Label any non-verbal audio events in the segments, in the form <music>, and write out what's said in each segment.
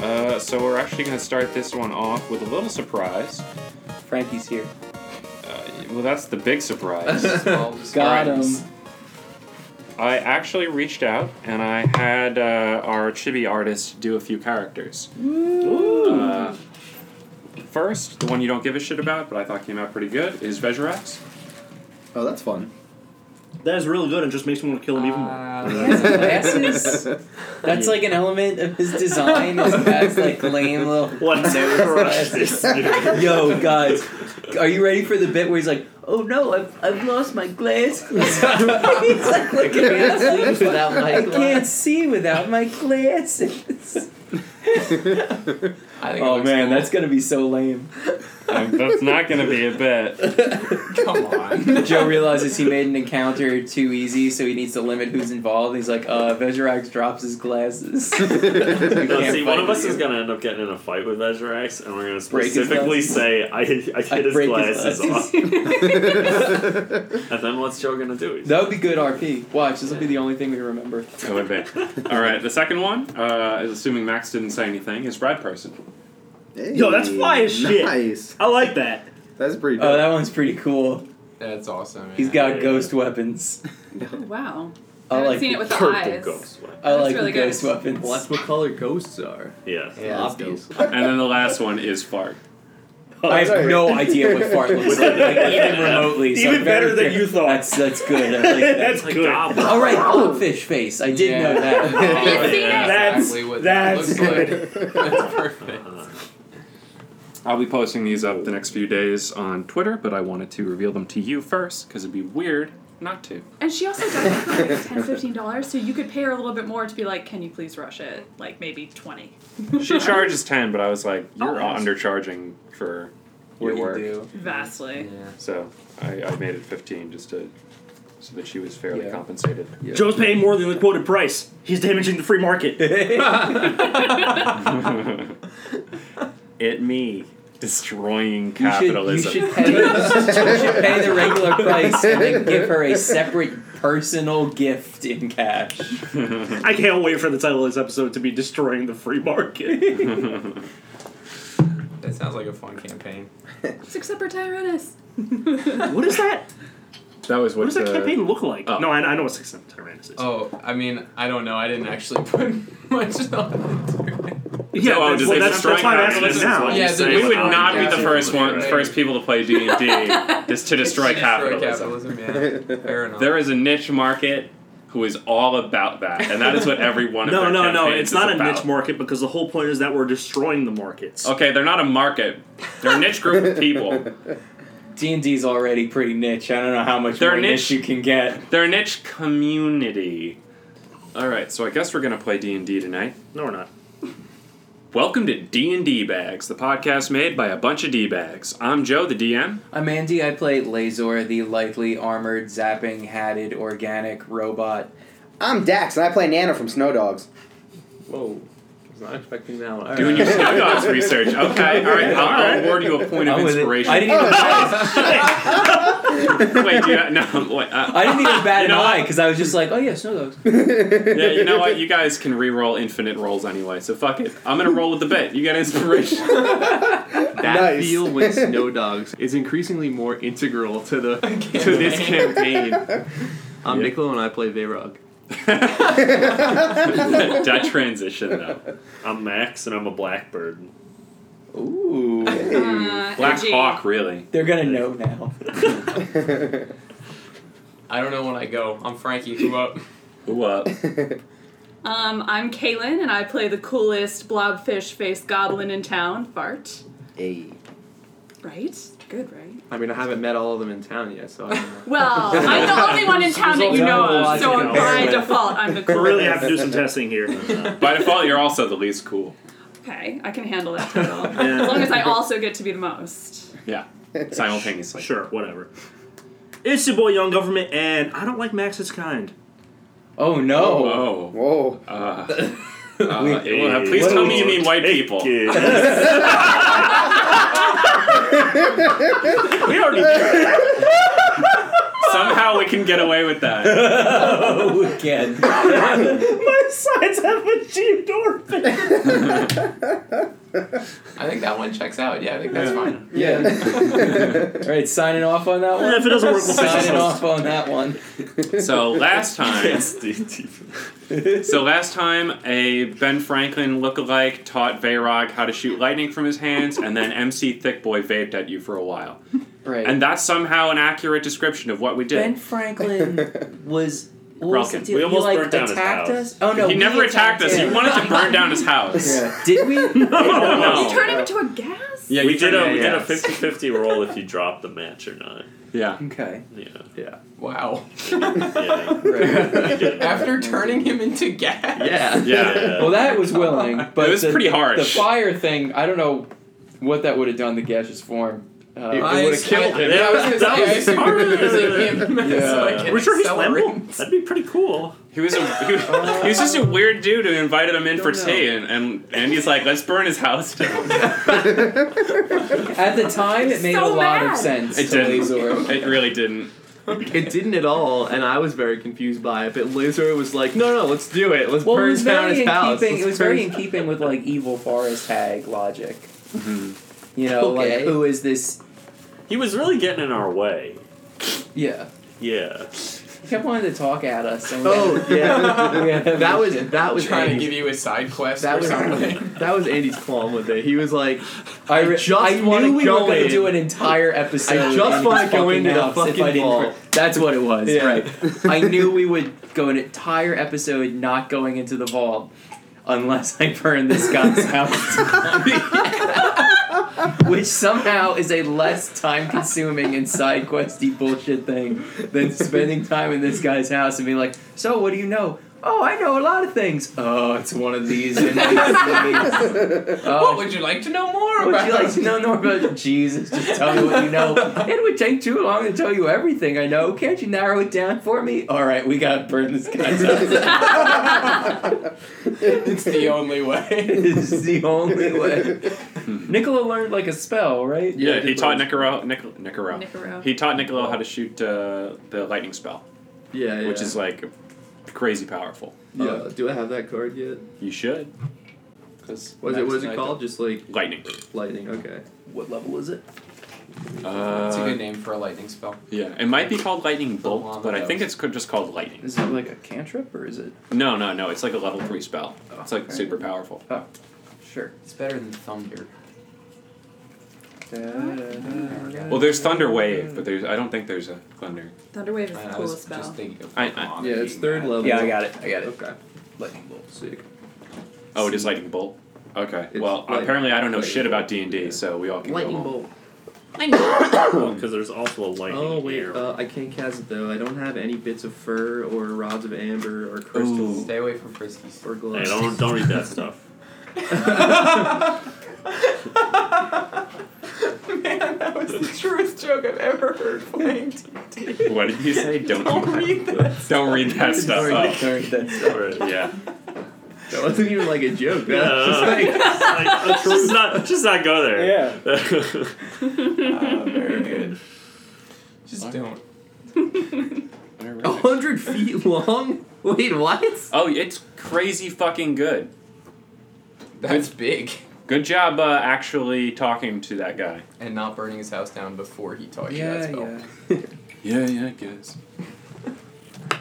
Uh, so we're actually going to start this one off with a little surprise. Frankie's here. Uh, well, that's the big surprise. <laughs> Got him. Friends. I actually reached out and I had uh, our chibi artist do a few characters. Uh, first, the one you don't give a shit about, but I thought came out pretty good, is Vejrax. Oh, that's fun. That is really good and just makes me want to kill him even more. Uh, he has <laughs> glasses. That's Yeah. like an element of his design. Is that's like lame <laughs> little. What no brush this <laughs> dude. Yo, guys, are you ready for the bit where he's like, "Oh no, I've, I've lost my glasses." <laughs> he's like, "Look at me, I <laughs> can't- Without my I can't glasses." see without my glasses." I think it Oh looks man, cool. that's gonna be so lame. Um, that's not going to be a <laughs> bit. come on. Joe realizes he made an encounter too easy, so he needs to limit who's involved. He's like, "Uh, Vejrax drops his <laughs> glasses." No, No, can't see, one fight of us with is you. gonna end up getting in a fight with Vegirax, and we're gonna Break his specifically glasses. say, "I, I hit I his break glasses his off." glasses. <laughs> And then what's Joe gonna do? He's- that would be good RP. Watch, this will be the only thing we remember. It would be. All right, the second one, uh, is assuming Max didn't say anything, is Brad Person. Hey, Yo, that's fly as shit. Nice. I like that. That's pretty Oh, dope. that one's pretty cool. that's awesome. He's got ghost weapons. Wow. I I haven't like seen it the- Uh, with the Purple eyes. ghost one. I That's like really the good. ghost weapons. Well, that's what color ghosts are. <laughs> Yeah. Yeah, that's dope. Obvious. And then the last one is Fart. I <laughs> have no idea <laughs> what fart looks like, like even Yeah. remotely. so Even I'm better very than clear. you thought. That's that's good. I like that. That's Like good. goblin. All <laughs> right, pupfish face. I did Yeah. know <laughs> that. You've seen it? That's That's- exactly what that's that good. looks like. <laughs> That's perfect. I'll be posting these up the next few days on Twitter, but I wanted to reveal them to you first because it'd be weird not to. And she also does it for like ten, fifteen dollars, so you could pay her a little bit more to be like, "Can you please rush it?" Like maybe twenty. <laughs> She charges 10, but I was like, you're Oh, nice. undercharging for your What work. you Vastly. do. Yeah. So I, I made it 15 just to so that she was fairly Yeah. compensated. <laughs> Joe's paying more than the quoted price. He's damaging the <laughs> free market. It me. Destroying You should, you capitalism. should pay, you should pay the regular price and then give her a separate personal gift in cash. <laughs> I can't wait for the title of this episode to be destroying the <laughs> free market. That sounds like a fun campaign. Except <laughs> for Tyrannus. Uh, what is that? that was What what, does <laughs> that uh, the- campaign look like? Oh. No, I, I know what Six Sense Tyrannus is. Oh, I mean, I don't know. I didn't actually <laughs> put much thought into it. yeah, Oh, that's, does well, it that's, destroy that's why I'm asking capitalism? this now. Yeah, You say they- we would without not be the capitalism. first one, Right. first people to play D and D <laughs> is to destroy capitalism. Destroy capitalism, yeah. <laughs> Fair enough. There is a niche market who is all about that, and that is what every one of No, their no, no. campaigns It's is not a about. niche market because the whole point is that we're destroying the markets. Okay, they're not a market. They're a niche group of <laughs> people. D and D's already pretty niche. I don't know how much They're more niche. niche you can get. They're a niche community. All right, so I guess we're gonna play D and D tonight. No, we're not. Welcome to D and D Bags, the podcast made by a bunch of D bags. I'm Joe, the DM. I'm Andy. I play Lazor, the lightly armored, zapping, hatted, organic robot. I'm Dax, and I play Nana from Snow Dogs. Whoa. I was not expecting that one. Doing your Snow Dogs research. Okay, all right. I'll, I'll award you a point of I'm with it. inspiration. I <laughs> didn't even. Wait, do you, no. Wait, uh, I didn't even bat You an know eye what? because I was just like, oh yeah, snow dogs. yeah, you know what? You guys can re-roll infinite rolls anyway, so fuck it. I'm gonna roll with the bit. You got inspiration. That Nice. feel with Snow Dogs is increasingly more integral to the <laughs> to this campaign. I'm Yeah. Niccolo and I play Veyrog. that transition though. I'm Max and I'm a blackbird. Ooh, Uh, Black edgy. Hawk, really. they're gonna know now. <laughs> I don't know when I go. I'm Frankie. Who up? Who up? Um, I'm Kaylin, and I play the coolest blobfish faced goblin in town, Fart. hey. Right? Good, <laughs> right? I mean, I haven't met all of them in town yet, so I don't know. Well, I'm the only one in town that you know of, so Logical. by default, I'm the We coolest. really have to do some testing <laughs> here. By default, you're also the least cool. Okay, I can handle that title. As long as I also get to be the most. Yeah, simultaneously. sure, whatever. It's your boy Young Government, and I don't like Max's <laughs> kind. Oh no. Whoa. Whoa. Uh, uh, <laughs> Wait. well, uh, please What tell do me you we- mean white people. we <laughs> <laughs> already did. <laughs> Somehow we can get away with that. <laughs> Oh, again. My Besides, I'm achieved <laughs> orphan. I think that one checks out. Yeah, I think that's fine. Yeah. <laughs> All right, signing off on that <laughs> if one. it doesn't work, we'll fix signing it. off on that one. So last time, so last time, a Ben Franklin lookalike taught Vayrog how to shoot lightning from his hands, and then MC Thick Boy vaped at you for a while. Right. And that's somehow an accurate description of what we did. Ben Franklin was. What was the Ralkin. deal? We He, almost like, burnt down his attacked house. us. Oh no, he we never attacked, us. him. He <laughs> wanted to burn down his house. Yeah. Did we? <laughs> No. <laughs> Oh, You turn him into a gas? Yeah, we you did turned a we it did a yes. 50-50 roll if you drop the match or <laughs> not. Yeah. Okay. Yeah. Yeah. Wow. <laughs> Yeah. Right. you did. After turning him into gas. Yeah. Yeah. Well, that was willing, <laughs> but It was the, pretty harsh. The fire thing, I don't know what that would have done to gaseous form. Uh, It- I would've was- killed him. Yeah, I was gonna That say, I was assumed smarter it was than- in him, <laughs> so I Yeah. can We're sure he's accelerate. flammable. That'd be pretty cool. He was a he was, he was just a weird dude who invited him in for Don't know. tea, and, and and he's like, let's burn his house down. At the time, it made So a lot mad. of sense. It to didn't. Lazor. It really didn't. It didn't at all, and I was very confused by it. But Lizard was like, "No, no, let's do it. Let's Well, it burn was down very his in house." keeping. It Let's was burn very <laughs> his- in keeping with like evil forest hag logic. You know, like Okay. who is this? He was really getting in our way. Yeah, Yeah. he kept wanting to talk at us. And we Oh yeah, we had- <laughs> that was that was trying to Andy's, give you a side quest that or <laughs> was something. that was Andy's qualm with it. He was like, <laughs> I, re- just I wanna knew we go were gonna in. do an entire episode. I just in his wanna go fucking into the house if fucking I didn't vault. cor- That's what it was. Yeah. Right. <laughs> I knew we would go an entire episode not going into the vault unless I burned this guy's house. <laughs> Which somehow is a less time consuming and side questy bullshit thing than spending time in this guy's house and being like, So, what do you know? Oh, I know a lot of things. Oh, it's one of these. And these, and these. Oh, what would you like to know more would about? you like to know more about <laughs> Jesus? Just tell me what you know. It would take too long to tell you everything I know. Can't you narrow it down for me? All right, we gotta burn this guy's house. it's the only way. this is the only way. Nicola learned like a spell, right? Yeah, he did taught learn- Nicaro, Nicaro, Nicaro. Nicaro. He taught Nicolo how to shoot uh, the lightning spell, "Yeah, yeah. which is like crazy powerful. <laughs> yeah. uh, do I have that card yet? You should Was it? Was it called? Just like lightning. Uh, lightning? Okay. What level is it? It's a Uh, good name for a lightning spell. yeah, it might be called lightning long bolt, but I think nose. it's co- just called lightning. Is it like a cantrip or is it? No, no, no. It's like a level three spell. It's like Okay. super powerful. Oh, sure. It's better than thunder. Well, there's thunder wave, but there's I don't think there's a thunder. <laughs> Thunderwave is I the was coolest spell. just thinking of I- I- Pokemon Yeah, it's being third that. level. Yeah, I got it. I got it. Okay. Lightning bolt. Sick. Oh, it is lightning bolt. Okay. It's well, lightning- apparently I don't know lightning shit about bolt. D and D, so we all can go Lightning home. bolt. <laughs> I know. <laughs> Because there's also a lightning Oh wait, arrow. uh, I can't cast it though. I don't have any bits of fur or rods of amber or crystals Stay away from friskies. or hey, gloves. don't don't read that stuff. <laughs> Man, that was the truest joke I've ever heard <laughs> playing D&D. What did you say? Don't <laughs> don't read, that. that stuff. Sorry, up. sorry, <laughs> that's- Right. Yeah. That wasn't even like a joke. That was just Yeah. uh, like- Like, let's just not just not go there. Yeah. Ah, very good. Just don't. A hundred feet long? Wait, what? Oh, it's crazy fucking good. That's big. Good job uh, actually talking to that guy. And not burning his house down before he taught you Yeah, that spell. yeah. Yeah, yeah, I guess.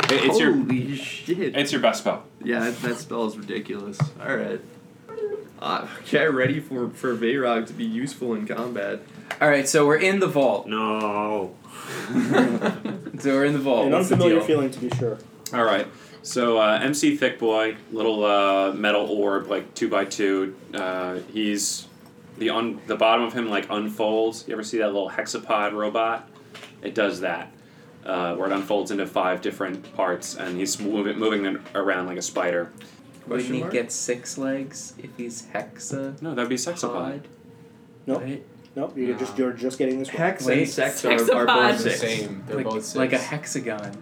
it's your Holy shit! it's your best spell. yeah, that, that spell is ridiculous. All right. Uh, okay, ready for for Vayrog to be useful in combat. All right, so we're in the vault. <laughs> No. So we're in the vault. An What's the unfamiliar deal? feeling, to be sure. All right. So uh, MC Thick Boy, little uh, metal orb, like two by two. Uh, he's the un- the bottom of him like unfolds. You ever see that little hexapod robot? It does that, uh, where it unfolds into five different parts, and he's moving moving them around like a spider. Wouldn't Question he mark? get six legs if he's hexa? No, that'd be sexapod. pod? Nope. Right? Nope, you're, No. Just, you're just getting this one. Hex Wait, and sex are, are hexapod. both They're the six. same. They're like, both six. like a hexagon.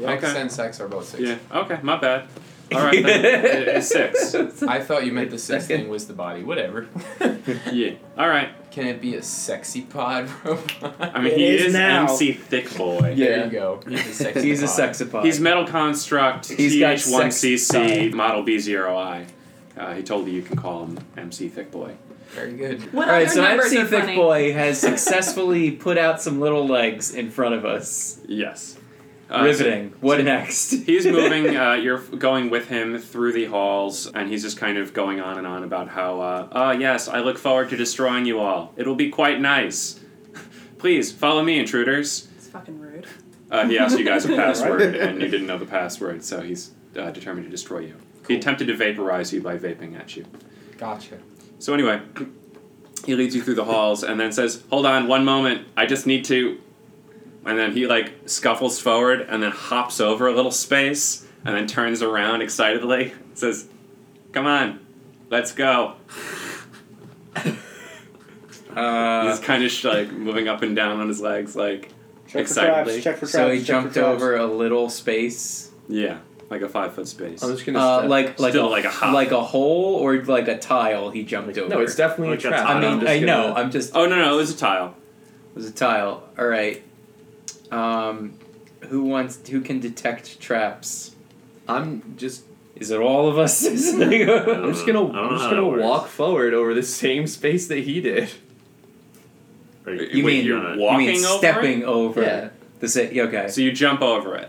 Hex Okay. and sex are both six. Yeah. Okay. My bad. <laughs> All right, <laughs> then. It- it's six. I thought you meant the sixth Second. thing was the body. Whatever. <laughs> Yeah. All right. Can it be a sexy pod <laughs> robot? I mean, It he is is, now. MC Thick Boy. Yeah. there <laughs> you go. He's a sexy. He's a pod. sexapod. He's Metal Construct, He's got CH1CC, sex Model B0I. Uh, he told you you can call him MC Thick Boy. Very good. What All right, other so numbers MC are Thick funny? Boy has successfully put out some little legs in front of us. Yes. Uh, so Riveting. what next? <laughs> He's moving. Uh, you're f- going with him through the halls, and he's just kind of going on and on about how, uh, oh, yes, I look forward to destroying you all. It'll be quite nice. <laughs> Please follow me, intruders. It's fucking rude. Uh, he asked you <laughs> guys a password, and you didn't know the password, so he's uh, determined to destroy you. He attempted to vaporize you by vaping at you. Gotcha. So anyway, he leads you through the halls and then says, "Hold on, one moment. I just need to." And then he like scuffles forward and then hops over a little space and then turns around excitedly. and Says, "Come on, let's go." Uh, Uh, He's kind of sh- like moving up and down on his legs, like Check for Excitedly. traps. Check for traps. so he check jumped for traps. over a little space, yeah, like a five foot space. I'm just gonna uh, step- like like Still a, like a hop. like a hole or like a tile. He jumped over. No, it's definitely Like a that's trap. I hot. I'm mean, just I know. gonna- I'm just. oh no, no, it was a tile. It was a tile. All right. Um, who wants? Who can detect traps? I'm just. Is it all of us? I'm just gonna. know. I don't know I'm how just that gonna works. walk forward over the same space that he did. Are you, you wait, mean you're on a- you Walking mean over stepping over? Yeah. The sa- okay. So you jump over it.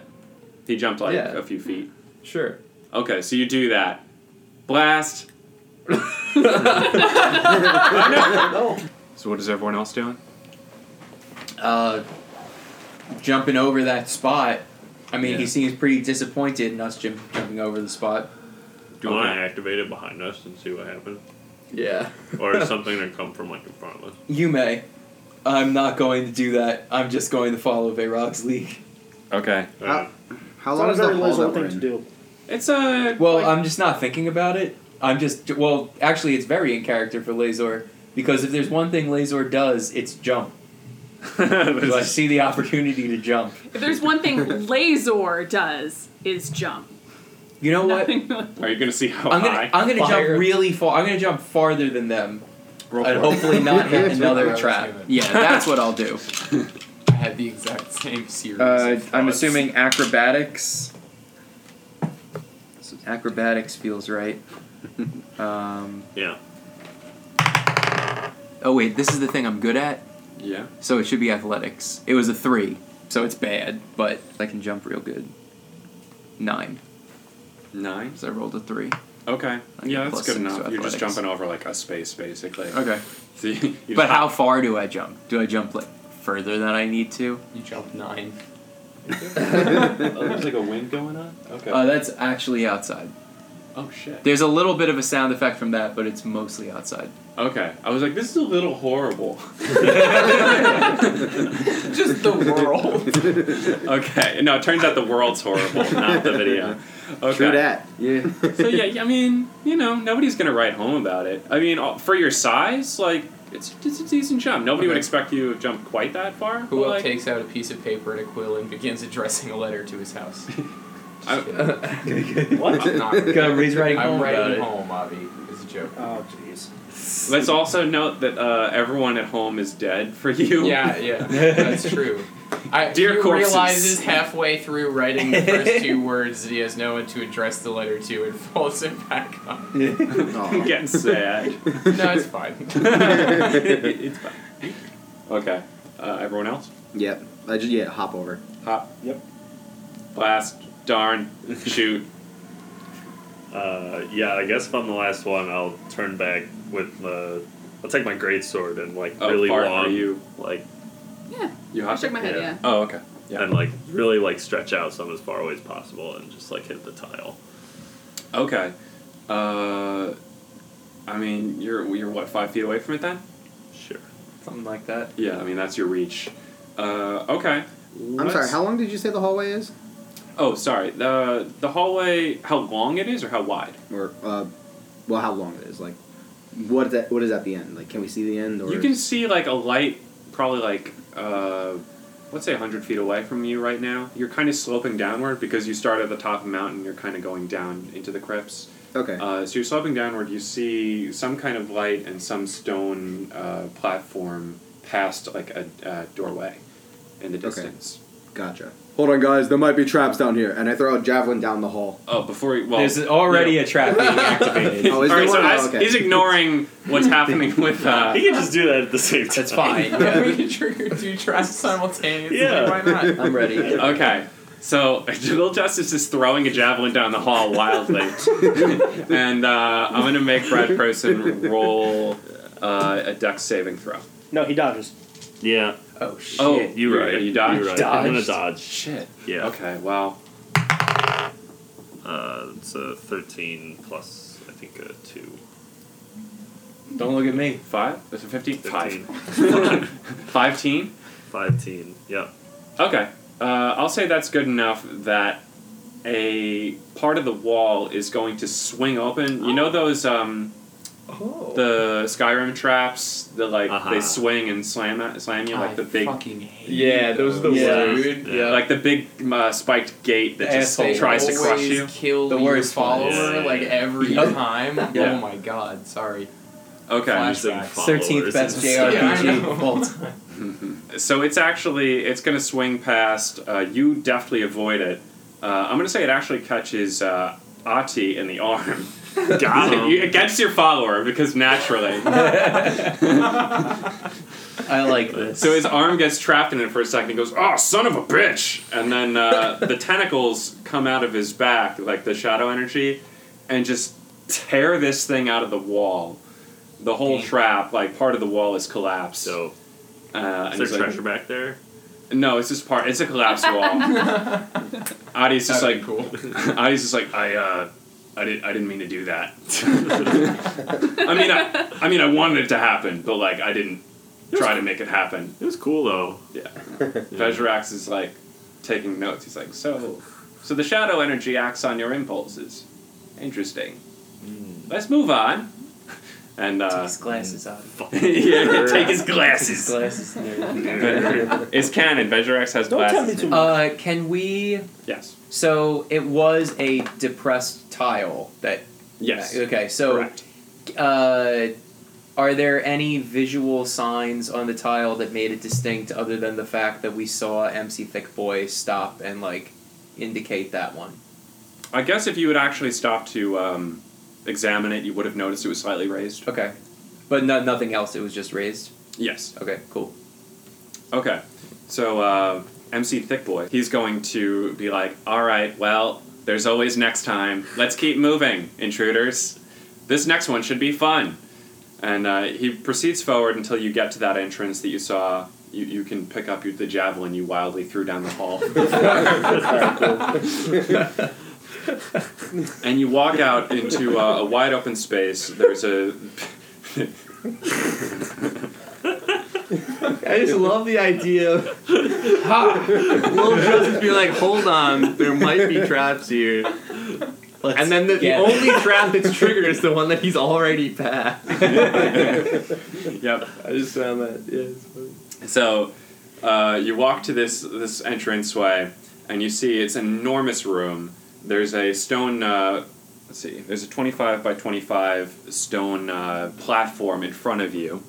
He jumped like Yeah. a few feet. Sure. Okay, so you do that. <laughs> Blast. So what is everyone else doing? uh, jumping over that spot. I mean, Yeah. he seems pretty disappointed in us jump- jumping over the spot. Do you want Okay. to activate it behind us and see what happens, Yeah. or is something to come from like in front of us? You may. I'm not going to do that. I'm just going to follow Veyrog's lead. Okay. Uh, How- How It's long not a is the very hole that legible we're thing to in? do. It's a Well, like- I'm just not thinking about it. I'm just well, actually, it's very in character for Lazor because if there's one thing Lazor does, it's jump. This So I is- see the opportunity to jump. If there's one <laughs> thing Lazor does, is jump. You know what? Nothing else. Are you gonna see how I'm high? gonna I'm gonna Fire. jump really far. I'm gonna jump farther than them Roll and for it. hopefully <laughs> not hit Here's what I another was trap. doing. Yeah, that's what I'll do. I had the exact same series. Uh, of I'm thoughts. assuming acrobatics. So acrobatics feels <laughs> right. um, Yeah. oh wait, this is the thing I'm good at, Yeah. so it should be athletics. It was a three, so it's bad, but I can jump real good. Nine, Nine. because I rolled a three. Okay. I Yeah, get that's plus good six enough. to You're just athletics. jumping over like a space, basically. Okay, <laughs> So you- you just but how hop- far do I jump? Do I jump like further than I need to? you jumped nine. Oh, there's like a wind going on. Okay. Uh, that's actually outside. oh shit. There's a little bit of a sound effect from that, but it's mostly outside. Okay. I was like, this is a little horrible. Just <laughs> the world. okay. No, it turns out the world's horrible, not <laughs> the video. Okay. True that. Yeah. <laughs> so yeah, I mean, you know, nobody's gonna write home about it. I mean, uh, for your size, like. It's, it's a decent jump. Nobody would Okay. expect you to have jumped quite that far. but, Who like, takes out a piece of paper and a quill and begins addressing a letter to his house? I- what? <laughs> I'm not reading. Everybody's writing I'm home about writing it. home, Avi. It's a joke. Oh jeez. <laughs> Let's also note that uh, everyone at home is dead for you. <laughs> Yeah, yeah, <laughs> that's true. I, Dear he corpses. <laughs> realizes halfway through writing the <laughs> first two words that he has no one to address the letter to and <laughs> folds it back up. Aw. Getting sad. No, it's <laughs> fine. it's fine. Okay. Uh, everyone else? Yep. I just yeah, hop over. Hop. Yep. Blast. Darn. Shoot. Uh, yeah. I guess if I'm the last one, I'll turn back with the. I'll take my great sword and like Oh, really fart, long, are you- like <laughs> Yeah, You I hop. shook my head. Yeah. Yeah. Oh, okay. Yeah. and like really like stretch out so I'm as far away as possible and just like hit the tile. Okay. Uh, I mean, you're you're what five feet away from it then? Sure. Something like that. Yeah. I mean, that's your reach. Uh, okay. I'm sorry. How long did you say the hallway is? Oh, sorry. The the hallway. How long it is, or how wide? Or uh, well, how long it is? Like, what is that? What is at the end? Like, can we see the end? Or You can see like a light, probably like uh, let's say 100 feet away from you right now. You're kind of sloping downward because you start at the top of the mountain, you're kind of going down into the crypts. Okay. Uh, so you're sloping downward. You see some kind of light and some stone uh, platform past like a uh, doorway in the distance. gotcha. Hold on, guys. There might be traps down here, and I throw a javelin down the <laughs> hall. Oh, before you, well, There's already a trap <laughs> being activated. Oh, is all there right. So one? as, Oh, okay. he's ignoring <laughs> what's happening with. Uh, He can just do that at the same time. That's fine. Yeah, we can trigger two traps simultaneously. Yeah. Why not? <laughs> I'm ready. okay. So <laughs> Little Justice is throwing a javelin down the hall <laughs> wildly, and uh, I'm gonna make Brad Person roll uh, a dex saving throw. <laughs> No, he dodges. Yeah, Oh shit. Oh, you right. You dodged. You're right. I'm gonna Dodged. dodge. Shit. Yeah. Okay. Wow. Uh, it's a 13 plus, I think, a 2. Don't look at me. Five. Is it fifteen? 15. Five. <laughs> Five teen. 15. Yeah. Okay. Uh, I'll say that's good enough that a part of the wall is going to swing open. You know those um, Oh. the Skyrim traps that like Uh-huh. they swing and slam at, slam you like the I big fucking hate yeah, those are the those, worst. dude. Yeah. <laughs> like the big uh, spiked gate that just They Asshole. tries to crush always you. kill The your worst one. follower Yeah. like every Yeah. time. Yeah. Oh my god, sorry. Okay. Flashback. <laughs> Thirteenth best Yeah, I JRPG know. of <laughs> all time. So it's actually it's going to swing past. Uh, you deftly avoid it. Uh, I'm going to say it actually catches uh, Ati in the <laughs> arm. <laughs> Got him. You- against your follower because naturally. I like this. So his arm gets trapped in it for a second. He goes, "Oh, son of a bitch!" And then uh, the tentacles come out of his back, like the shadow energy, and just tear this thing out of the wall. The whole Damn. trap, like part of the wall, is collapsed. So, uh, and is there he's like, treasure back there? No, it's just part. It's a collapsed wall. Adi's just like, That'd be cool. Adi's just like, <laughs> I, uh, I didn't, I didn't mean to <laughs> do that. <laughs> I mean, I, I mean, I wanted it to happen, but like, I didn't try to make it happen. It was cool, though. Yeah. Yeah. Vezrax is like taking notes. He's like, so, so the shadow energy acts on your impulses. Interesting. Let's move on. And uh, glasses off. <laughs> yeah, take his His glasses. glasses. <laughs> it's canon. Vezrax has Don't glasses. tell me to. Uh, can we? Yes. So it was a depressed tile that. Yes. Okay, so Correct. uh, are there any visual signs on the tile that made it distinct, other than the fact that we saw MC Thick Boy stop and like indicate that one? I guess if you had actually stopped to um, examine it, you would have noticed it was slightly raised. Okay, but no, nothing else. It was just raised. Yes. Okay, cool. Okay. So uh, MC Thickboy, he's going to be like, all right, well, there's always next time. Let's keep moving, intruders. This next one should be fun. And uh, he proceeds forward until you get to that entrance that you saw. You, you can pick up your, the javelin you wildly threw down the hall. and you walk out into uh, a wide open space. There's a. I just love the idea of <laughs> ha, Little Justice be like, hold on, there might be traps here. and then the, the get it. only trap that's triggered is the one that he's already <laughs> passed. Yep. <laughs> I just found that, yeah, it's funny. So uh, you walk to this this entranceway, and you see it's an enormous room. There's a stone. Uh, let's see. There's a 25 by 25 stone uh, platform in front of you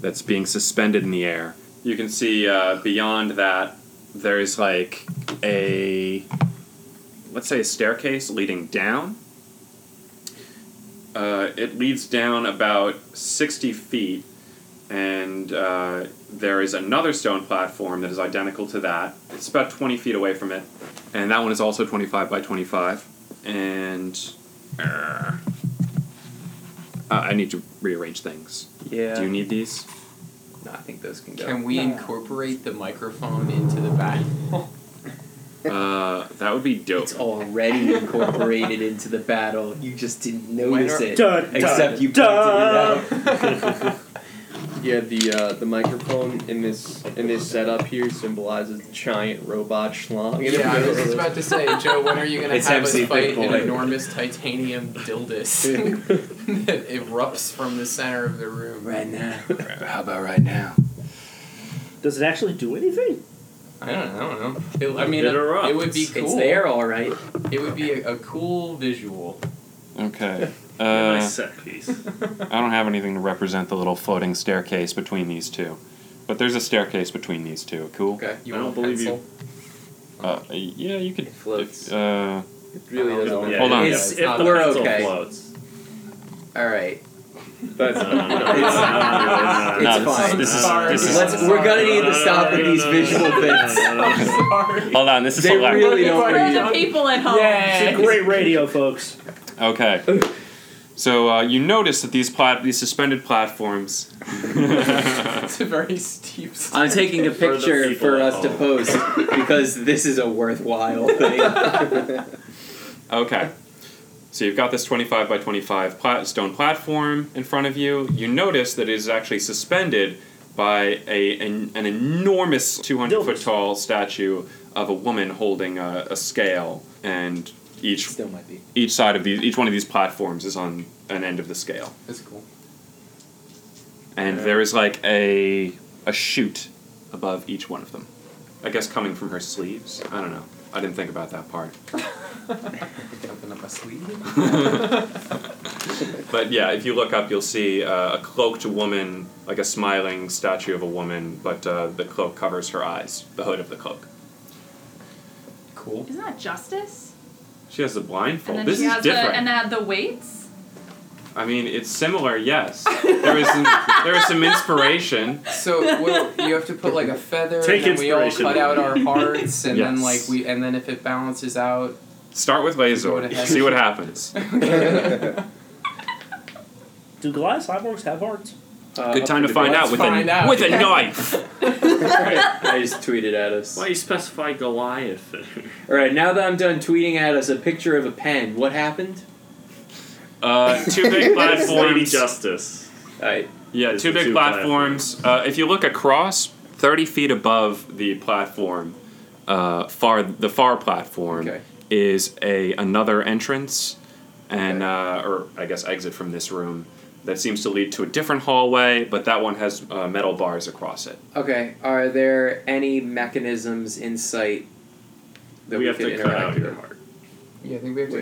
that's being suspended in the air. You can see uh, beyond that. There's like a let's say a staircase leading down. Uh, it leads down about 60 feet and uh, there is another stone platform that is identical to that. It's about 20 feet away from it, and that one is also 25 by 25. And uh, I need to rearrange things. Yeah. Do you need <laughs> these? no, I think those can go. Can we incorporate the microphone into the back? Uh, that would be dope. It's already incorporated into the battle. You just didn't notice When it. Dun, dun, except you dun. pointed it out. <laughs> Yeah, the uh, the microphone in this in this setup here symbolizes the giant robot schlong. in the Yeah, I middle was of just the- about to say, Joe, when are you going to It's have MC us fight an Pitbull. enormous titanium dildus <laughs> that erupts from the center of the room? Right now. How about right now? Does it actually do anything? I don't, I don't know. It, I It mean, it, erupts. would be cool. It's there, all right. It would be a, a cool visual. <laughs> Okay. my Uh, set piece. I don't have anything to represent the little floating staircase between these two. But there's a staircase between these two. Cool. Okay, you I want don't a believe you. pencil? Uh, yeah, you could. It floats. Uh, It really Oh, doesn't. Yeah, Hold on. yeah, It's- if the we're pencil okay. floats. All right. That's no, no, no, no, no, It's- no, no, it's no, fine. This is, Sorry. this is, this Let's. is, We're gonna no, need no, to stop no, with no, these no, visual no, no, no, bits. no, no, no. Sorry. hold on. This is They hilarious. really For don't need the people at home. Yay. Great radio, folks. Okay. So uh, you notice that these plat- these suspended platforms. <laughs> It's a very steep. stair- <laughs> I'm taking a For the Oh. picture people for at us to home. post <laughs> because this is a worthwhile thing. okay. So you've got this 25 by 25 plat- stone platform in front of you. You notice that it is actually suspended by a an, an enormous 200 foot tall statue of a woman holding a, a scale, and each Still might be. each side of these each one of these platforms is on an end of the scale. That's cool. and there is like a a shoot above each one of them. I guess coming from her sleeves. I don't know. I didn't think about that part. Open up my sleeve. But yeah, if you look up, you'll see uh, a cloaked woman, like a smiling statue of a woman, but uh, the cloak covers her eyes, the hood of the cloak. Cool. Isn't that justice? She has the blindfold. And then This she is has different. the and then the weights. I mean, it's similar, yes. There is some, there is some inspiration. So what, you have to put like a feather, Take and then we all inspiration. cut out our hearts, and then Yes. like we, and then if it balances out, Start with Lazor, see what happens. Do glass cyborgs have hearts? Good time to find out Uh, Let's with find a out. with a knife. I just tweeted at us. Why you specify Goliath? there? All right, now that I'm done tweeting at us a picture of a pen, what happened? Uh, <laughs> two big That's Lady platforms. Justice. All right, Yeah, Is two the big two platforms. Uh, if you look across, thirty feet above the platform, uh, far the far platform Okay. is a another entrance, and uh, or I guess exit from this room that seems to lead to a different hallway, but that one has uh, metal bars across it. Okay, are there any mechanisms in sight that we, we, have could to cut interact out with? your heart. yeah, I think we have to.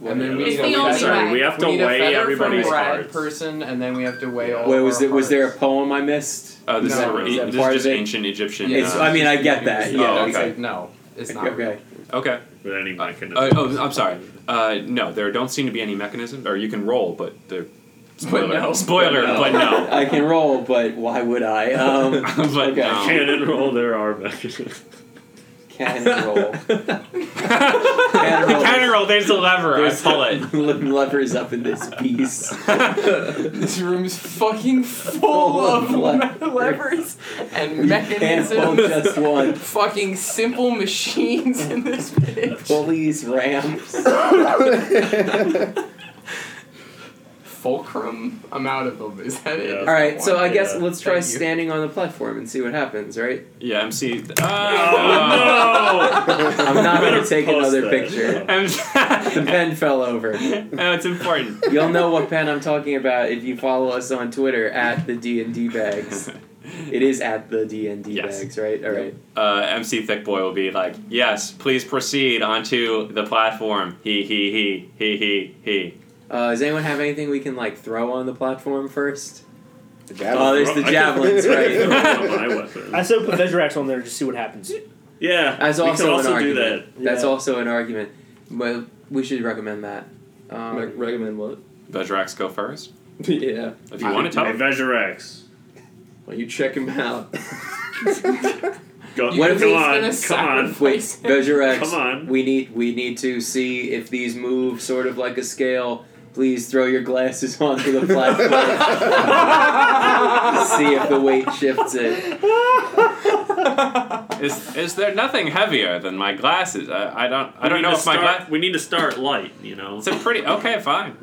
Wait, and then we It's need the a only feather. way. Sorry, we have to we need a weigh feather everybody's from Brad hearts. person, and then we have to weigh all. Wait, of was our it was there a hearts. poem I missed? Uh, this No. is, Is a, that this part is of just it? ancient Egyptian. Yeah. It's, uh, I mean, I get that. Yeah, Yeah. Oh, that's okay. like- no, it's not. Okay. okay. With any Uh, mechanism. uh, oh, I'm sorry. Uh, no, there don't seem to be any mechanism, or you can roll, but there. Spoiler, no. spoiler, but But no. <laughs> I can roll, but why <laughs> would I? Um, but Okay. no. Cannon roll there are mechanisms. can <laughs> roll. the roll. counter roll, Oh. there's a lever. There's I pull it. levers up in this piece. This room's fucking Full full of of le- <laughs> levers and Can't roll <laughs> mechanisms. just one. Fucking simple machines in this bitch. Pulleys, <laughs> ramps. Oh, Fulcrum amount of them. Is that Yeah. it? All right, so I Yeah. guess let's try Thank you. standing on the platform and see what happens. Right? <laughs> Yeah, MC. Oh, no! <laughs> I'm not gonna Better take post another that. <laughs> picture. The pen fell <laughs> over. oh, it's important. You'll know what pen I'm talking about if you follow us on Twitter at the D and D bags. Uh, It is at the D and D Yes. bags, right? All right. Uh, MC Thickboy will be like, yes, please proceed onto the platform. He, he, he, he, he, he. Uh, does anyone have anything we can like throw on the platform first? The Oh, javelin. there's the <laughs> I can- javelins, Throw right? my weapon. I said put Vegirax on there and just see what happens. Yeah, That's we also can an also do argument. that. That's Yeah. also an argument. Well, we should recommend that. Um, recommend what? <laughs> Vejrax go first. yeah. If you want to tell Hey, Vegirax. Well, you check him <laughs> <laughs> out. Go, You come think he's gonna on, come on. Wait, sacrifice Vejurex, Come on. we need we need to see if these move sort of like a scale. Please throw your glasses <laughs> onto the <laughs> platform. see if the weight shifts it. Is, is there nothing heavier than my glasses? I, I don't I We don't need know to if my start- glasses. We need to start light, you know. It's a pretty okay, fine.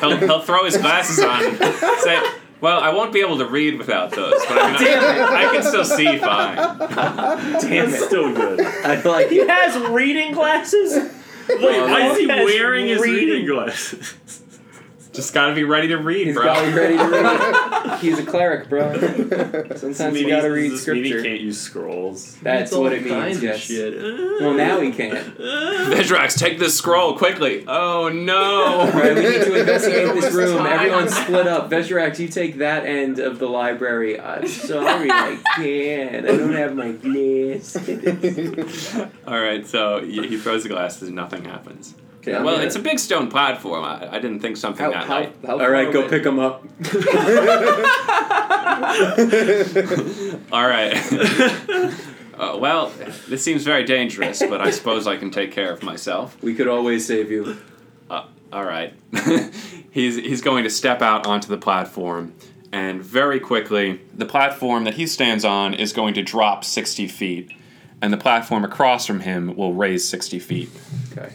he'll, he'll throw his glasses on. And say, well, I won't be able to read without those, but I, mean, I, I can still see fine. <laughs> Damn It's it! still <laughs> good. I like He has reading glasses. Wait, why is he Yes, wearing his reading. <laughs> reading glasses? Just gotta be ready to read, bro. gotta be ready to read. <laughs> He's a <laughs> cleric, bro. Sometimes you gotta read Does this mean he scripture. can't use scrolls. That's all what it kinds means. of Yes. shit. Well, now <laughs> he can't. Vedrax, take this scroll quickly. Oh no. Right, we need to investigate this room. Time. Everyone split up. Veshirax, you take that end of the library. I'm <laughs> sorry, I can't. I don't have my glasses. All right, so yeah, he throws the glasses, and nothing happens. Okay, I'm well, gonna- it's a big stone platform. I, I didn't think something How, that how, light. how All right, far go away- pick them up. All right. <laughs> uh, well, this seems very dangerous, but I suppose I can take care of myself. We could always save you. Uh, all right. <laughs> he's he's going to step out onto the platform, and very quickly, the platform that he stands on is going to drop sixty feet, and the platform across from him will raise sixty feet. Okay.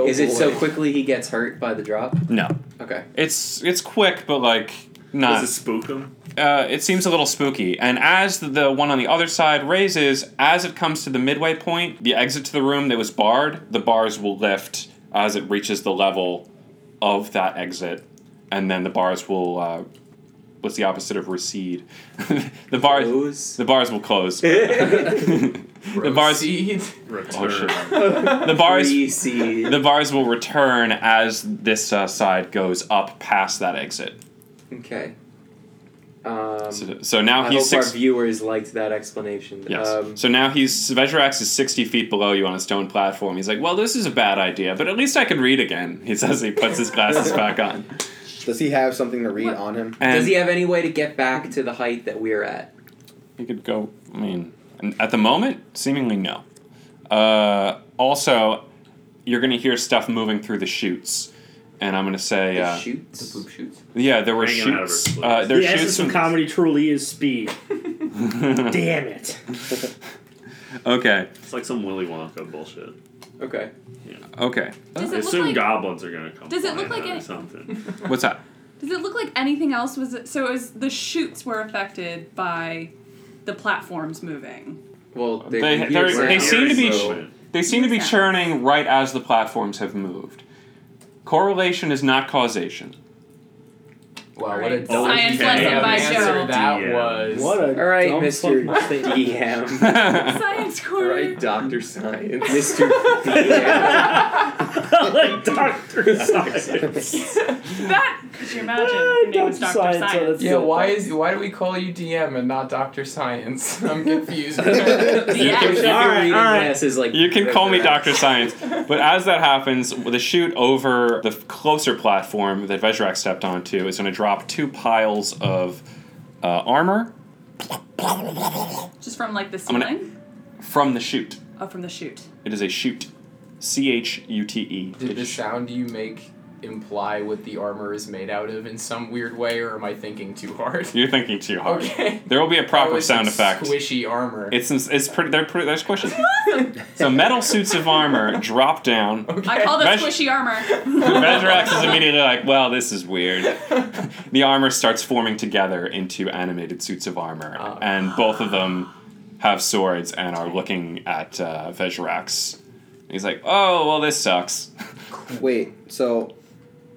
Oh, Is it so boy. quickly he gets hurt by the drop? No, Okay. it's it's quick, but like not. Does it spook him? uh, it seems a little spooky. And as the one on the other side raises, as it comes to the midway point, the exit to the room that was barred, the bars will lift as it reaches the level of that exit, and then the bars will. Uh, what's the opposite of recede? <laughs> the bars. Close. The bars will close. <laughs> the bars. Proceed. Oh, shit. Return. The bars. Three seed. The bars will return as this uh, side goes up past that exit. Okay. Um, So, so now I hope he's six. our viewers liked that explanation. Yes. Um, so now he's Vejrax is sixty feet below you on a stone platform. He's like, "Well, this is a bad idea, but at least I can read again." <laughs> He says he puts his <laughs> glasses back on. <laughs> Does he have something to read on him? And does he have any way to get back to the height that we're at? he could go. I mean, and at the moment, seemingly no. Uh, also, you're going to hear stuff moving through the chutes, and I'm going to say, The uh, Shoots. shoots. yeah, there were Hanging out of shoots. her Uh, there the were essence shoots. of from- comedy truly is speed. Damn it. <laughs> okay, It's like some Willy Wonka bullshit. Okay. okay. Does I it look assume like- goblins are gonna come. Does it look flying like out or it- something? What's that? Does it look like anything else was it, so it was the shoots were affected by the platforms moving. <laughs> Well, they, They- hear they're- sound. they seem to be- so- They seem to be Yeah. churning right as the platforms have moved. Correlation is not causation. Wow, what Right. a Oh, dumb Science okay. lesson by Yeah. Joe. Answer that Yeah. was. What a All right, dumb Mr. <laughs> fucking statement. DM. Science All corner. right, Doctor Science. <laughs> <laughs> Mr. DM. like Dr. Science. That could you imagine? Ah, if your name was Dr. Dr. Science. Science, so that's- Yeah, why is why do we call you DM and not Doctor Science? <laughs> I'm <laughs> confused. Yeah. If you're All right, reading all right. glasses, <laughs> like You can call me Vectorax. Dr. Science. But as that happens, the chute over the closer platform that Vezrak stepped onto is going to drop two piles of uh, armor Just from like the I'm ceiling? gonna- from the chute. Oh, from the chute. It is a chute. C H U T E. Did the sound you make imply what the armor is made out of in some weird way, or am I thinking too hard? <laughs> You're thinking too hard. Okay. There will be a That proper was some sound effect. Squishy <laughs> armor. <laughs> It's it's pretty. They're pretty. They're squishy. so metal suits of armor drop down. <laughs> okay. I call that Mesh- squishy armor. Vezrax is immediately like, "Well, this is weird." The armor starts forming together into animated suits of armor, Oh. and both of them have swords and are looking at uh, Vezrax. He's like, "Oh, well, this sucks." Wait, so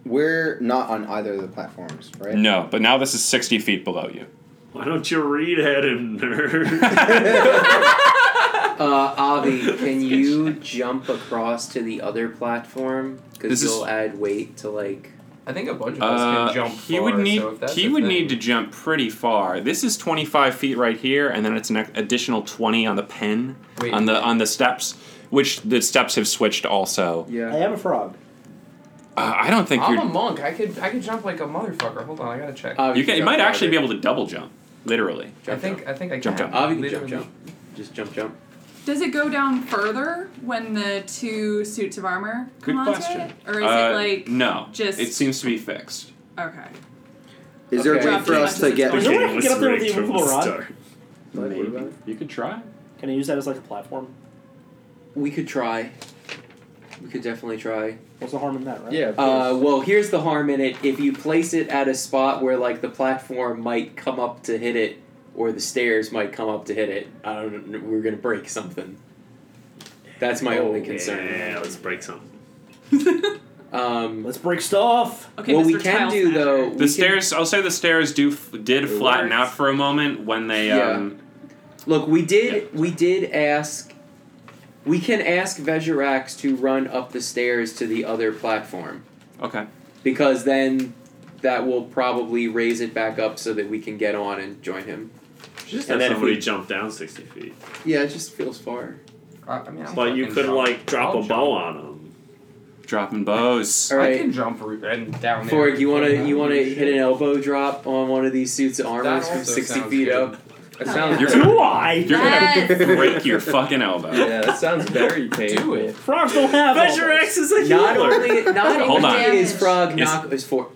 we're not on either of the platforms, right? No, but now this is sixty feet below <laughs> you. Why don't you read at him, nerd? Uh, <laughs> Avi, can you jump across to the other platform? This Because is- you'll add weight to like. I think a bunch of us can jump. Uh, he far, would need So if that's he a would thing- need to jump pretty far. This is twenty five feet right here, and then it's an additional twenty on the pin Wait. on the on the steps, which the steps have switched also. I am a frog. Uh, I don't think I'm you're a monk. I could I could jump like a motherfucker. Hold on, I gotta check. Avi you can. You jump might actually farther. be able to double jump, literally. I think I think I Jump, can. jump. Avi Ah, can jump, Literally. jump. Just jump, jump. Does it go down further when the two suits of armor Good come onto question. it? Or is Uh, it like no? just- it seems to be fixed. okay. Is there Okay. a way for us to get? There's no way I can get up there with the Rigged from immovable rod. start. Maybe you could try. Can I use that as like a platform? We could try. We could definitely try. What's the harm in that, right? Yeah. Uh, well, here's the harm in it. If you place it at a spot where like the platform might come up to hit it, or the stairs might come up to hit it, I don't. know, We're gonna break Oh, something. That's my only concern. Yeah, let's break something. Um, Let's break stuff. <laughs> Okay, what Mr. we can Tile do Snatcher. though, we The can- stairs. I'll say the stairs do f- did flatten works. out for a moment when they. Yeah. Um, look, we did we did ask. We can ask Vejarax to run up the stairs to the other platform okay. because then that will probably raise it back up so that we can get on and join him. Just And then have if somebody we- jump down sixty feet. Yeah, it just feels far. Uh, I, I mean, I'm But you fucking could jump. like drop I'll a jump. bow on them. Dropping bows. All I right, can jump r- and down there. Forg, you wanna Yeah, you wanna shit. hit an elbow drop on one of these suits of armor That from also sixty sounds feet good. up? That sounds. You're very- gonna Do I? you're gonna Yes. break your fucking elbow. yeah, that sounds very painful. Do <laughs> it. Frogs don't have all Measure those. X is a Not healer. only <laughs> not Hold only on. is Frog Is- knock is for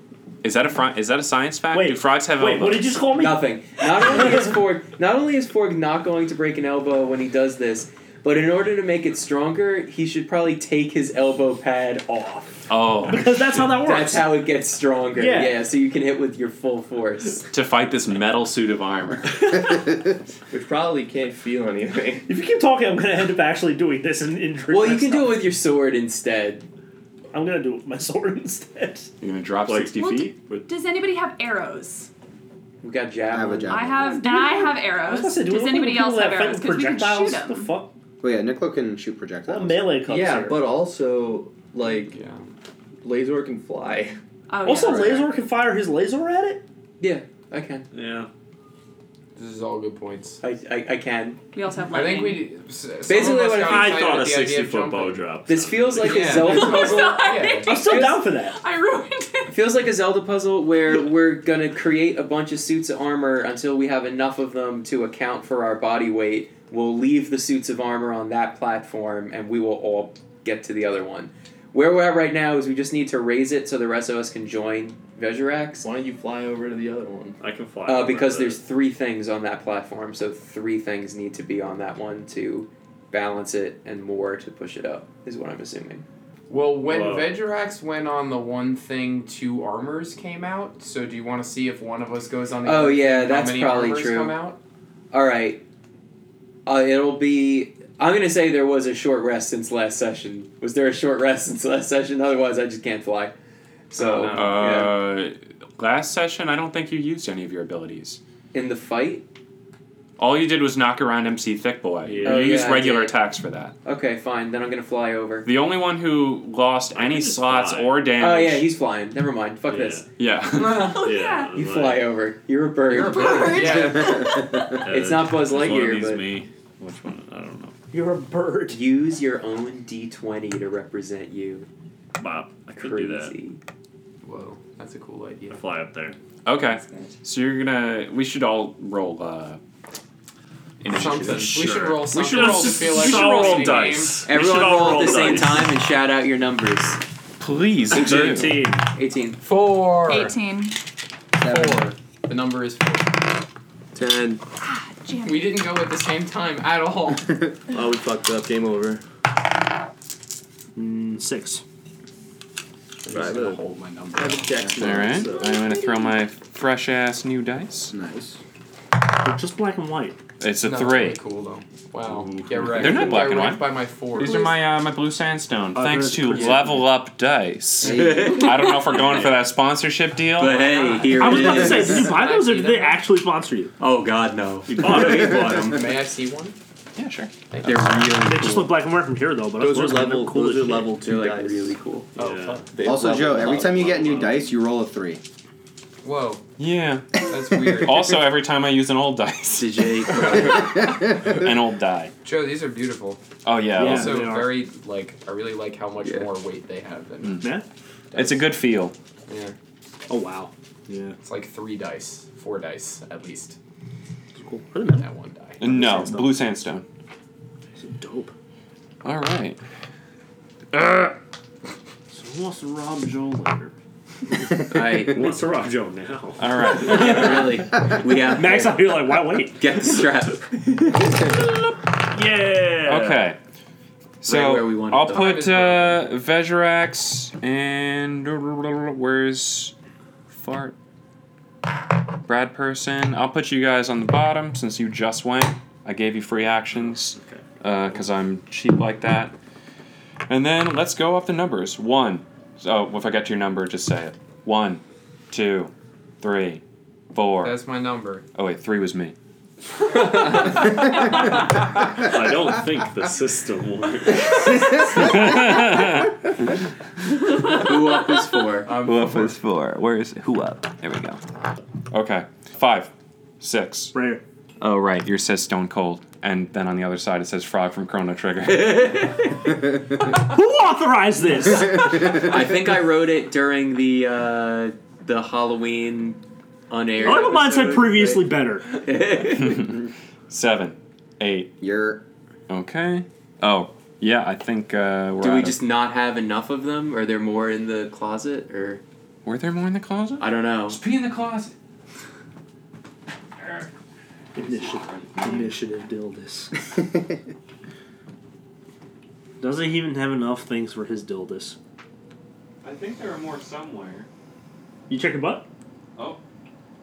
Is that a front? Is that a science fact? Wait, do frogs have Wait, elbows? what did you just call me? Nothing. Not only is Forg not only is Forg not going to break an elbow when he does this, but in order to make it stronger, he should probably take his elbow pad off. oh, Because that's how that works. That's how it gets stronger. Yeah. so you can hit with your full force. to fight this metal suit of armor. Which probably can't feel anything. if you keep talking, I'm gonna end up actually doing this and injuring. Well, you can do it myself. with your sword instead. I'm gonna do it with my <laughs> sword instead. You're gonna drop Like- sixty Well, d- feet. With, Does anybody have arrows? We got I have a javelin. javelin. I have, and I have I was arrows. gonna say, do Does we anybody have else people have that fight arrows? with Because we can shoot projectiles? The them. fuck? Well, yeah, Niccolo can shoot projectiles. Well, melee comes yeah, here. but also like yeah. Lazor can fly. Oh, also, yeah. Lazor can fire his laser at it. Yeah, I can. Yeah. This is all good points. I, I, I can. we also have I lightning. think we. s- s- Basically some of us what got I'm- I excited thought at a the idea of sixty foot bow jumping. drop. This feels like a Yeah. Zelda I'm puzzle. <laughs> sorry. Yeah. I'm still down for that. I ruined it. <laughs> Feels like a Zelda puzzle where we're gonna create a bunch of suits of armor until we have enough of them to account for our body weight. We'll leave the suits of armor on that platform and we will all get to the other one. Where we're at right now is we just need to raise it so the rest of us can join Vejarax. Why don't you fly over to the other one? I can fly. Uh, over because the- there's three things on that platform, so three things need to be on that one to balance it and more to push it up, is what I'm assuming. Well, when Whoa. Vegirax went on the one thing, two armors came out. So do you want to see if one of us goes on the? Oh, other yeah, thing, that's how many probably armors true. Come out? All right. Uh, it'll be. I'm gonna say there was a short rest since last session. Was there a short rest since last session? Otherwise, I just can't fly. So Oh, no. yeah. Uh, last session, I don't think you used any of your abilities. in the fight, All you did was knock around MC Thick Boy. Yeah. You Oh, used yeah, I regular did. attacks for that. okay, fine. Then I'm gonna fly over. The only one who lost I any can just slots fly. or damage. Oh yeah, he's flying. Never mind. Fuck this. <laughs> <laughs> <laughs> yeah. Oh, yeah. yeah. You like, fly over. You're a bird. You're <laughs> a bird. Yeah. <laughs> uh, It's not Buzz which one of Lightyear, these but- me? Which one? I don't know. You're a bird. Use your own D20 to represent you. Bob, I could Crazy. do that. Whoa, that's a cool idea. I fly up there. okay. So you're gonna. We should all roll. Uh, Something. initiative. We should roll something. should roll- to feel we like should we're roll playing a dice. game. We should Everyone all roll, at the roll same dice. time and shout out your numbers. Please. do. Thirteen. 18. Four. 18. Four. The number is four. Ten. Jam. We didn't go at the same time at all. <laughs> Oh, we fucked up. Game over. Mm, six. Right, I'm just look. gonna hold my number. I have a dex All mod, right. so- I'm gonna throw my fresh ass new dice. Nice. They're just black and white. It's a No, it's three. really cool though. Wow. Get wrecked. They're not black Get and wrecked white. by my four. These are my uh, my blue sandstone. Oh, Thanks they're to pretty. Level Up Dice. Hey. I don't know if we're going for that sponsorship deal. But hey, here I was it about to say, is. did you buy those or did they actually sponsor you? Oh god, no. You bought it. You <laughs> bought 'em. May I see one? yeah, sure. Thank They're you. really They just cool. look black and white from here though. But Those are those are level. Cool Those as are shit. level They're two like dice. really cool. Oh, Yeah. fuck. They Also, level Joe, every up. time you get new dice, you roll a three. <laughs> Whoa, Yeah. that's weird. Also, every time I use an old dice, DJ, an old die. Joe, these are beautiful. Oh yeah. Yeah. also, they are. very like I really like how much Yeah. more weight they have than Mm. Yeah. It's a good feel. Yeah, Oh wow. Yeah. it's like three dice, four dice at least. It's cool. Wait a minute. That one die. No, sandstone. blue sandstone. It's dope. All right. So who wants to rob <laughs> Joe later? Alright, Who wants to rob Joe now? <laughs> All right. really. We have Max out here like, why wait? get the strap. <laughs> Yeah. Okay. So Right where we wanted I'll them. put uh, Vejarax and where's Fart? Brad person. I'll put you guys on the bottom since you just went. I gave you free actions uh, Okay. because I'm cheap like that. And then let's go up the numbers. One, So oh, if I get your number, just say it. One, two, three, four. That's my number. Oh wait, three was me. I don't think the system <laughs> works. who up is four? I'm who up is four? Where is who up? There we go. Okay, five, six. Right. Oh right, yours says Stone Cold, and then on the other side it says Frog from Chrono Trigger. <laughs> Who authorized this? <laughs> I think I wrote it during the uh, the Halloween on air. All of mine said previously <laughs> better. Seven, eight. You're <laughs> okay. Oh yeah, I think uh, we're. Do out we of- just not have enough of them? Are there more in the closet? Or were there more in the closet? I don't know. pee in the closet. Initiative. Initiative Dildis. Doesn't he even have enough things for his Dildis? I think there are more somewhere. You check your butt? Oh,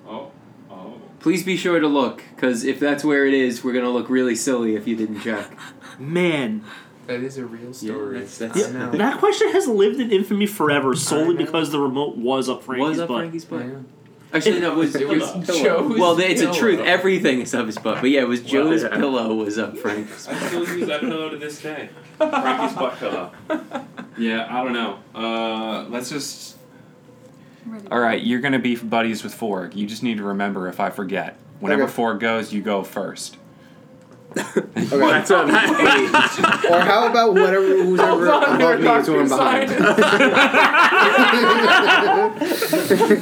oh, oh. Please be sure to look, because if that's where it is, we're gonna look really silly if you didn't check. Man. That is a real story. that's- that's- I Yeah, know. that question has lived in infamy forever solely I know. because the remote was up Frankie's was up butt. Frankie's butt? <laughs> Yeah. Actually, <laughs> no, it was, it It was was pillow. Joe's Well, it's a pillow. truth. Everything is up his butt, but yeah, it was Joe's yeah. pillow was up Frankie's. I still use that pillow to this day. Rocky's butt pillow. <laughs> Yeah, I don't know. Uh, let's just. All right, you're gonna be buddies with Forg. You just need to remember if I forget. Whenever Okay. Forg goes, you go first. okay. or how about whatever who's ever on, above me is who I'm Dr.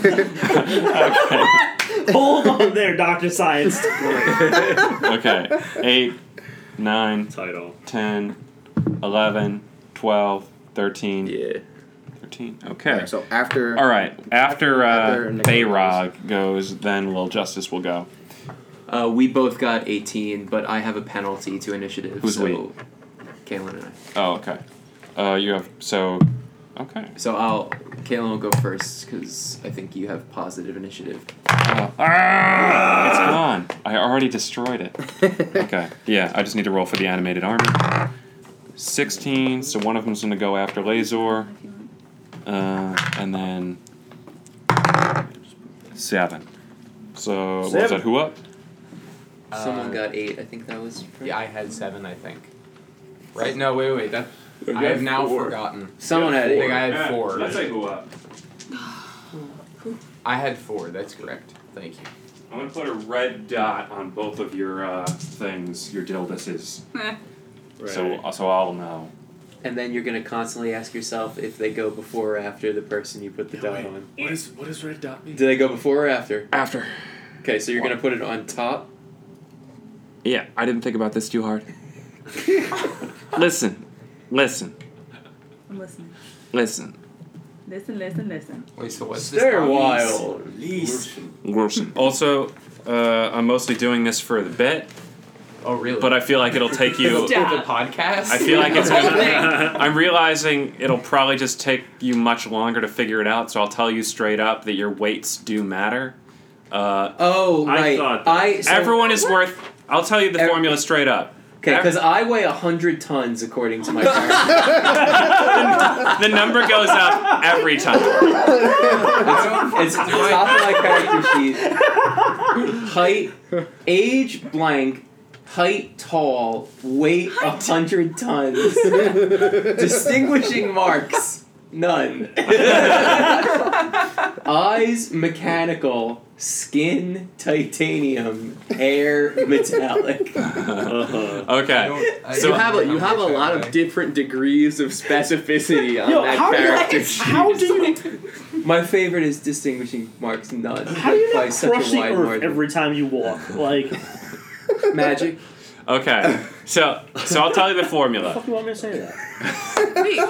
behind. <laughs> <laughs> Hold on there, Dr. <laughs> Science. Okay, eight, nine, Title. 10, 11, 12, 13. Yeah. 13. Okay. so after All right. After uh, After Nick Bayrog goes, then Will Justice will go. <laughs> Uh, we both got 18, but I have a penalty to initiative. Who's so we? Kalen and I. Oh, okay. Uh, you have so. Okay. So I'll. Kalen will go first because I think you have positive initiative. Uh, ah, it's gone. I already destroyed it. Okay. Yeah. I just need to roll for the animated army. Sixteen. So one of them's gonna go after Lazor, uh, and then seven. So what was Seven. that? Who up? Someone Uh, got 8. I think that was. Yeah, I had seven, I think. Right? No, wait, wait. That I have now forgotten. Someone had I think 8. I had four. who up. I had four. That's correct. Thank you. I'm gonna put a red dot on both of your uh, things, your dilduses, Eh. Right. so so I'll know. And then you're going to constantly ask yourself if they go before or after the person you put the dot on. What is what does red dot mean? Do they go before or after? After. Okay, so you're going to put it on top. Yeah, I didn't think about this too hard. <laughs> listen, listen, I'm listening. listen, Listen, listen, <laughs> listen. Wait, so what's this? They're dot means? wild. listen. Also, uh, I'm mostly doing this for the bit, Oh really? but I feel like it'll take <laughs> you. the podcast. I feel like <laughs> it's. Whole Gonna, thing. I'm realizing it'll probably just take you much longer to figure it out. So I'll tell you straight up that your weights do matter. Uh, Oh, I right. thought that. I so, everyone is worth. I'll tell you the Every- formula straight up. Okay, because I weigh 100 tons according to my parents. The number goes up every time. <laughs> <laughs> It's top of my character sheet. Height, age blank, height tall, weight a hundred tons. Distinguishing marks, none. Eyes mechanical, skin titanium, hair metallic. Uh-huh. Okay. So- you have a, you have a lot of different degrees of <laughs> specificity on Yo, that how, character. did I, how do you <laughs> My favorite is distinguishing marks none. how do you by not such crush a the wide earth margin. every time <laughs> you walk? Like, what <laughs> Magic. Okay. So so I'll tell you the the formula. fuck do you want me to say that? Wait.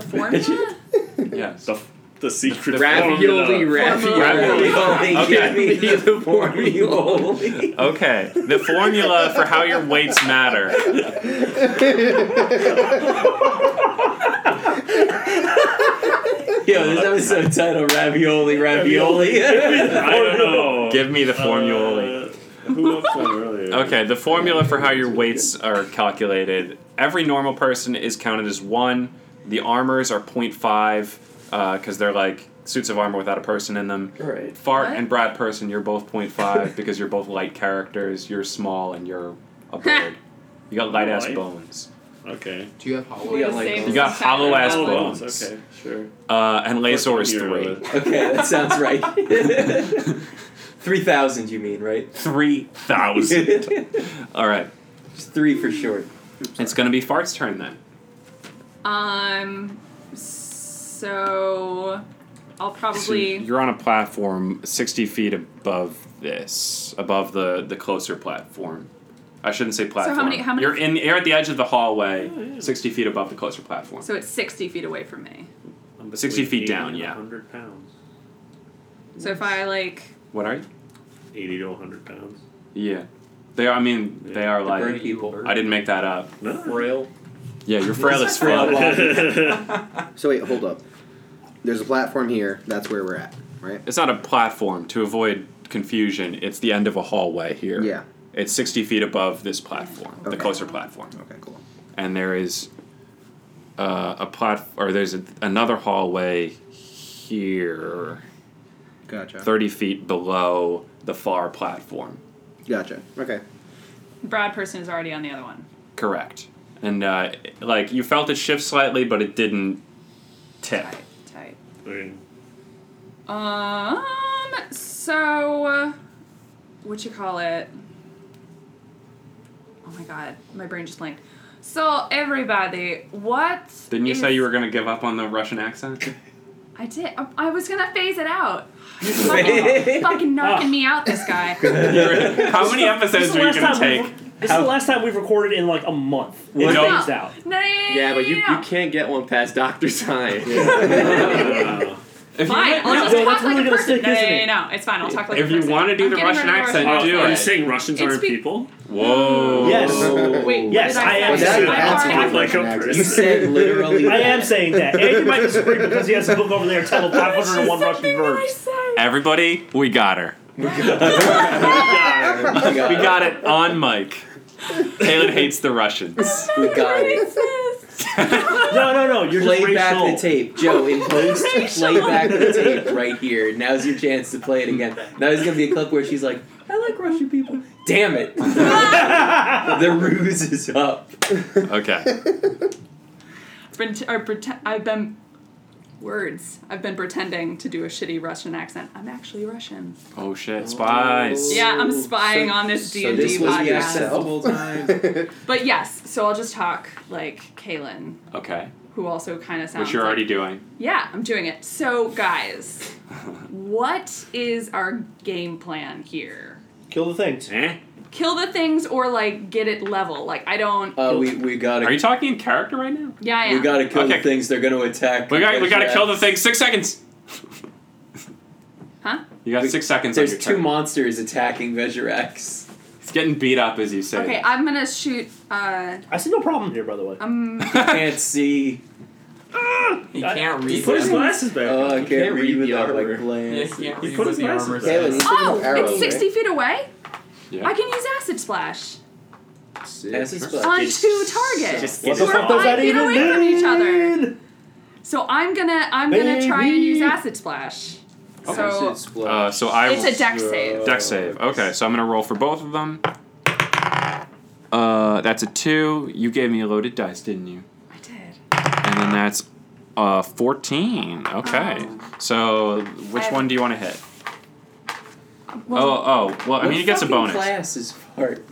<laughs> formula? Yes. The, f- the secret Ravioli, formula. ravioli. <laughs> Oh, Ravioli. Okay. Give me the <laughs> formula. Okay. The formula for how your weights matter. Yo, this episode title Ravioli, Ravioli. I don't know. Give me the formula. Uh, who up one earlier? Okay, the formula for how your weights are calculated. Every normal person is counted as one. The armors are 0.5 because they're like suits of armor without a person in them. <laughs> Right. Fart What? and Brad Person, you're both 0.5 because you're both light characters. You're small and you're a bird. you got light ass Light? bones. Okay. Do you have hollow? We got the like- same You got pattern. hollow ass Oh, bones. Okay, sure. Uh, and Lazor is Fucking three. hero. Okay, that sounds right. <laughs> <laughs> 3,000 you mean, right? <laughs> 3,000. All right. It's three for short. It's going to be Fart's turn then. Um, so I'll So probably. you're on a platform 60 feet above this, above the, the closer platform. I shouldn't say platform. many- how many- You're, in, you're at the edge of the hallway, <laughs> 60 feet above the closer platform. So it's 60 feet away from me. I'm 60 feet between down, 80 and yeah. 100 pounds. So if I like. what are you? 80 to 100 pounds. Yeah. They are, I mean, Yeah. they are The bird like. people. I didn't make that up. Braille. Yeah, <laughs> you're frail as <laughs> fuck. So wait, hold up. There's a platform here. That's where we're at, right? It's not a platform. To avoid confusion, it's the end of a hallway here. Yeah. It's 60 feet above this platform, the Okay. closer platform. Okay, cool. and there is uh, a plat or there's a, another hallway here, Gotcha. thirty feet below the far platform. Gotcha. <laughs> Okay. Brad person is already on the other one. Correct. And uh, like you felt it shift slightly, but it didn't tip. Tight, tight. Okay. Um, so. uh, What you call it? Oh my god, my brain just blanked. So, everybody, what. Didn't you is- say you were gonna give up on the Russian <laughs> accent? I did. I, I was gonna phase <laughs> it out. He's fucking, fucking knocking me out, this guy. You're- How many This episodes is are the you last gonna time we take? This This is is How- the the last time we've recorded in like a month. It It No. phased phased out. <laughs> No, Yeah, but you, you can't get one past <laughs> <laughs> Doctor Science. Uh, If you, Fine, want- I'll no, just no, talk that's like really a gonna person. stick, No, no, isn't no, it? no, it's fine. I'll talk like a If you person. wanna do I'm the getting rid Russian of my accent, Russian do are you it. saying Russians It's aren't be- people? Oh. whoa. Yes. Wait, what Yes, did I I, am say? saying I'm that's sorry. more <laughs> like a You person. said literally. <laughs> I am saying that. Andrew might disagree because he has a book over there titled That was just 501 something Russian that I Verbs. said. Everybody, we got her. Yeah. We got We it. got it on mic. Kaylin hates the <laughs> Russians. We got it. Racist. No, no, no. You're Play just back racial. the tape, Joe. In post, Racial. play back the tape right here. Now's your chance to play it again. Now there's gonna be a clip where she's like, "I like Russian people." Damn it! <laughs> the ruse is up. Okay. I've been, t- or prete- I've been words. I've been pretending to do a shitty Russian accent. I'm actually Russian. Oh shit, spies. Yeah, I'm Oh, So- spying on this D So and D this was the podcast. accent. Multiple <laughs> times. But yes, so I'll just talk like Kaylin, Okay. who also kind of sounds. Which you're like- already doing. Yeah, I'm doing it. So, guys, what is our game plan here? <laughs> Kill the things. Eh? Kill the things or like get it level? Like I don't. Uh, we we gotta Are you talking in character right now? yeah, I we am. gotta kill Okay. the things they're gonna attack. We got we gotta kill the Because, thing. Six seconds. <laughs> Huh? You got We- six seconds uh, on your There's two turn. monsters attacking <laughs> Vegirax. it's getting beat up as you say. <laughs> Okay, that. I'm gonna shoot. Uh, I see no problem here, by the way. <laughs> um, Can't see. Ah! He I- can't He read. put his them. glasses back Oh, I on. Uh, can't, read, without like Yeah, he glance. can't He read put with his the glasses armor. back. set. Kaylin, oh, Arrow, it's right? sixty feet away. Yeah. I can use acid splash Acid splash. on Just- two targets. Just What get the the fuck fuck does that that even even mean? mean? So I'm gonna I'm gonna try and use Baby. acid splash. So Acid splash. Uh, so I it's a deck save. deck save. Okay, so I'm gonna roll for both of them. Uh, that's a two. You gave me a loaded dice, didn't you? I did. And then that's uh fourteen. Okay. So Oh. I which have- one do you want to hit? Well, uh, oh, oh. Well, I mean, it gets a bonus. Class is fart.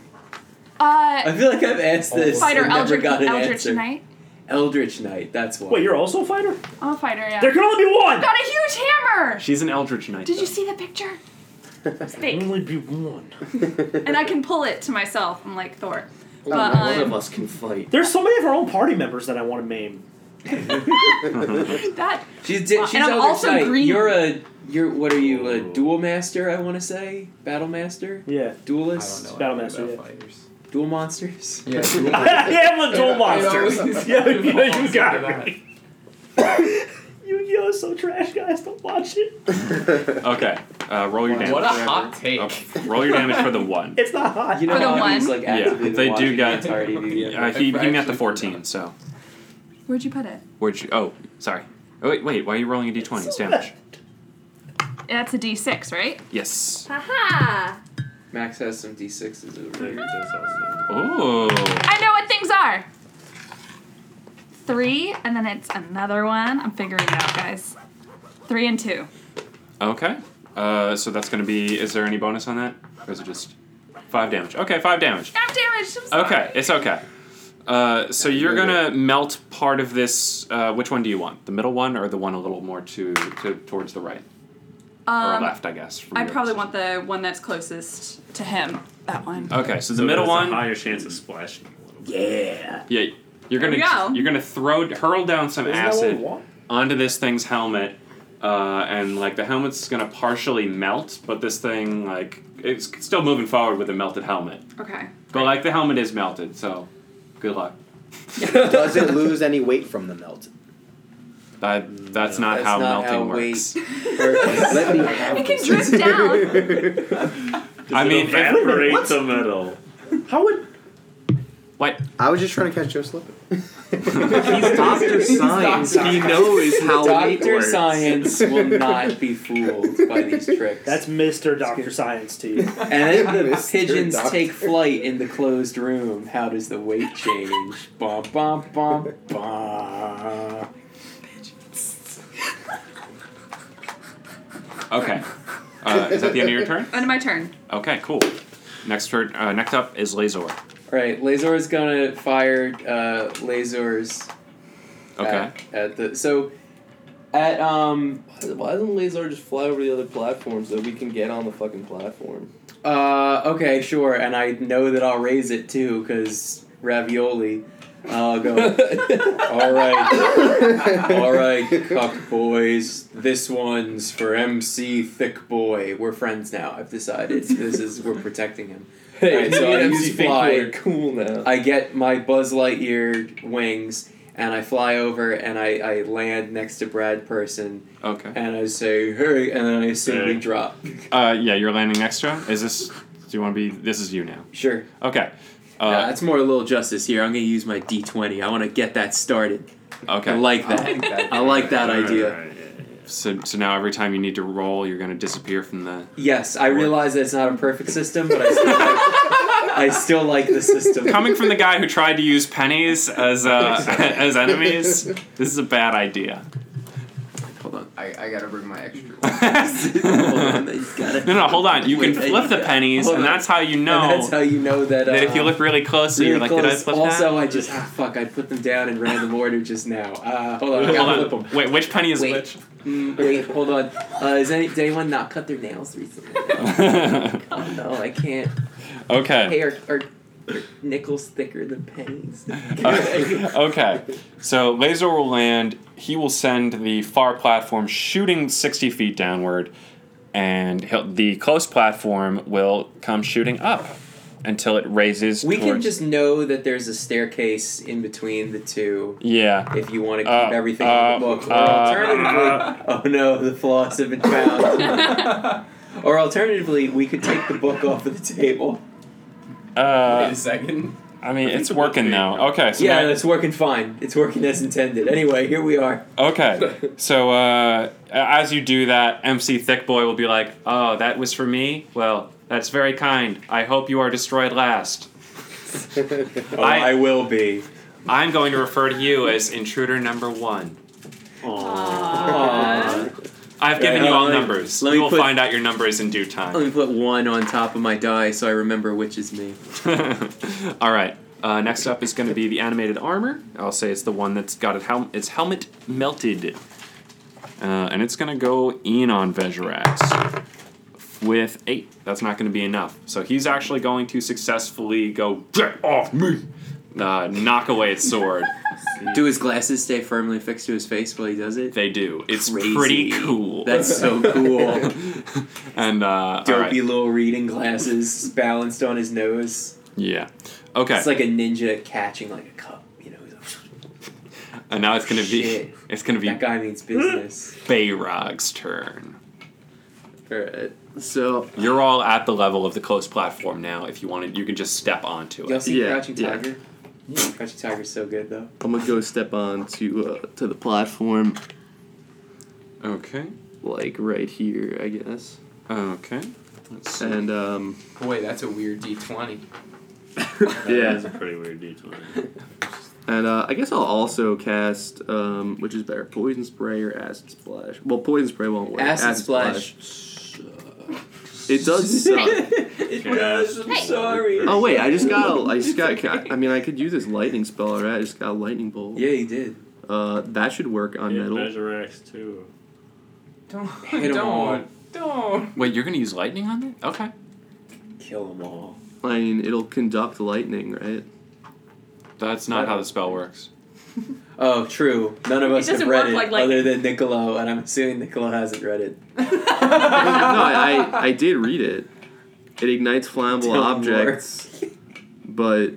I uh, feel like I've asked this. fighter and never Eldritch got an Eldritch answer. Knight. Eldritch Knight. That's why. Wait, you're also a fighter? I'm a fighter. Yeah. There can only be one! got a huge hammer. She's an eldritch knight. Did though. you see the picture? It's There can <laughs> big. only be one. <laughs> and I can pull it to myself. I'm like <laughs> Thor. But, Only one um, of us can <laughs> fight. <laughs> There's so many of our own party members that I want to maim. that She's di- Uh, she's and I'm Eldritch also Knight. green. You're a you're what are you a Ooh. duel master? I want to say battle master, Yeah. duelist, Battle Master, yeah. fighters. duel monsters. Yeah, <laughs> dual I am a dual It <laughs> monster. always- yeah, you, it always you got goes me. Yu-Gi-Oh is so trash, guys. Don't watch it. Okay. Uh, roll your damage. What a hot take. Oh, roll your damage for the <laughs> one. It's not <laughs> hot. You know For the how one? he's like actively they do <laughs> watching the got- entirety of Yu-Gi-Oh. Uh, he, he got the 14, so. Where'd you put it? Where'd you? Oh, sorry. Oh, wait, wait. Why are you rolling a d20? It's <laughs> damage. That's a D6, right? Yes. Haha! Max has some d6s over here. Oh. I know what things are. Three, and then it's another one. I'm figuring it out, guys. Three and two. Okay. Uh, so that's gonna be. Is there any bonus on that, or is it just five damage? Okay, five damage. I'm damaged. I'm sorry. Okay, it's okay. Uh, so you're gonna melt part of this. Uh, which one do you want? The middle one or the one a little more to, to towards the right or Um, left? I guess. from I your probably want the one that's closest to him. That one. Okay, so the So middle there's a one. higher chance of splashing. Yeah. Yeah. You're gonna There we go. you're gonna throw hurl down some Isn't that what we acid want? onto this thing's helmet, uh, and like the helmet's gonna partially melt, but this thing like it's still moving forward with a melted helmet. Okay. But like the helmet is melted, so good luck. <laughs> Does it lose any weight from the melt? That that's not That's how not melting how <laughs> works. Let me have It can this. drift down. I mean, evaporate evaporates the metal. How would? What? I was just trying to catch Joe slipping. <laughs> <laughs> He's Doctor Science. He knows how Doctor Science will not be fooled <laughs> by these tricks. That's Mr. Doctor Science to you. And then the pigeons take flight in the closed room. How does the weight change? Bum bum bum bum. Okay. Uh, is that the end of your turn? End of my turn. Okay, cool. Next turn. Uh, next up is Lazor. All right, Lazor is gonna fire uh, lasers. Okay. At, at the so, at um Why doesn't Lazar just fly over the other platforms so we can get on the fucking platform? uh okay sure, and I know that I'll raise it too because ravioli. I'll <laughs> go. All right, all right, <laughs> cuck boys. This one's for MC Thick Boy. We're friends now. I've decided. This is we're protecting him. All right, so I use fly. cool now. I get my Buzz Lightyear wings and I fly over and I, I land next to Brad Person Okay. and I say, hurry, and then I simply Hey. drop. Uh, yeah, you're landing next to him. Is this? Do you want to be? This is you now. Sure. Okay. Uh, Uh, that's more little justice here. I'm going to use my D20. I want to get that started. Okay. I like that. I like that, idea. So, so now every time you need to roll, you're going to disappear from the. Yes, I realize that it's not a perfect system, but I still like, I still like the system. Coming from the guy who tried to use pennies as uh, <laughs> as enemies, this is a bad idea. <laughs> Hold on. I, I gotta bring my extra. <laughs> <laughs> no, no, hold on. You can flip the pennies, Hold and on. that's how you And know that's how you know that. that if uh, you look really close, Really you're like, did I close. flip also, that? I just ah, fuck. I put them down in random order just now. Uh, hold on, I Hold gotta on. flip them. Wait, which penny is Wait. which? Mm, wait, hold on. Uh, is any, did anyone not cut their nails <laughs> recently? <laughs> oh no, I can't. okay. Hey, are, are, are nickels thicker <laughs> than pennies? Uh, okay. So Lazor will land. He will send the far platform shooting 60 feet downward, and he'll, the close platform will come shooting up until it raises. <laughs> we can towards- just know that there's a staircase in between the two. Yeah. If you want to keep Uh, everything uh, in the book, or uh, <laughs> alternatively, oh no, the flaws have been <laughs> found. or alternatively, we could take the book off of the table. Uh, Wait a second. I mean, it's working now. Okay. So yeah, now- it's working fine. It's working as intended. Anyway, here we are. Okay. So uh, as you do that, MC Thick Boy will be like, "Oh, that was for me. Well, that's very kind. I hope you are destroyed last. I- will be. I'm going to refer to you as intruder number one. I've given Right, you all let me- numbers. let we me will put- find out your numbers in due Let time. me put one on top of my die so I remember which is me. <laughs> all right. Uh, next up is going to be the animated armor. I'll say it's the one that's got it hel- its helmet melted, uh, and it's going to go in on Vezirax with eight. That's not going to be enough. So he's actually going to successfully go get off me, uh, knock away its sword. Do his glasses stay firmly fixed to his face while he does it? They do. It's Crazy. pretty cool. That's <laughs> so cool. and uh, all Dopey right. little reading glasses balanced on his nose. yeah. Okay. It's like a ninja catching like a cup. You know, he's like, and now it's gonna be Shit. it's gonna be that guy <laughs> means business. Bayrog's turn. uh, Alright. So You're all at the level of the close platform now. If you wanted, you can just step onto Y'all it. see Yeah, Crouching yeah. Tiger? Crouching Tiger's so good though. I'm gonna go step on to uh, to the platform. Okay. Like right here, I guess. Okay. and uh, um, Boy, that's a weird D20. yeah, That's a pretty weird D20. and uh, I guess I'll also cast um, which is better, poison spray or acid splash. Well, poison spray won't work. Acid <laughs> It does suck. it does. I'm sorry. Oh wait, I just got. A, I just got. I mean, I could use this lightning spell. Right? I just got a lightning bolt. Yeah, you did. Uh, that should work on Yeah, metal. measure X too. <laughs> Don't. Hit 'em all. don't. Don't. <laughs> Wait, you're gonna use lightning on that? Okay. Kill them all. I mean, it'll conduct lightning, right? That's not how the spell works. Oh, true. None of It us have doesn't read work it like- like- other than Niccolo, and I'm assuming Niccolo hasn't read it. no, I, I I did read it. It ignites flammable Tell 'em objects, but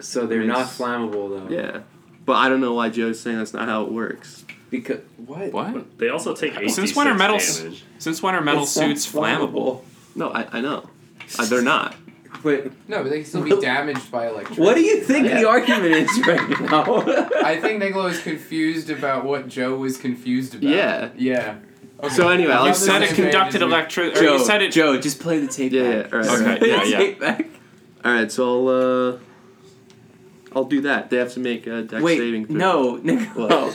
So they're not Makes- flammable though. yeah. But I don't know why Joe's saying that's not how it works. Because what? What? They also take eight Since when are metal s- damage. since when are metal It's not suits flammable? No, I, I know. Uh, they're not. But No, but they can still be damaged by electricity. what do you think Yeah. the argument is right now? I think Niccolo is confused about what Joe was confused about. Yeah. Yeah. Okay. So anyway, I'll You You just said the it same conducted advantage electric. Joe, You said it. Joe, just play the tape. Yeah, back. yeah, all right, all right. Okay, yeah, yeah. Tape back. All right, so I'll uh, I'll do that. They have to make a dex Wait, saving throw. no, <laughs> Niccolo.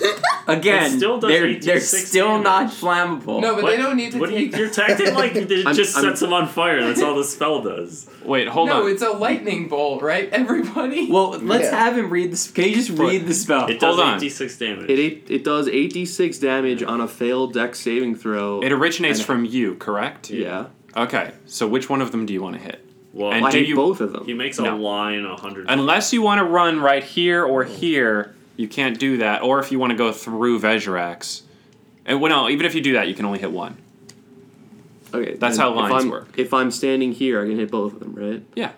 Again, It still does they're, they're 8d6 still damage. not flammable. No, but What- they don't need to What do you, take. you're <laughs> acting like it I'm- just I'm- sets them on fire. That's all the spell does. Wait, hold no, on. it's a lightning bolt, right? <laughs> Everybody. Well, let's Yeah. have him read this. Can you just read the spell? It does Hold on. 8d6 damage. It eight, it does eight d six damage on a failed dex saving throw. It originates from you, correct? yeah. Okay. So which one of them do you want to hit? well, and I do hate you- both of them. he makes a No. line 100. Unless you want to run right here or here, you can't do that. Or if you want to go through Vezirax. And well, no, even if you do that, you can only hit one. Okay, That's then how if lines I'm- work. If I'm standing here, I can hit both of them, right? Yeah.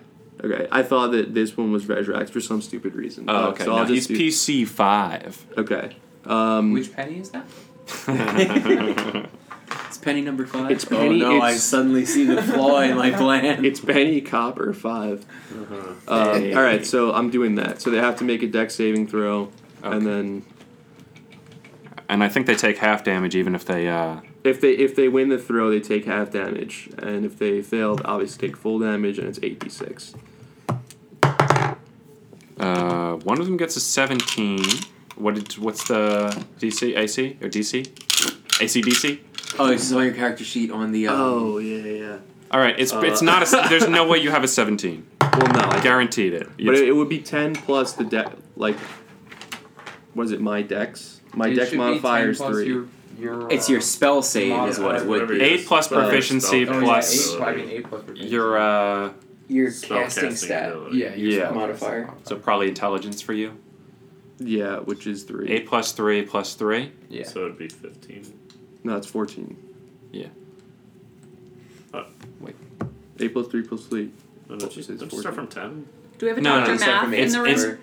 Okay, I thought that this one was Vezrax for some stupid reason. Oh, Uh, okay. So I'll no, just he's do- PC <laughs> five. Okay. Um, Which penny is that? It's penny number five. It's oh penny- no! I it's- suddenly see the flaw in my plan. it's Penny Copper five. Uh-huh. Um, Hey. All right, so I'm doing that. So they have to make a dex saving throw, Okay. and then And I think they take half damage even if they. Uh, if they if they win the throw, they take half damage, and if they fail, they obviously take full damage, and it's eight d six. uh, one of them gets a seventeen. What did, what's the DC AC or DC? ACDC. oh, this is on your character sheet on the. Um, yeah, yeah. All right, it's it's Uh. not a. se- There's no way you have a <laughs> seventeen. Well, no, I Guaranteed it. But it, it would be ten plus the deck. Like, what is it? My dex. My It deck should be modifier 10 is plus three. Your, your, It's your uh, spell save is what it would Whatever be. your Eight plus spell- proficiency spell- oh, yeah, plus- eight, I mean, eight plus. proficiency. Your uh, Your spell casting stat. ability. Yeah. your Yeah. spell Modifier. casting so probably intelligence for you. Yeah, which is three. Eight plus three plus three. Yeah. So it'd be 15. No, it's fourteen. Uh, Yeah. Eight plus three plus three. No, What don't you, was his don't you start from 10? Do we have a No, no, doctor it's not math from in eight. the It's- room?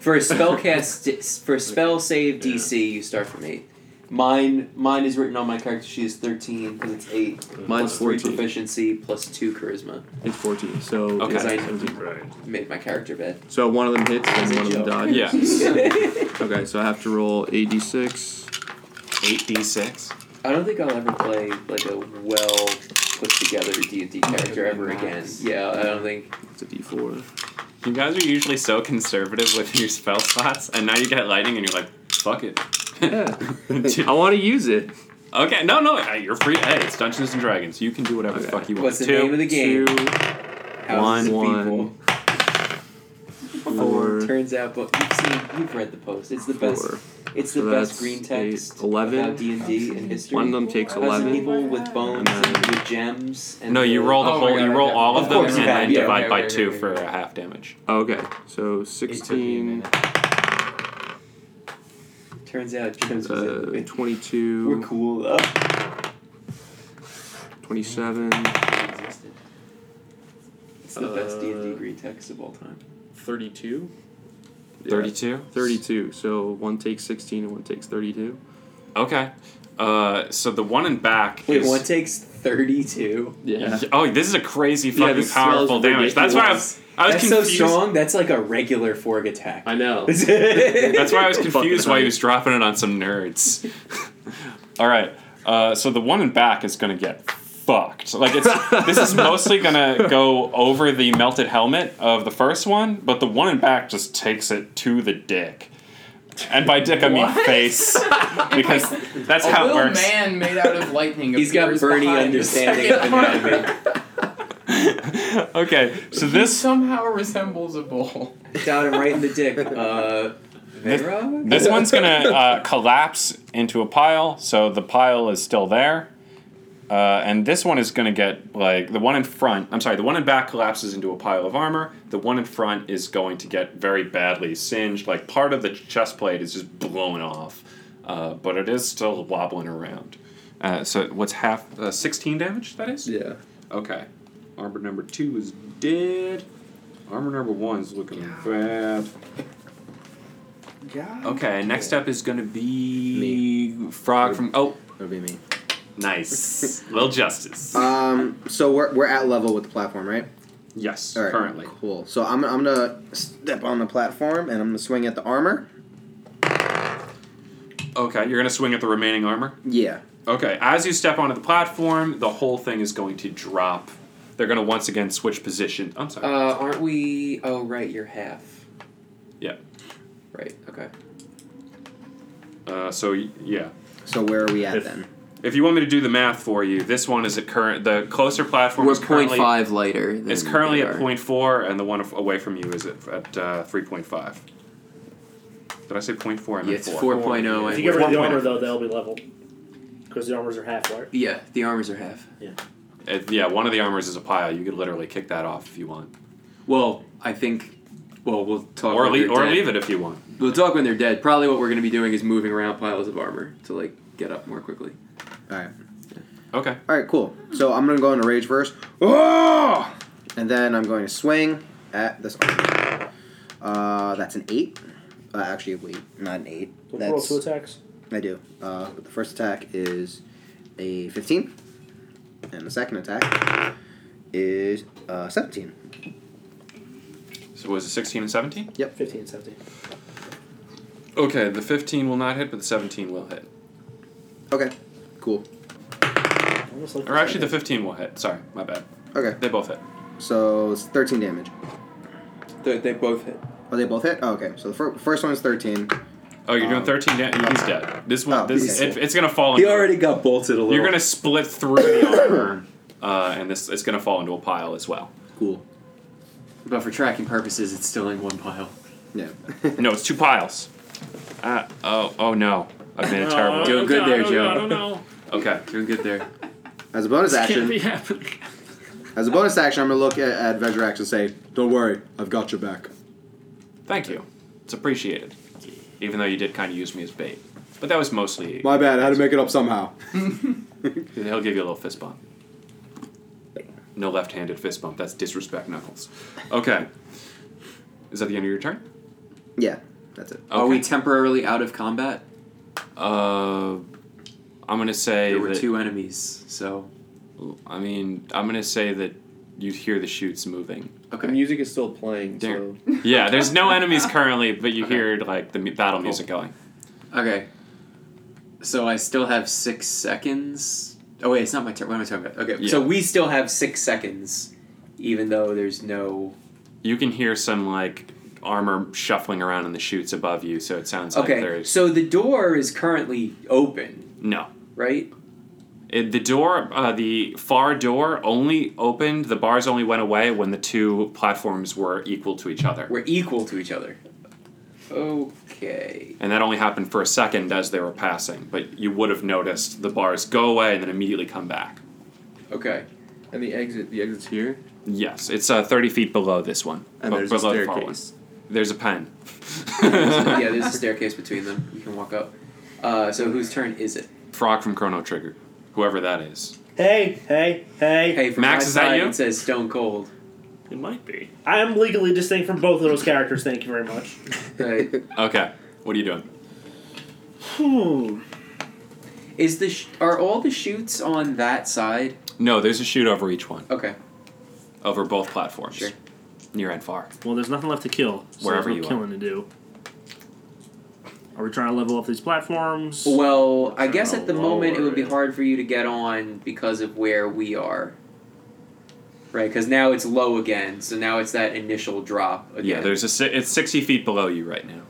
For a <laughs> spell cast, for a spell save DC, you start from eight. Mine, mine is written on my character sheet is thirteen because it's eight. Uh, Mine's plus three fourteen. proficiency plus two charisma It's fourteen. So Okay. it's I- 17. Right. made my character bed. So one of them hits and It's a one of them joke. dodges. Uh, <laughs> Yeah. Okay, so I have to roll a d6. Eight d six. I don't think I'll ever play like a well put together D and D character ever again. Yeah, I don't think. It's a d4. You guys are usually so conservative with your spell slots, and now you get lightning, and you're like, "Fuck it." I want to <laughs> use it. <laughs> okay, no, no, hey, you're free. Hey, it's Dungeons and Dragons. You can do whatever the Okay. fuck you want. What's Oh, the Two, name of the game? Two, Houses of one, People. four, Turns out, but you've seen, you've read the post. It's the best. four. It's the So best that's green eight, text. 11. D and D in history. One of them takes Houses of 11. people with bones And and with gems. And No, you the- roll the Oh my whole. God, you roll yeah. all of, Of them course and you have, then yeah. divide Okay, by okay, two okay, for okay. a half damage. Oh, Okay, so It took me a 16, minute. Turns out gems was in the uh, bin. We're 22, cool though. 27, It's the best Uh, D and D green text of all time. 32? Thirty-two. 32. So one takes 16 and one takes 32. Okay. Uh, so the one in back Wait, is. one takes thirty-two. Oh, this is a crazy Yeah, fucking this spell's powerful damage. That's why I'm. ridiculous. I was that's confused. so strong. That's like a regular forg attack. I <laughs> know. <laughs> That's why I was Fucking confused why hell. he was dropping it on some nerds. <laughs> All right, uh, so the one in back is gonna get fucked. Like <laughs> it's this is mostly gonna go over the melted helmet of the first one, but the one in back just takes it to the dick. And by dick I mean What? <laughs> face, because that's a how it little works. man made out of lightning. He's got appears Bernie behind <laughs> the understanding of second one. <laughs> Okay, so He <laughs> this somehow resembles a bull. Down and right in the dick. Uh, Vera? This one's gonna uh, collapse into a pile, so the pile is still there. Uh, and this one is gonna get like the one in front. I'm sorry, the one in back collapses into a pile of armor. The one in front is going to get very badly singed. Like part of the chest plate is just blown off, uh, but it is still wobbling around. Uh, so what's half? Uh, 16 damage. That is. Yeah. Okay. Armor number two is dead. Armor number one is looking bad. God. Okay, next up is gonna be Frog from <laughs> Oh. It'll be me. Nice. Little Justice. Um, so we're, we're at level with the platform, right? Yes, All right, currently. Cool. So I'm, I'm gonna step on the platform and I'm gonna swing at the armor. Okay, you're gonna swing at the remaining armor. Yeah. Okay, as you step onto the platform, the whole thing is going to drop. They're gonna once again switch position. I'm sorry. Uh, aren't we? Oh, right, you're half. Yeah. Right. Okay. Uh, so y- yeah. So where are we at If- then? If you want me to do the math for you, this one is at current. The closer platform We're is currently 0.5 lighter It's than currently they at are. 0.4, and the one af- away from you is at, at uh, 3.5. Did I say 0.4? I meant Yeah, it's 4. 4.0. If you get rid of the armor 1.0. though, they'll be level. Because the armors are half, right? Yeah, the armors are half. Yeah. It, yeah, one of the armors is a pile. You could literally kick that off if you want, Well, I think. Well, we'll talk. or when leave, they're or dead. leave it if you want. We'll talk when they're dead. Probably what we're going to be doing is moving around piles of armor to like get up more quickly. All right. Okay. All right, cool. So I'm gonna go into rage first. Oh! And then I'm going to swing at this. arm. Uh, that's an eight. Uh, actually, wait, not an eight. Don't roll That's two attacks. I do. Uh, the first attack is a fifteen, and the second attack is uh, seventeen. So was it 16 and 17? Yep. 15 and 17. Okay, the 15 will not hit, but the 17 will hit. Okay. Cool. Almost like Or actually, the 15 will hit. Sorry, my bad. Okay. They both hit. So it's thirteen damage. They, they both hit. Oh, they both hit. Oh, okay. So the fir- first one is thirteen. Oh, you're doing Um, 13 damage. He's dead. This one, Oh, this okay. it, it's gonna Oh, fall. He into- already got bolted a little. You're gonna split through the armor, uh, and this it's gonna fall into a pile as well. Cool. But for tracking purposes, it's still in one pile. Yeah. <laughs> No, it's two piles. Uh, oh, oh no! I've made a Uh, terrible. Doing good there, Joe. Okay. Doing good there. As a bonus action, happening. As a bonus action, I'm gonna look at, at Vegirax and say, "Don't worry, I've got your back." Thank you. It's appreciated. Even though you did kind of use me as bait, but that was mostly. My bad, I had to make it up somehow. He'll give you a little fist bump. No left-handed fist bump. That's disrespect, Knuckles. Okay. Is that the end of your turn? Yeah, that's it. Are we Okay. temporarily out of combat? Uh, I'm gonna say There were that- two enemies, so I mean, I'm gonna say that you hear the shoots moving. okay. The music is still playing, There- so Yeah, there's no enemies currently, but you hear like the mu- battle music going. Okay. So I still have six seconds. Oh wait, it's not my turn. What am I talking about? Okay, Yeah. so we still have six seconds, even though there's no. You can hear some like armor shuffling around in the chutes above you, so it sounds like Okay, there's so the door is currently open, no. right? It, the door, uh, the far door, only opened. The bars only went away when the two platforms were equal to each other, We're equal to each other. Okay. and that only happened for a second as they were passing. But you would have noticed the bars go away and then immediately come back. Okay. and the exit, the exit's here, Yes, it's uh, thirty feet below this one. and bu- there's a below the far one. staircase. There's a pen. <laughs> yeah, <laughs> there's a staircase between them. You can walk up. Uh, so whose turn is it? Frog from Chrono Trigger, whoever that is. Hey, hey, hey. Hey, from Max, my is that side, you? It says Stone Cold. It might be. I am legally distinct from both of those characters, thank you very much. Right. Okay, what are you doing? Ooh. is the sh- are all the shoots on that side? No, there's a shoot over each one, Okay. over both platforms. Sure. near and far. Well, there's nothing left to kill. So Wherever there's you no are. killing to do. Are we trying to level up these platforms? Well, I guess at the Oh, moment it would be Lord. hard for you to get on because of where we are. Right, because now it's low again, so now it's that initial drop again. Yeah, there's a si- it's sixty feet below you right now.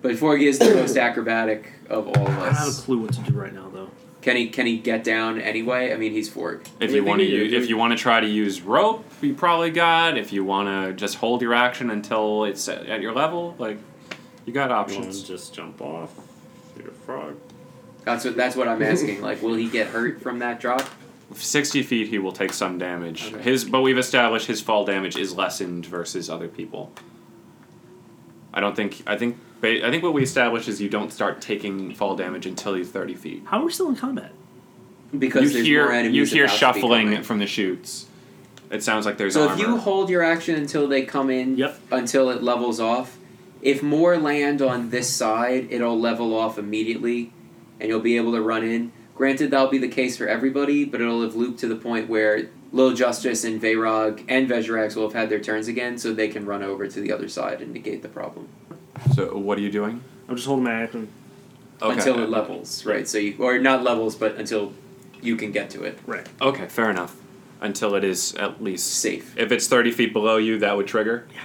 But Forgy is the most acrobatic of all of I don't have a us. clue what to do right now, though. Can he can he get down anyway? I mean, he's Forg. If you want to use, if you want to try to use rope, you probably got. If you want to just hold your action until it's at at your level, like you got options. just jump off. You're a frog. That's what that's what I'm asking. Like, will he get hurt from that drop? Sixty feet, he will take some damage. Okay. His, but we've established his fall damage is lessened versus other people. I don't think. I think. ba- I think what we established is you don't start taking fall damage until you're thirty feet. How are we still in combat? Because you there's hear more enemies you hear about to be coming. shuffling from the chutes. It sounds like there's So armor. if you hold your action until they come in, Yep. until it levels off, if more land on this side, it'll level off immediately, and you'll be able to run in. Granted, that'll be the case for everybody, but it'll have looped to the point where Lil Justice and Veyrog and Vezirax will have had their turns again, so they can run over to the other side and negate the problem so what are you doing? I'm just holding my action. Okay. until it levels, right? So you or not levels, but until you can get to it. Right. Okay, fair enough. Until it is at least Safe. If it's thirty feet below you, that would trigger. Yeah.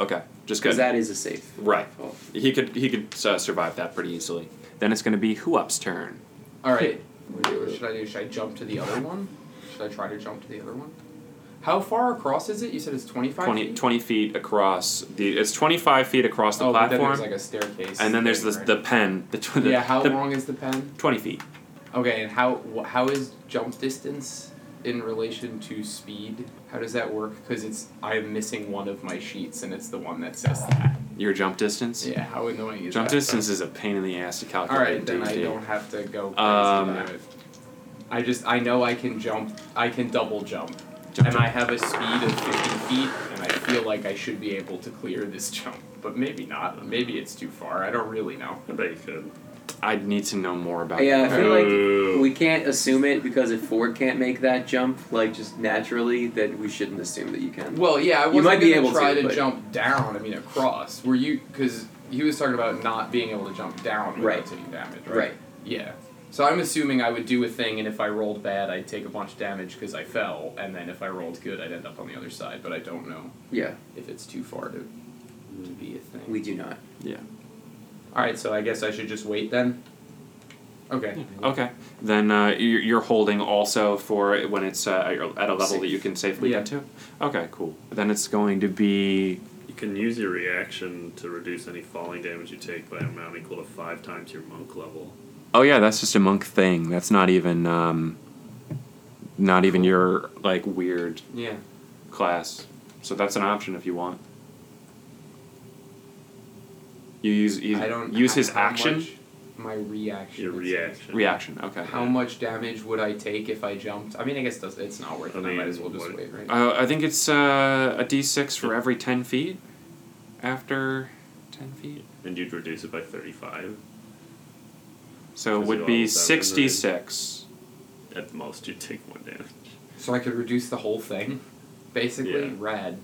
Okay, just good. Because that is a safe. right. Oh. He could he could uh, survive that pretty easily. Then it's going to be who up's turn. All right. What, do- what should I do? Should I jump to the other one? Should I try to jump to the other one? How far across is it? You said it's twenty five. 20, 20 feet across the it's twenty five feet across the oh, but then platform, there's like a staircase. and then there's the thing, the pen. The, tw- right? the- yeah. How the- long is the pen? Twenty feet. Okay, and how wh- how is jump distance in relation to speed? How does that work? Because it's I'm missing one of my sheets, and it's the one that says that. Your jump distance. Yeah. How annoying is Jump that? distance is a pain in the ass to All calculate. right, in then I D&D. don't have to go crazy Um, about it. I just I know I can jump. I can double jump, Jump, and jump. I have a speed of fifty feet, and I feel like I should be able to clear this jump, but maybe not. Maybe it's too far. I don't really know. I bet you could. I'd need to know more about. Yeah, I that. feel like Oh. we can't assume it because if Ford can't make that jump, like just naturally, then we shouldn't assume that you can. Well, yeah, I You wasn't might be gonna able try to, to, but- jump down. I mean, across. Were you? Because he was talking about not being able to jump down without Right. taking damage, right? Right. Yeah. So I'm assuming I would do a thing, and if I rolled bad, I'd take a bunch of damage because I fell, and then if I rolled good, I'd end up on the other side. But I don't know Yeah, if it's too far to, to be a thing. we do not. yeah. All right, so I guess I should just wait then. Okay. Okay. Then uh, you're you're holding also for it when it's uh, at your- at a level Safe. that you can safely Yeah. get to. Okay, cool. Then it's going to be You can use your reaction to reduce any falling damage you take by an amount equal to five times your monk level. Oh yeah, that's just a monk thing. That's not even um, not even your like weird Yeah. class. So that's an option if you want. You use you I don't use how- his how action much my reaction. Your is- reaction. reaction. Okay. How much damage would I take if I jumped? I mean, I guess it does- it's not worth it. I I might mean, as well just what- wait, right? Uh, I think it's uh, a d6 for every ten feet. After ten feet, And you'd reduce it by 35. so it Is it would be all seven, right? sixty-six. At most, you'd take one damage. so I could reduce the whole thing, basically. Yeah. Rad.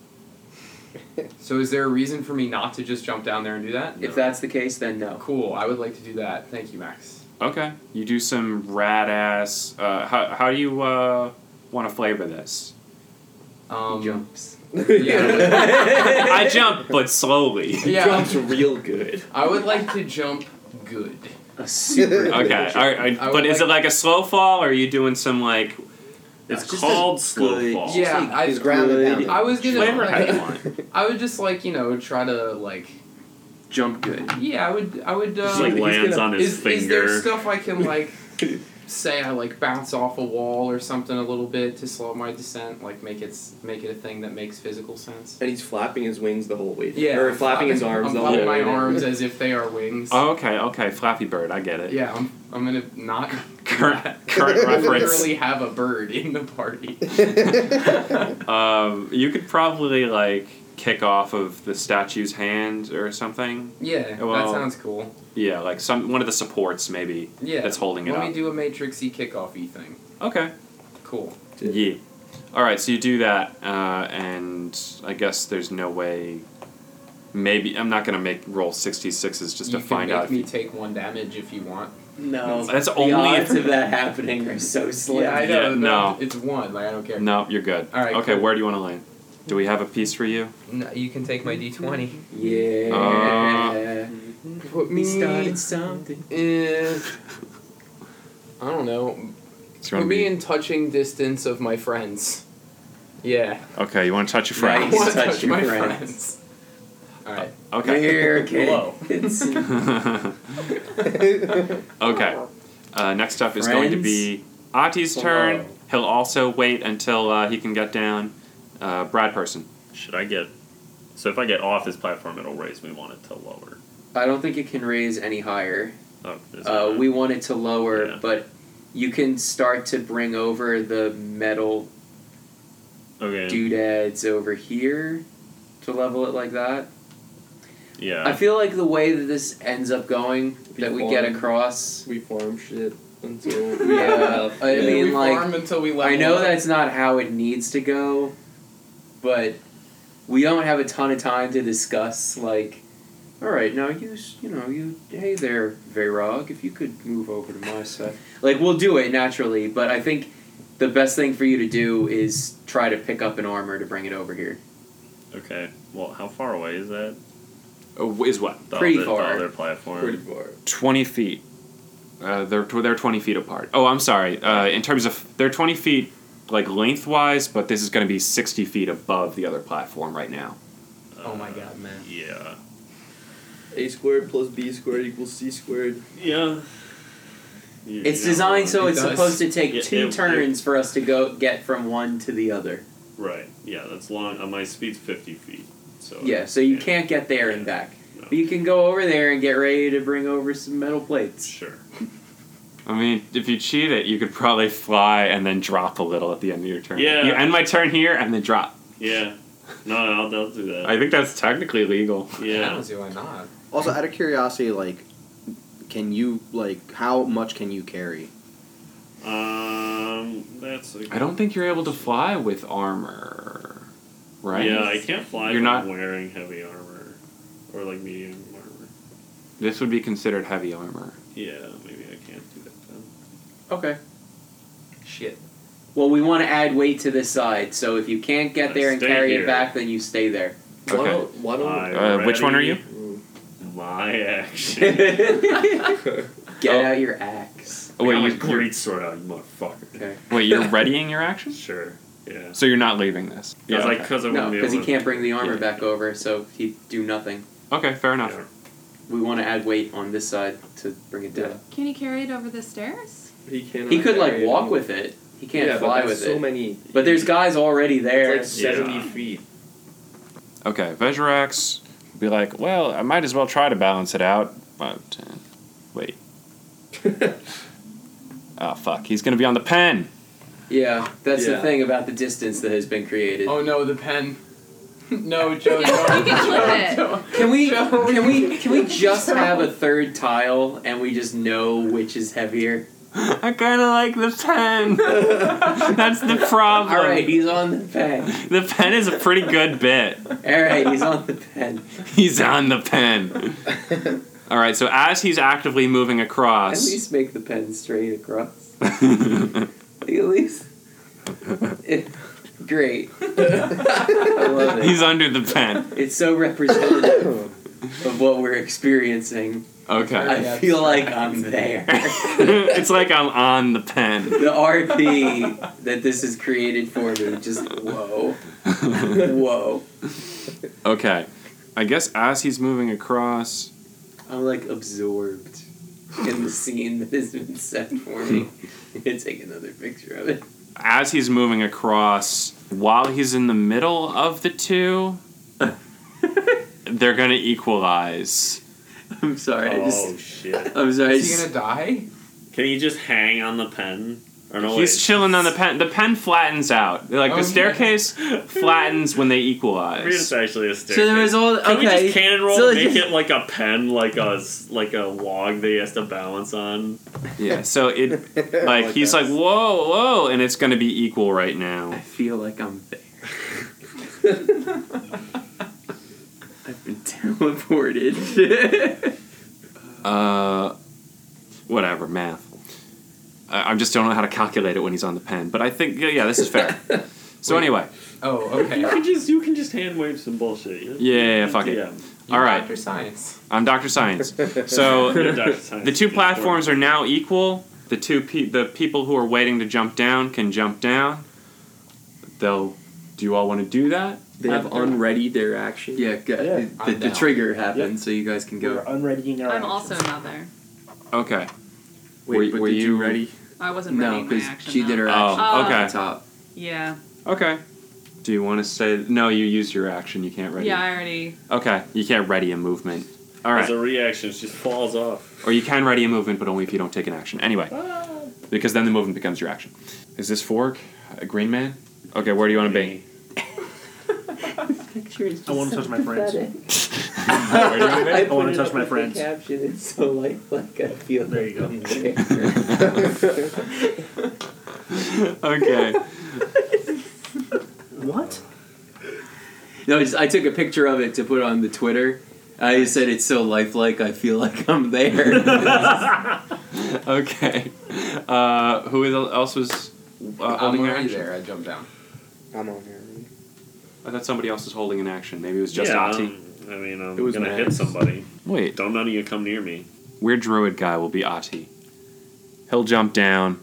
so is there a reason for me not to just jump down there and do that? If that's the case, then no. <laughs> Cool. I would like to do that. Thank you, Max. Okay. You do some rad ass. Uh, how, how do you uh, want to flavor this? <laughs> Um, Jumps. <laughs> Yeah. <laughs> I jump, but slowly. <laughs> yeah. <laughs> real good. I would like to jump good. A super Okay. good all right, I would but is like- it like a slow fall, or are you doing some like It's just called a slow good- fall. Yeah, Just I- he's grounded I down. was gonna- flavor how <laughs> you I- want? I would just like you know try to like Jump good. yeah I would I would uh, Just like he's lands gonna- on his is, is finger. there stuff I can like say I like bounce off a wall or something a little bit to slow my descent like make it s- make it a thing that makes physical sense And he's flapping his wings the whole way. yeah Or I'm flapping his arms I'm the whole flapping my way. <laughs> arms as if they are wings Oh, okay, okay. Flappy Bird, I get it. <laughs> yeah I'm, I'm gonna not Current, <laughs> current reference. <laughs> literally have a bird in the <laughs> party Um, you could probably like kick off of the statue's hand or something. yeah that Well, sounds cool Yeah, like some one of the supports maybe yeah that's holding it let up. me do a matrixy kickoffy thing okay. cool Yeah. All right, so you do that, uh, and I guess there's no way. Maybe I'm not gonna make roll sixty sixes just you to find can make out. me take one damage if you want. No. That's the only odds if- of that happening are so slim. Yeah, I Yeah, know. no. It's one. Like I don't care. No, you're good. All right, Okay, cool. where do you want to land? Do we have a piece for you? No, you can take my Uh. d20. Yeah. Put we me. started something. in- I don't know. So you Put wanna me be- in touching distance of my friends. Yeah. Okay, you want to touch your <laughs> I friend. want to touch touch your my friends. friends. All right. Okay. We're kids. <laughs> okay. Uh, next up is going to be Ati's turn. He'll also wait until uh, he can get down. Uh, Brad person. Should I get? So if I get off his platform, it'll raise me one to lower. I don't think it can raise any higher. Oh, is Uh, it- we want it to lower, Yeah. but you can start to bring over the metal okay. doodads over here to level it like that. Yeah. I feel like the way that this ends up going, that we get Before- across. We farm shit until we have Yeah, enough. I Yeah, mean, we like, farm until we level I know up. that's not how it needs to go, but we don't have a ton of time to discuss. Like, all right, now you, s- you know, you, hey there, Veyrog, if you could move over to my side. Like, we'll do it naturally, but I think the best thing for you to do is try to pick up an armor to bring it over here. Okay. Well, how far away is that? Oh, is what? The Pretty other, far. The other platform. pretty far. 20 feet. Uh, they're, tw- they're 20 feet apart. Oh, I'm sorry. Uh, in terms of. They're 20 feet like lengthwise, but this is going to be 60 feet above the other platform right now. Oh my god, man. Yeah. A squared plus b squared equals c squared. Yeah. You- It's you know, uh, designed so It it's does. supposed to take Yeah, two it- turns for us to go get from one to the other. Right. Yeah. That's long. Uh, my speed's fifty feet. So. Yeah, so you can't get there and back. But you can go over there and get ready to bring over some metal plates. Sure. I mean, if you cheat it, you could probably fly and then drop a little at the end of your turn. Yeah. You end my turn here and then drop. Yeah. No, no, I'll, I'll do that. I think that's technically legal. I yeah. don't see why not. Also, out of curiosity, like, can you like how much can you carry? Um. That's. a- I don't think you're able to fly with armor, right? Yeah, I can't fly. You're if not- I'm wearing heavy armor, or like medium armor. This would be considered heavy armor. Yeah, maybe I can't do that then. Okay. Shit. Well, we want to add weight to this side, so if you can't get Uh, there and stay carry it here. back, then you stay <laughs> there. <laughs> Okay. Why don't, why don't Uh, which one are you? Ooh. <laughs> My action. get Okay. out your axe. Oh, Oh, wait, wait, you, you you're, great sword out, you motherfucker. Okay. wait, you're readying your action? Sure. Yeah. So you're not leaving this? Yeah, okay. like because I No, wouldn't be able because he to- can't bring the armor Yeah. back over, so he'd do nothing. Okay, fair enough. Yeah. We want to add weight on this side to bring it down. Can you carry it over the <laughs> stairs? He can. He could, like, walk with it. He can't yeah, fly but with that's so it. many. But there's guys already there. It's like seventy Yeah. feet. Okay, Vezirax would be like, well, I might as well try to balance it out. But, uh, <laughs> wait. Oh, fuck. He's going to be on the pen. yeah, that's the Yeah. thing about the distance that has been created. Oh no, the pen. <laughs> no, <laughs> Joe. You can- don't. <laughs> you can flip it. Joe, don't. Can we Joe, can we can we <laughs> just have a third tile and we just know which is heavier? <gasps> I kind of like the <laughs> pen. That's the problem. All right, he's on the pen. The pen is a pretty good bit. All right, he's on the pen. He's on the pen. <laughs> All right, so as he's actively moving At across, least make the pen straight across. At least. Great. I love <laughs> it. he's under the pen. It's so <coughs> representative of what we're experiencing. Okay. I feel like I'm there. <laughs> it's like I'm on the pen. <laughs> <laughs> The RP that this is created for me, just whoa, whoa. Okay. I guess as he's moving across, I'm like absorbed in the scene that has been set for me. I'm gonna take another picture of it. as he's moving across, while he's in the middle of the two, they're going to equalize. I'm sorry. I just, Oh shit! I'm sorry. I Is he just, gonna die? Can you just hang on the pen? Or no, He's wait. chilling on the pen. The pen flattens out. Like Oh, the yeah. staircase flattens when they equalize. It's actually a staircase. So there was all- Can we okay. just cannon roll So and it make just- it like a pen, like a s- like a log that he has to <laughs> balance on? Yeah. So it like he's like whoa whoa, and it's gonna be equal right now. I feel like I'm there. I've been teleported. Uh, whatever math. I, I just don't know how to calculate it when he's on the pen. But I think yeah, yeah this is fair. so anyway, <laughs> Oh, okay. You can just you can just hand wave some bullshit. You- yeah, yeah, yeah, fuck it. DM. All right. Dr. Science. I'm Doctor Science. So <laughs> You're Dr. Science. the two platforms are now equal. The two pe- the people who are waiting to jump down can jump down. They'll. Do you all want to do that? They have unready their action. Yeah, go, Yeah. The, I'm the down. trigger happens, so you guys can We're go. unreadying our I'm actions. also not there. Okay. Wait, Were- but were did you, you- ready? I wasn't ready. No, my because action, she did her though. action. Oh, okay. okay. Top. Yeah. Okay. Do you want to say no? You use your action. You can't ready. Yeah, I already. Okay, you can't ready a movement. All right. As a reaction, she just <laughs> falls off. Or you can ready a movement, but only if you don't take an action. Anyway, Ah. because then the movement becomes your action. Is this fork a green man? Okay, where do you want to be? Picture is I wanna just touch my friends. pathetic. Where do you want me? I put wanna it touch up my with the friends. Caption is so lifelike. I feel there you <laughs> okay. What? <laughs> No, it's, I took a picture of it to put on the Twitter. I just said it's so lifelike. I feel like I'm there. <laughs> okay. Uh, who else was uh, I'm holding their already action? there. I jumped down. I'm on here. I thought somebody else was holding an action. Maybe it was just yeah, Ati. um, I mean, I'm It was gonna Matt. hit somebody. Wait. Don't none of you come near me. Weird druid guy will be Ati. He'll jump down.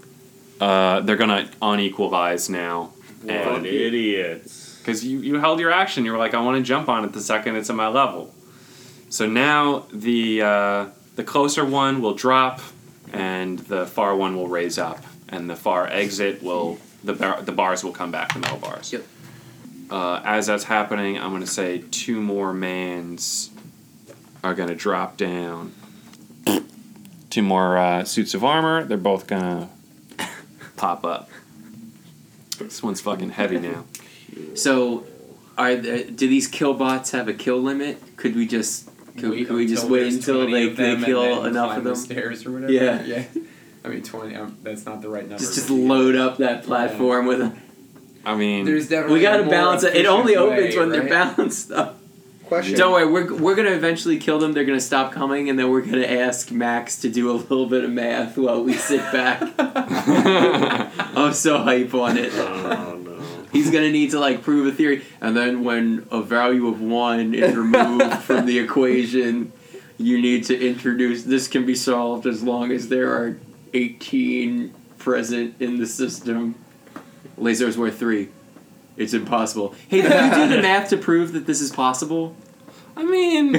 Uh, they're gonna unequalize now. What And idiots! <laughs> Because you, you held your action. You were like, I want to jump on it the second it's at my level. So now the uh, the closer one will drop, and the far one will raise up, and the far exit will the bar, the bars will come back, the metal bars. Yep. Uh, as that's happening, I'm going to say two more mans are going to drop down. Two more uh, suits of armor. They're both going to pop up. This one's fucking heavy now. so, are the, do these kill bots have a kill limit? Could we just could, Wait could we just until wait there's until 20 they, of them they and kill then enough climb of the them? stairs or whatever. Yeah. yeah. I mean, twenty. Um, that's not the right number. Just just load up that platform with. A, I mean, There's definitely we gotta a more balance it. It efficient only opens way, when right? they're balanced <laughs> up. Question. Don't worry, we're, we're gonna eventually kill them. They're gonna stop coming, and then we're gonna ask Max to do a little bit of math while we sit <laughs> back. <laughs> I'm so hype on it. Oh no! He's gonna need to like prove a theory, and then when a value of one is <laughs> removed from the equation, you need to introduce this can be solved as long as there are 18 present in the system. Lasers were three. It's impossible. Hey, did you do <laughs> the math to prove that this is possible? I <laughs> mean,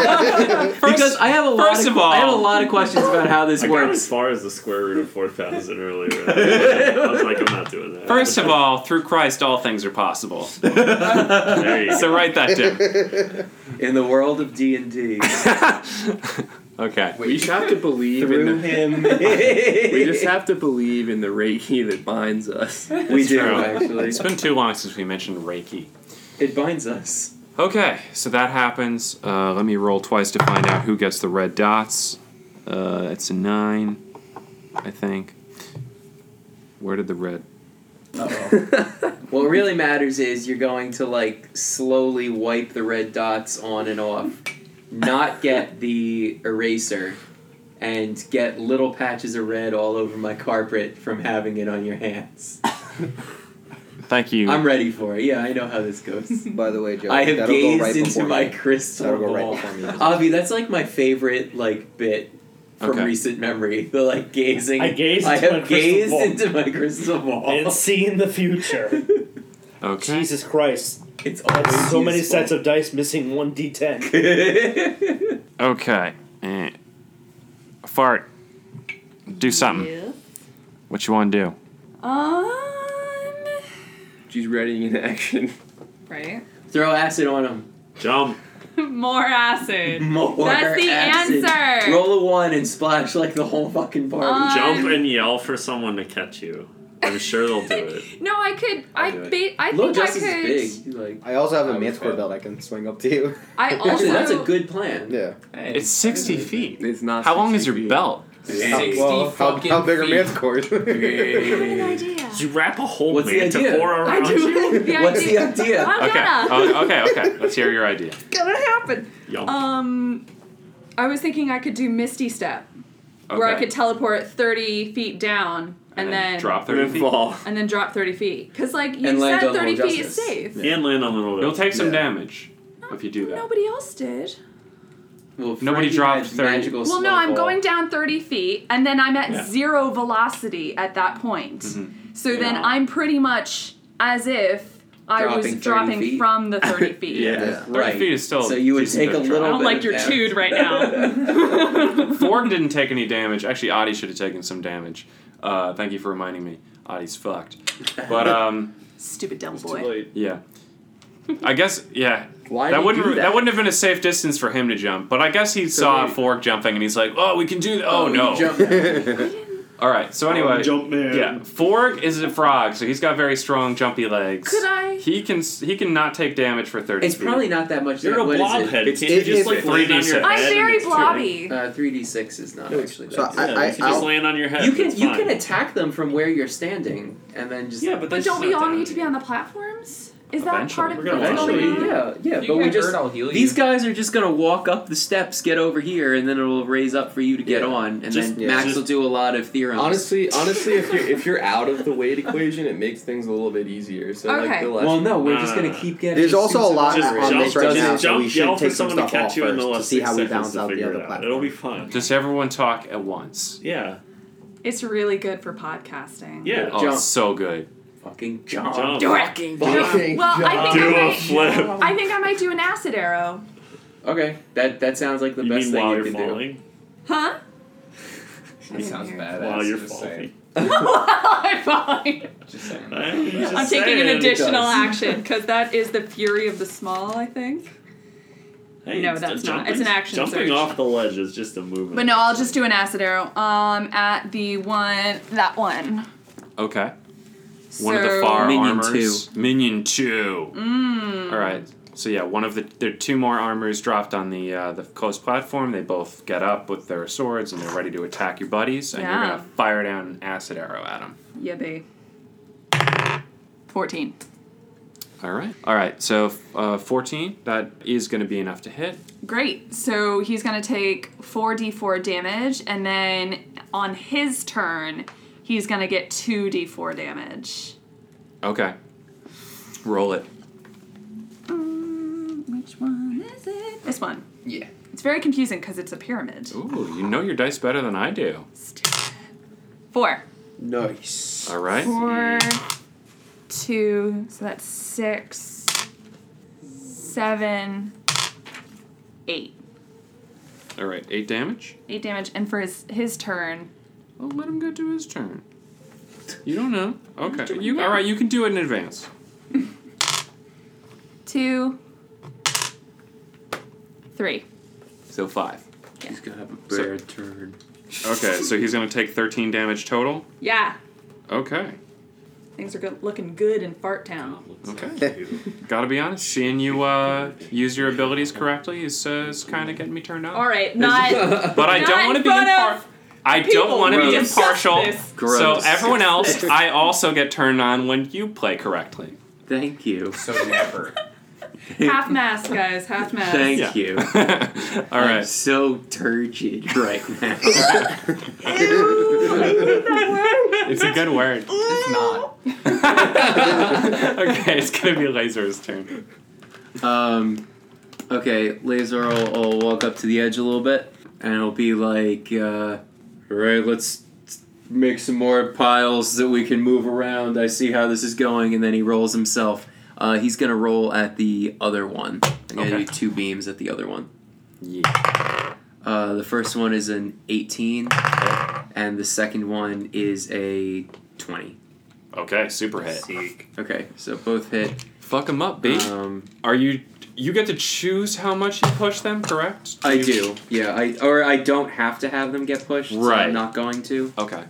because I have a lot. first of, of all- I have a lot of questions about how this I got works. as far as the square root of four thousand earlier. I was like, I'm not doing that. First of all, through Christ, all things are possible. so <laughs> There you go. write that down. In the world of D and D, Okay. Wait. we just <laughs> have to believe in the- <laughs> him. we <laughs> we just have to believe in the Reiki that binds us. We do True. actually. It's been too long since we mentioned Reiki. It binds us. Okay, so that happens. Uh, let me roll twice to find out who gets the red dots. Uh, it's a nine, I think. Where did the red? What really matters is you're going to like slowly wipe the red dots on and off, not get the eraser, and get little patches of red all over my carpet from having it on your hands. Thank you. I'm ready for it. Yeah, I know how this goes. By the way, Joe, I have that'll go gazed right into before my me. crystal That'll go right ball. before me. Avi, that's like my favorite like bit from Okay. recent memory. The like gazing. I gazed I into my have crystal gazed ball. into my crystal <laughs> ball. and <laughs> seeing the future. Okay. Jesus Christ! It's That's always so many useful. sets of dice missing one d10. Okay. Eh. Fart. Do something. Yeah. What you want to do? Um. She's readying an action. Right. <laughs> <laughs> Throw acid on him. Jump. More acid. More That's the acid. answer. Uh, Roll a one and splash like the whole fucking party. On- Jump and yell for someone to catch you. I'm sure they'll do <laughs> it. No, I could. I do it. ba- I Low think I justice could. is big. Like, I also have a would manticore fail. belt I can swing up to you. I also. Actually, that's a good plan. <laughs> Yeah. It's 60 feet. It's not. How long is your belt? How, well, how, how big are manticores? idea. <laughs> You wrap a whole What's the manticore idea? around you. The What's the idea. idea? I'm Okay. gonna. <laughs> Oh, okay, okay. Let's hear your idea. gonna happen. Yum. Um, I was thinking I could do Misty Step, where I Okay. could teleport thirty feet down and, then drop And 30 then feet. fall. and then drop thirty feet. Cause like you And land said, on thirty Hall of feet is Justice. safe. And land on the little. You'll take some Yeah. damage if you do that. Nobody else did. Well, Nobody Frankie dropped had 30. magical Well, no, snowball. I'm going down 30 feet, and then I'm at Yeah. zero velocity at that point. So then Yeah. I'm pretty much as if I Dropping was 30 dropping feet. from the <laughs> 30 feet. Yeah. Yeah. 30 Right. feet is still. So you would decent take bit a of drop. little I don't like your Yeah. tood right <laughs> now. Thornton didn't take any damage. Actually, Adi should have taken some damage. Uh, thank you for reminding me. Adi's fucked. But <laughs> um, Stupid dumb It's too boy. late. yeah. I guess yeah. Why that did wouldn't you do that? wouldn't have been a safe distance for him to jump. But I guess he saw wait. Fork jumping and he's like, "Oh, we can do that." Oh, you no. <laughs> jump- All right. So anyway, jump man. yeah. Fork is a frog, so he's got very strong jumpy legs. Could I? He can s- he can not take damage for thirty. It's feet. probably not that much. You're a what is blob it? head. It's- Can't you it- just it's like land on 3D your set. head? I'm and very it's two? blobby. Uh, 3d6 is not actually. So that Yeah, I- I- you can just I'll- land on your head. you can it's you fine. can attack them from where you're standing, and then just Yeah, but But that's don't just we not all down need to be on the platforms? Is that Eventually. part of We're what's gonna going eventually, on? yeah, yeah. You but we get just hurt, I'll heal these you. guys are just gonna walk up the steps, get over here, and then it'll raise up for you to get Yeah. on, and Just- then yeah. Max just- will do a lot of theorems. Honestly, honestly, if you're if you're out of the weight equation, it makes things a little bit easier. So like Okay. the less well, no, we're Nah, just nah, gonna nah. keep getting. There's also suits a of lot Just armor. on jump, this right just now, jump, so we yell should for take some someone to stuff catch off you in first the to last see six how we seconds balance to out the figure other it out. It'll be platform. fine. Just everyone talk at once. Yeah. It's really good for podcasting. Yeah. Oh, Jump. it's so good. Fucking jump. Jump. Do it. Fucking Well, jump. I think Do I a might. flip. I think I might do an acid arrow. Okay, that that sounds like the you best mean thing while you are can do. falling? <laughs> Huh? That sounds Weird. badass. While you're just falling. Saying. I'm fine. Just saying. I'm taking an additional action because that is the fury of the small, I think. Hey, No, it's that's just not. jumping- It's an action Jumping surge. off the ledge is just a movement. But no, I'll just do an acid arrow. Um, at the one, that one. Okay. So, One of the far Minion armors. Minion two. Mm. All right. So yeah, one of the there are two more armors dropped on the uh, the coast platform. They both get up with their swords and they're ready to attack your buddies, and Yeah. you're gonna fire down an acid arrow at them. Yeah, babe. Fourteen. All right. All right. So uh, fourteen. That is gonna be enough to hit. Great. So he's gonna take four d4 damage, and then on his turn, he's gonna get two d4 damage. Okay. Roll it. Mm, which one is it? This one. Yeah. It's very confusing because it's a pyramid. Ooh, you know your dice better than I do. Four. Nice. All right. Four, two, so that's six, seven, eight. All right. Eight damage. Eight damage, and for his his turn, Well, let him go do his turn. You don't know. Okay. You all right? You can do it in advance. two, three. So five. He's gonna have a bad turn. Okay, so he's gonna take thirteen damage total. Yeah, Okay. things are good, looking good in Fart Town. Okay. Gotta be honest, seeing you uh, use your abilities correctly is, uh, is kind of getting me turned on. All right, not. But I don't Not want to in be front impar- of I don't people. want to be Gross. impartial. Discuss So Gross. everyone else, I also get turned on when you play correctly. Thank you. So never. half mask, guys. Half mask. Thank Yeah. <laughs> you. all I'm right. so turgid right now. <laughs> <laughs> It's a good word. it's not. okay, it's gonna be Laser's turn. Um, okay, Laser will, will walk up to the edge a little bit, and it'll be like, uh, all right, let's make some more piles that we can move around. I see how this is going, and then he rolls himself. Uh, he's gonna roll at the other one. I'm gonna Okay. do two beams at the other one. Yeah. Uh, the first one is an 18, and the second one is a 20. Okay, super hit. Seek. Okay, so both hit. Fuck them up, B. Um, Are you? You get to choose how much you push them, correct? I do. Yeah, I or I don't have to have them get pushed. so Right. I'm not going to. Okay.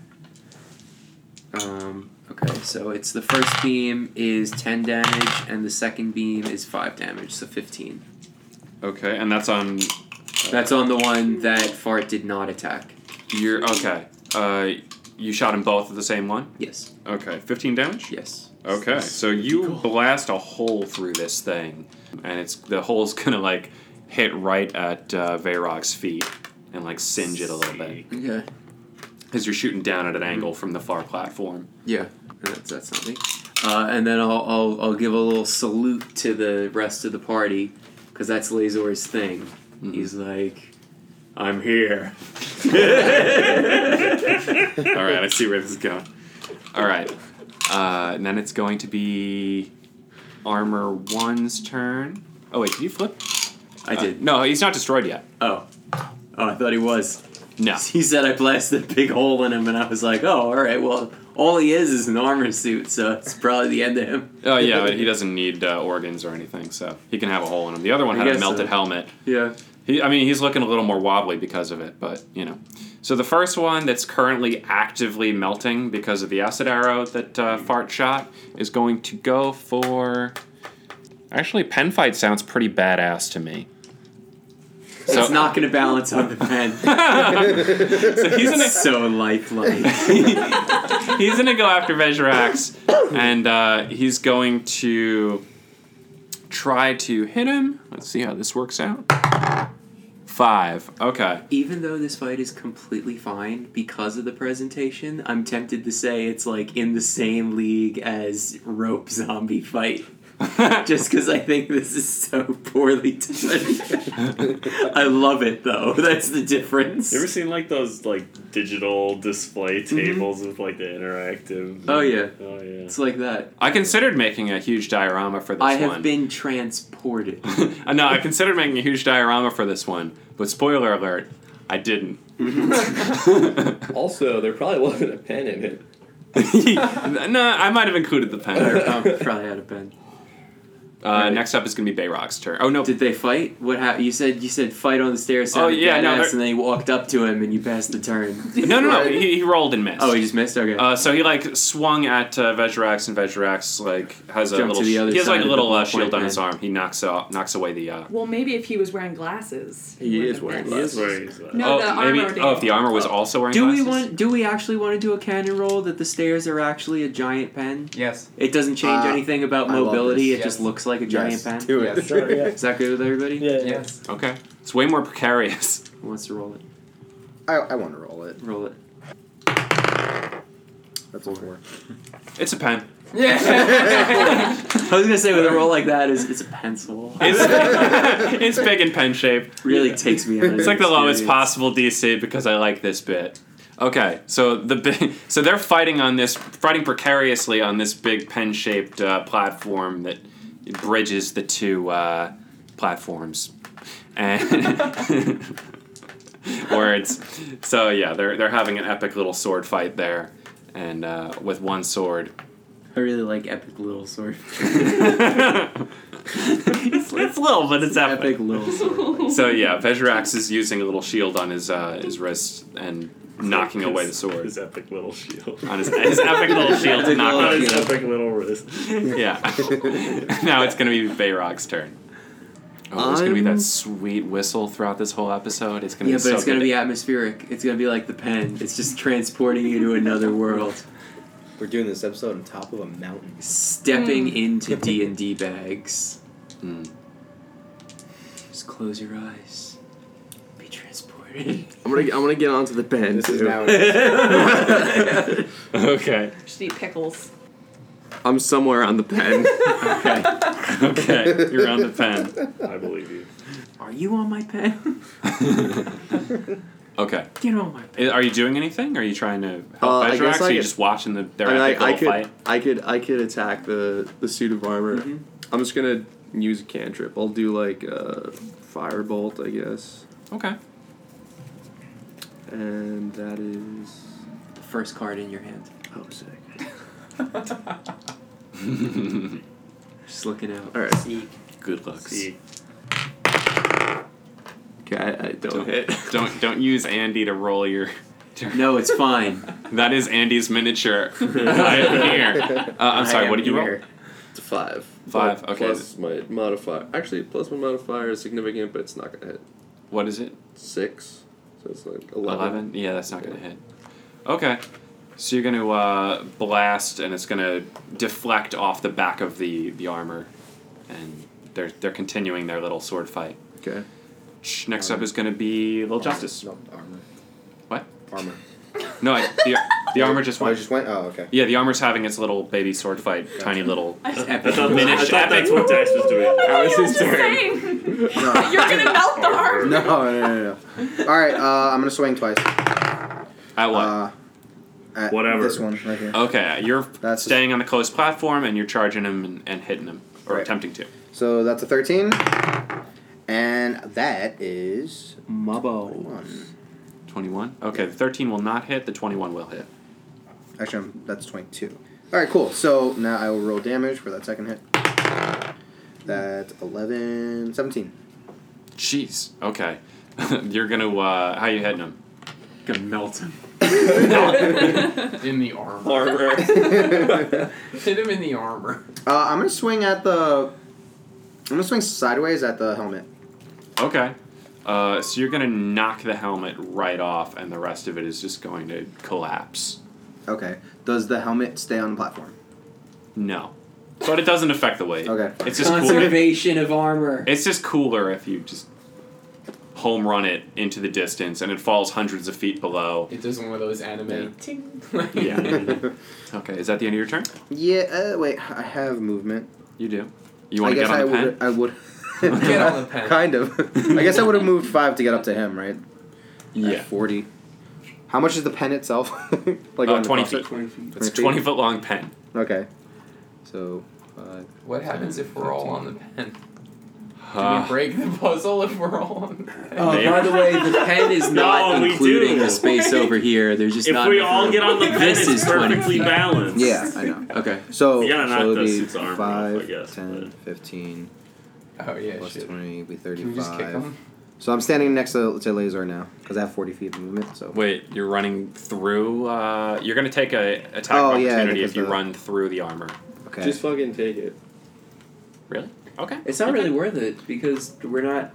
Um, okay, so it's the first beam is 10 damage, and the second beam is 5 damage, so 15. Okay, and that's on. That's on the one that Fart did not attack. You're okay. Uh, you shot him both at the same one. Yes. Okay, fifteen damage. Yes. Okay, so you blast a hole through this thing, and it's the hole's <laughs> gonna like hit right at uh, Veyrog's feet and like singe it a little bit Okay. because you're shooting down at an angle from the far platform. Yeah. That's, that's not me. Uh, and then I'll, I'll, I'll give a little salute to the rest of the party, because that's Lazor's thing. He's like, I'm here. All right, I see where this is going. All right, uh, and then it's going to be armor one's turn. Oh wait, did you flip? I Uh, did. No, he's not destroyed yet. Oh. Oh, I thought he was. No. <laughs> He said I blasted a big hole in him, and I was like, oh, all right, well, all he is is an armor suit, so it's probably the end of him. Oh yeah, but he doesn't need uh, organs or anything, so he can have a hole in him. The other one I had a guess so. melted helmet. Yeah. He, I mean, he's looking a little more wobbly because of it, but you know. So the first one that's currently actively melting because of the acid arrow that uh, Fart shot is going to go for. Actually, pen fight sounds pretty badass to me. So- it's not going to balance on the pen. <laughs> So <laughs> he's an- so lifelike. he's gonna go after Vezrax, and uh, he's going to try to hit him. Let's see how this works out. Five. Okay. <laughs> Even though this fight is completely fine because of the presentation, I'm tempted to say it's like in the same league as rope zombie fight. Just because I think this is so poorly done. <laughs> I love it, though. <laughs> That's the difference. You ever seen like those like digital display Mm-hmm. tables with like the interactive? Oh, yeah. Oh yeah. It's like that. I considered making a huge diorama for this I have one. been transported. Uh, <laughs> no, I considered making a huge diorama for this one, but spoiler alert, I didn't. <laughs> also, there probably wasn't a pen in it. <laughs> no, I might have included the <laughs> pen. um, <laughs> Probably had a pen. Uh, Next up is gonna be Bayrock's turn. Oh no! Did they fight? What happened? You said you said fight on the stairs. Oh, sounded yeah, no, badass, they're- and then you walked up to him and you passed <laughs> the turn. No, no, no. He, he rolled and missed. Oh, he just missed. Okay. Uh, so he like swung at uh, Vejrax, and Vejrax like has a Jumped little. to the other he has like side a of little the uh, point shield on man. his arm. He knocks out, knocks away the. Uh, Well, maybe if he was wearing glasses. he is wearing glasses. <laughs> uh, No, Oh, the maybe. armor Oh, if the armor was also wearing Do we glasses. want? Do we actually want to do a cannon roll that the stairs are actually a giant pen? <laughs> Yes. It doesn't change Uh, anything about I love mobility. It this. just Yes. looks like a Yes, giant pen. do it. Yes, sure, <laughs> yeah. Is that good with everybody? Yeah, yeah. <laughs> Yes. Okay. It's way more precarious. <laughs> Who wants to roll it? <laughs> I, I want to roll it. Roll it. That's a four. It's a <laughs> pen. Yeah. <laughs> I was gonna say with a roll like that is it's a pencil. <laughs> It's, <laughs> it's big and pen shaped. Really takes me out of It's like the the lowest experience. possible DC because I like this bit. Okay, so the big, <laughs> so they're fighting on this, fighting precariously on this big pen shaped uh, platform that bridges the two uh, platforms, and <laughs> words. So yeah, they're they're having an epic little sword fight there, and uh, with one sword. <laughs> I really like epic little <laughs> sword. it's, it's little, but it's epic. little sword. <laughs> So yeah, Vezrax is using a little shield on his uh, his wrist and knocking away the sword. His epic little shield. On <laughs> his, his epic little shield to Epic knock little away. shield. Epic little wrist. <laughs> Yeah. now it's gonna be Veyrog's turn. Oh, there's gonna be I'm- that sweet whistle throughout this whole episode. It's gonna yeah, be but so it's gonna good. be atmospheric. It's gonna be like the pen. It's just transporting you to another world. We're doing this episode on top of a mountain. Stepping Mm. into D and D bags. Just close your eyes. Be transported. I'm gonna I'm gonna get onto the pen. This is <laughs> now. Mm. <laughs> okay. Just eat pickles. I'm <laughs> somewhere on the pen. okay, you're on the pen. <laughs> I believe you. Are you on my pen? <laughs> Okay. Get on my. I- Are you doing anything? Are you trying to help Uh, I Vezrax? guess I are you could- just watching the their I mean, I, epic I little could fight? I could I could attack the the suit of armor. I'm just gonna use a cantrip. I'll do like a firebolt, I guess. Okay. And that is the first Oh, card in your hand. <laughs> Oh, sick. Just looking out. All right. Seek. Good luck. Okay, I, I don't, Don't- hit. <laughs> Don't don't use Andy to roll your. No, it's fine. that is Andy's miniature. I am <laughs> here. Uh, <laughs> I'm I sorry. am What did you roll? here. It's a five. Five, But okay. Plus my modifier. Actually, plus my modifier is significant, but it's not gonna hit. What is it? Six. So it's like eleven. Eleven. Yeah, that's not gonna hit. Okay. So you're gonna uh, blast, and it's gonna deflect off the back of the the armor, and they're they're continuing their little sword fight. Okay. Next up is gonna be Little Justice. No, armor. What? Armor. No, I, the, the armor just <laughs> I went. just went. Oh, okay. Yeah, the armor's having its little baby sword fight, tiny little <laughs> I just- I thought- I minish thought epic. that's what Dax was doing. That was his turn. You're <laughs> No. gonna melt the heart. <laughs> No, no, no, no. All right, uh, I'm gonna swing twice. At what? Uh, at Whatever. Oh, This one right here. Okay, you're That's- staying on the close platform and you're charging him and, and hitting him or Right. attempting to. So that's a 13, and that is Mabo. Twenty-one. Okay, the thirteen will not hit. The twenty-one will hit. Actually, I'm- that's 22. All right, cool. So now I will roll damage for that second hit. That's <laughs> 11, 17. Jeez. Okay, <laughs> you're gonna. Uh, how you hitting him? Gonna melt him. in the armor. Armor. <laughs> Hit him in the armor. Uh, I'm gonna swing at the. I'm gonna swing sideways at the helmet. Okay. Uh, so you're gonna knock the helmet right off, and the rest of it is just going to collapse. Okay. Does the helmet stay on the platform? No, but it doesn't affect the weight. Okay. It's just cool. Conservation of armor. It's just cooler if you just home run it into the distance, and it falls hundreds of feet below. It does one of those anime. <laughs> <laughs> Yeah. okay. Is that the end of your turn? Yeah. Uh, wait. I have movement. You do. You want I to guess get on I the pen? would. I <laughs> would. Get on the <laughs> pen. <laughs> kind of. I guess I would have moved five to get up to him, right? Yeah. At Forty. How much is the pen itself? <laughs> Uh, on the 20 coffee? feet. 20 feet. It's a 20 foot long pen. Okay. So. Uh, What happens if we're all on the pen? Do Uh, Ah. we break the puzzle if we're all on the pen? Oh, by the way, the pen <laughs> is not No, we including do. the space over here. There's just If not. we enough all room. get on the pen, this it's is 20 perfectly feet. balanced. <laughs> yeah, I know. Okay. So, You gotta knock so it'd those be suits' armor off, I 5, guess, 10, 15, Oh, yeah, plus shit. 20 would be Can we just kick 35. him? So I'm standing next to, to Laser now, because I have 40 feet of movement, so. Wait, you're running through. Uh, you're going to take a attack Oh, yeah, opportunity because if you the- run through the armor. Okay. Just fucking take it. Really? Okay. It's not really worth it because we're not.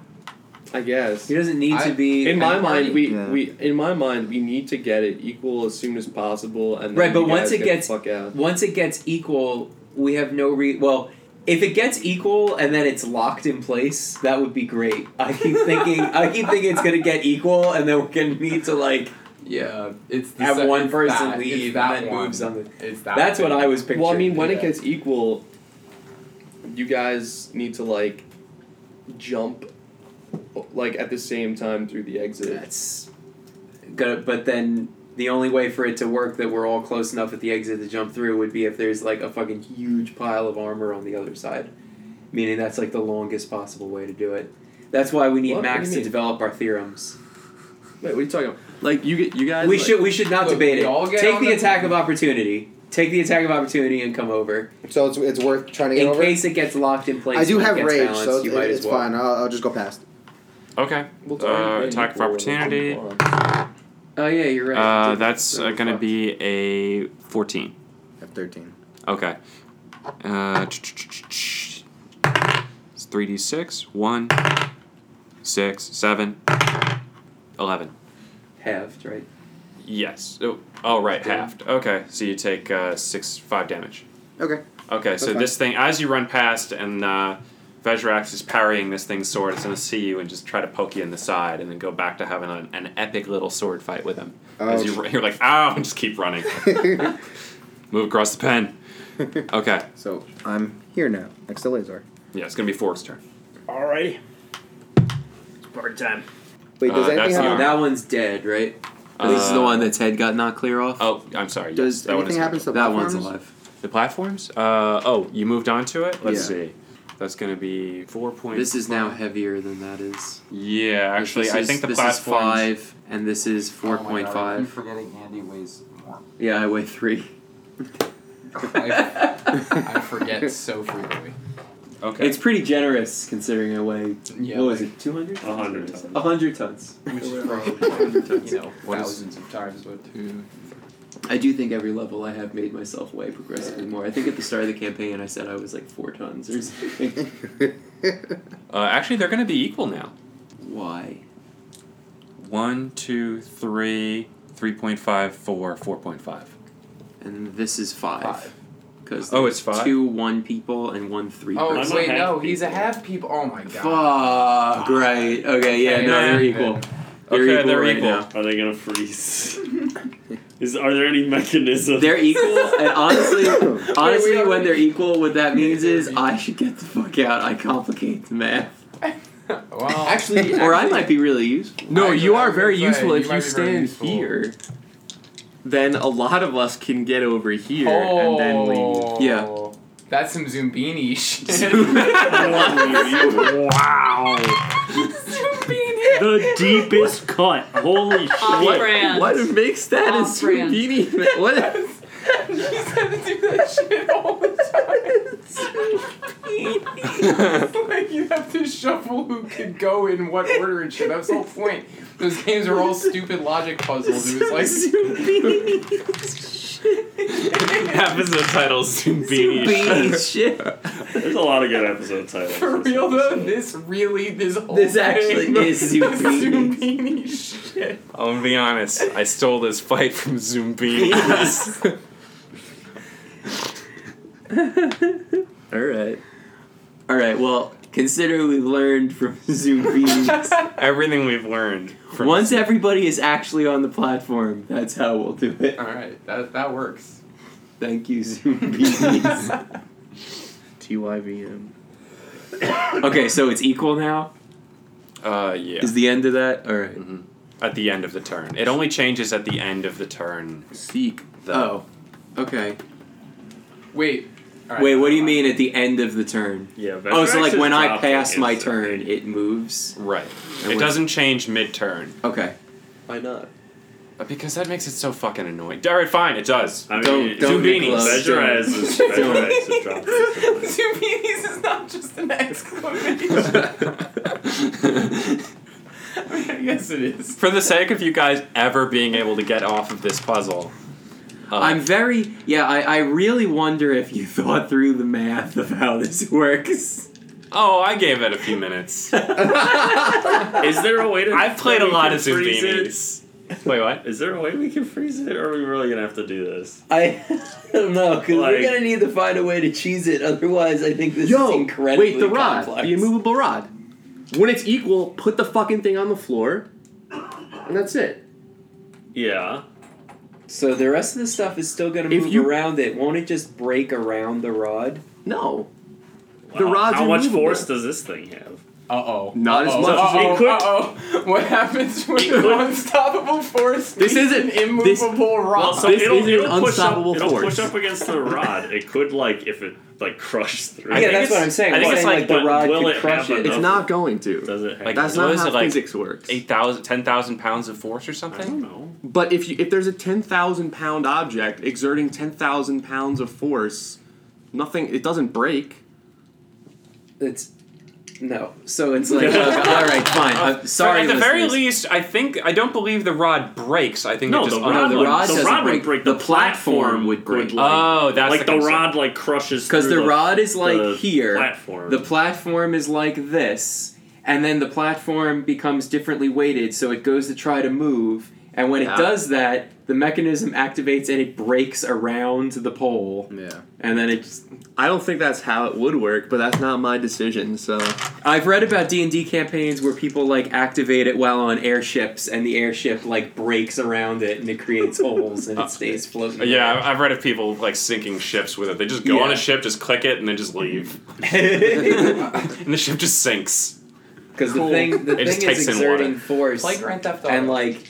I guess. He doesn't need I- to be. in my I'm mind, already- we, Yeah. we in my mind we need to get it equal as soon as possible, and then Right, but you once guys it get gets- the fuck out. once it gets equal, we have no re. Well, if it gets equal and then it's locked in place, that would be great. I keep thinking, I keep thinking it's gonna get equal, and then we're gonna need to like Yeah, it's the have sec- one it's person that, leave it's that and then one. move something. It's that. That's what thing. I was picturing. Well, I mean, when Yeah. it gets equal, you guys need to like jump like at the same time through the exit. that's gonna. But then the only way for it to work that we're all close enough at the exit to jump through would be if there's like a fucking huge pile of armor on the other side, meaning that's like the longest possible way to do it. That's why we need What? What do Max you to mean? develop our theorems. Wait, what are you talking about? Like you get you guys. We like- should we should not Look, debate we it. all get Take on the, the- attack of opportunity. Take the attack of opportunity and come over. So it's, it's worth trying to get In over? case it gets locked in place, I do and it have gets rage, balanced, so you it- might it's as well. fine. I'll, I'll just go past. Okay. Well, it's already Uh, been attack of equal. opportunity. Oh yeah, you're right. Uh, that's uh, going to be a 14. I have 13. Okay. Uh, it's 3d6. 1, 6, 7, 11. halved, right? Yes. Oh, oh right, halved. Okay, so you take uh, 6, 5 damage. Okay. Okay, so That's fine. this thing, as you run past and uh, Vezrax is parrying this thing's sword, it's going to see you and just try to poke you in the side and then go back to having an, an epic little sword fight with him. Oh, As you, Ouch. ru- you're like, ow, and just keep running. Oh, Move across the pen. Okay, <laughs> so I'm here now, next to Lazar. yeah, it's going to be Fork's turn. Alrighty. It's party time. Wait, Uh, does anything that's the happen? armor. That one's dead, right? this is Uh, the one that's head got knocked clear off. Oh, I'm sorry. Does yes, that one anything is happen to the that one's platforms? alive. The platforms? Uh, oh, you moved on to it? Let's Yeah. see. That's going to be 4 points. This is now heavier than that is. Yeah, actually, This I is- think the this platforms. is five, and this is Oh my four God, <laughs> point I keep five. <laughs> forgetting Andy weighs more. Yeah, I weigh three. I, I forget so frequently. Okay. It's pretty generous considering I weigh. Yeah, what was it? Two hundred. A hundred tons. A hundred tons. Which Or is whatever. <laughs> probably, you know, What is- thousands of times what to. I do think every level I have made myself weigh progressively more. I think at the start of the campaign I said I was like four tons or something. <laughs> Uh, actually, they're going to be equal now. Why? One, two, three, three point five, four, four point five. And this is five. Because Oh, it's five? Two one people and one three. Oh person. wait, no, he's a half people. Oh my god. Fuck. Right. Okay. Yeah. Okay, No, they're yeah. equal. They're Okay, equal they're right equal. now. Are they gonna freeze? Is are there any mechanisms? <laughs> They're equal, <laughs> and honestly, <laughs> honestly, Wait, we when they're equal, what that means is I should get the fuck out. I complicate the math, Well, actually, or I might be really useful. No, you are very say, useful you if might you be very stand useful. here. Then a lot of us can get over here and then Oh. leave. <laughs> Yeah. That's some Zumbini <laughs> shit. wow. the deepest cut. <laughs> Holy On shit. brand. What makes that a brand. zucchini? What? It's like you have to shuffle who could go in what order and shit. That's the whole point. Those games are all stupid logic puzzles. It was <laughs> like Happens the title Zoom Beanie shit. There's a lot of good episode titles. for real though. This really, this whole This actually <laughs> thing is Zumbini. Zumbini shit. I'm gonna be honest. I stole this fight from Zoom <laughs> Beanies. All right, all right. Well, consider we've learned from <laughs> Zoom <laughs> beans. <laughs> Everything we've learned. From Once everybody is actually on the platform, that's how we'll do it. All right, that that <laughs> works. Thank you, Zoom <laughs> beans. TYVM. okay, so it's equal now. Uh, yeah. Is the end of that? All At the end of the turn, it only changes at the end of the turn. Seek. The, Oh, okay. Wait. all right. Wait, what do you mean at the end of the turn? Yeah. Oh, so like when I Vectrex is pass my dropped, turn, uh, it moves. Right. And It when- doesn't change mid turn. Okay. Why not? Because that makes it so fucking annoying. All right, fine, it <laughs> does. I mean, Zoom don't get beanies. close. Vectrex is- Don't. Vectrex <laughs> is dropped. Zubinis is not just an exclamation. I guess it is. For the sake of you guys ever being able to get off of this puzzle, uh, I'm very yeah. I, I really wonder if you thought through the math of how this works. Oh, I gave it a few minutes. Is there a way <laughs> to? I've played that a we lot can of Zoom freeze it? beanies. Wait, what? Is there a way we can freeze it, or are we really gonna have to do this? I <laughs> don't know because Like- we're gonna need to find a way to cheese it. Otherwise, I think this is incredibly Wait, the rod, complex. the immovable rod. When it's equal, put the fucking thing on the floor, and that's it. Yeah. So the rest of the stuff is still going to If move you- around it. Won't it just break around the rod? No. The rod's How much immovable. force does this thing have? Uh oh. Not as Uh-oh, much as uh-oh, it could. Uh-oh. What happens when It could. an <laughs> unstoppable force This meets isn't- an immovable rock? Well, so This it'll, is an it'll push unstoppable up, It'll force. push up against the rod. It could like if it like crushes through. Yeah, it. that's what I'm saying. I think I'm it's saying, like like, but the rod will could it crush have it. It's enough- not going to. Does it? Have Like, That's what not is how it, like, physics works. 8,000, 10,000 pounds of force or something? I don't know. But if you if there's a ten thousand pound object exerting ten thousand pounds of force, nothing it doesn't break. It's no. So <laughs> it's like, okay, all right, Uh, fine. I'm Uh, sorry. At the very listeners. least, I think I don't believe the rod breaks. I think No, it just the rod oh, No, the would- rod the doesn't rod would break. break. The platform would break. oh, that's like the, concept. rod like crushes because the, through rod is like the here Platform. the platform is like this and then the platform becomes differently weighted so it goes to try to move and when Yeah. it does that the mechanism activates and it breaks around the pole Yeah. and then it's I don't think that's how it would work, but that's not my decision. So i've read about d&d campaigns where people like activate it while on airships and the airship like breaks around it and it creates holes <laughs> and it stays floating Yeah, I- I've read of people like sinking ships with it. They just go on Yeah. a ship, just click it, and then just <laughs> leave, <laughs> and the ship just sinks. Because the thing, the it just thing takes is in water. exerting force. Play Grand Theft And Auto. like,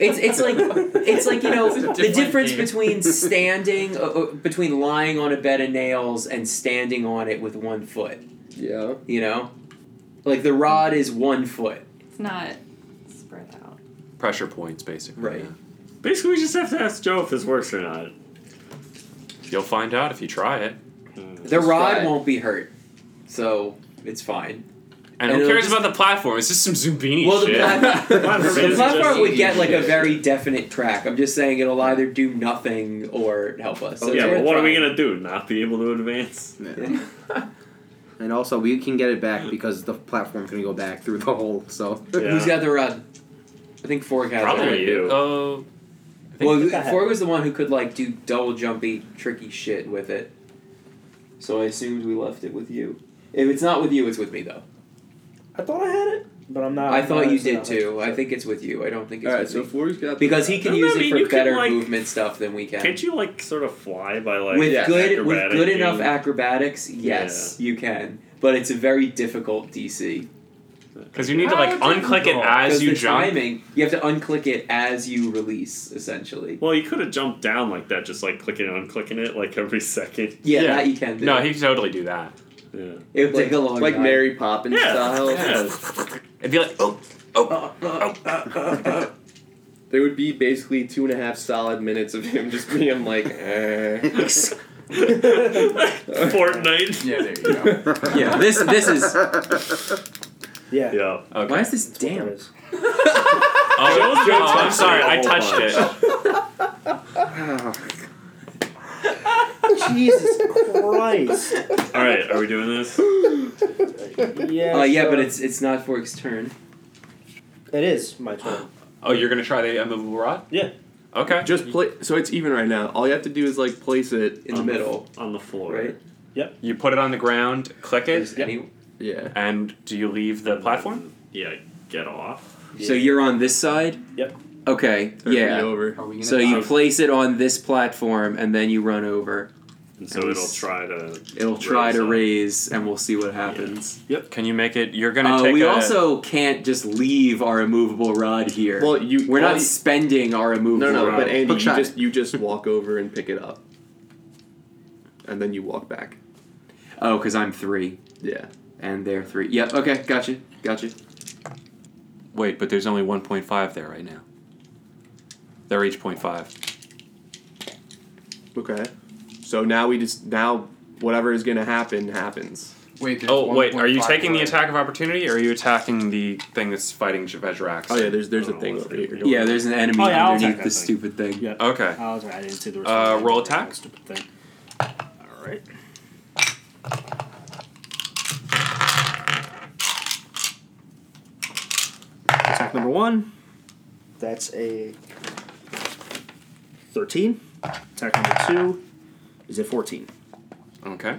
it's it's like <laughs> <laughs> it's like you know It's a the different difference game. between standing, uh, uh, between lying on a bed of nails and standing on it with one foot. Yeah. You know, like the rod is one foot. It's not spread out. Pressure points, basically. Right. Basically, we just have to ask Joe if this works or not. You'll find out if you try it. The rod won't be hurt, so it's fine. And, who it'll cares just- about the platform? It's just some Zumbini well, the shit. platform, the platform would get like a Shit. very definite track. I'm just saying it'll either do nothing or help us. So Oh, yeah, it's but what are we fine. gonna do? Not be able to advance? And also, we can get it back because the platform's gonna go back through the hole. So Who's got the rod? I think Fork has it. Probably right? you. Oh. Well, Fork was the one who could like do double jumpy, tricky shit with it. So I assumed we left it with you. If it's not with you, it's with me though. I thought I had it, but I'm not. I I'm thought not- you it's did not. too. I think it's with you. I don't think it's All right, with so me. Fork's got the <laughs> because he rod. can Doesn't use that it mean for you can, better like- movement stuff than we can. Can't you like sort of fly by like with good with acrobatic good enough and- acrobatics, yes, you can. But it's a very difficult DC. Because you need to, like, How unclick it difficult? as you the jump? Timing, you have to unclick it as you release, essentially. Well, you could have jumped down like that, just like clicking and unclicking it like every second. Yeah, that you can do. No, he could totally do that. Yeah. It would take a long like time. Mary Poppins Yeah. style. Yeah. It'd be like oh, oh, uh, oh, There would be basically two and a half solid minutes <laughs> of him just being like, eh. <laughs> <laughs> Fortnite. Yeah, there you go. Yeah, this- this is- Yeah. Yeah. Okay. Why is this damp? <laughs> Oh, oh, I'm sorry. I touched it. Jesus <laughs> Christ. <laughs> All right, are we doing this? Yeah. Uh, yeah, sure. but it's it's not Fork's turn. It is my <gasps> turn. Oh, you're gonna try the immovable rod? Yeah. Okay. Just play. So it's even right now. All you have to do is like place it Um, in the middle on the floor. Right. Yep. You put it on the ground, click it, yeah. and do you leave the platform? Yeah, get off. So you're on this side? Yep. Okay. Or yeah. be over. Are we gonna so you die? place it on this platform and then you run over. And so we it'll s- try to. It'll try raise to up. raise and we'll see what happens. Yep. Can you make it? You're gonna Uh, take. we a- also can't just leave our immovable rod here. Well, you- we're well, not you- spending our No, immovable no, rod. but Andy, you just you just walk over and pick it up, and then you walk back. oh, because I'm three Yeah. and they're three. Yep. Okay. Gotcha. Gotcha. Wait, but there's only 1.5 there right now. They're each 0.5. Okay. So now we just now whatever is gonna happen happens. Wait. there's Oh wait, are you 1.5 taking the more. attack of opportunity, or are you attacking the thing that's fighting Vejrax? Oh yeah, there's there's a thing over here. Yeah. There's an enemy Oh, yeah, I'll take underneath that this thing. stupid thing. Yeah. Okay. Oh, I was right. I didn't see the Uh, response. roll attack. Stupid thing. All right. Attack number one. That's a thirteen. Attack number two is a fourteen. Okay.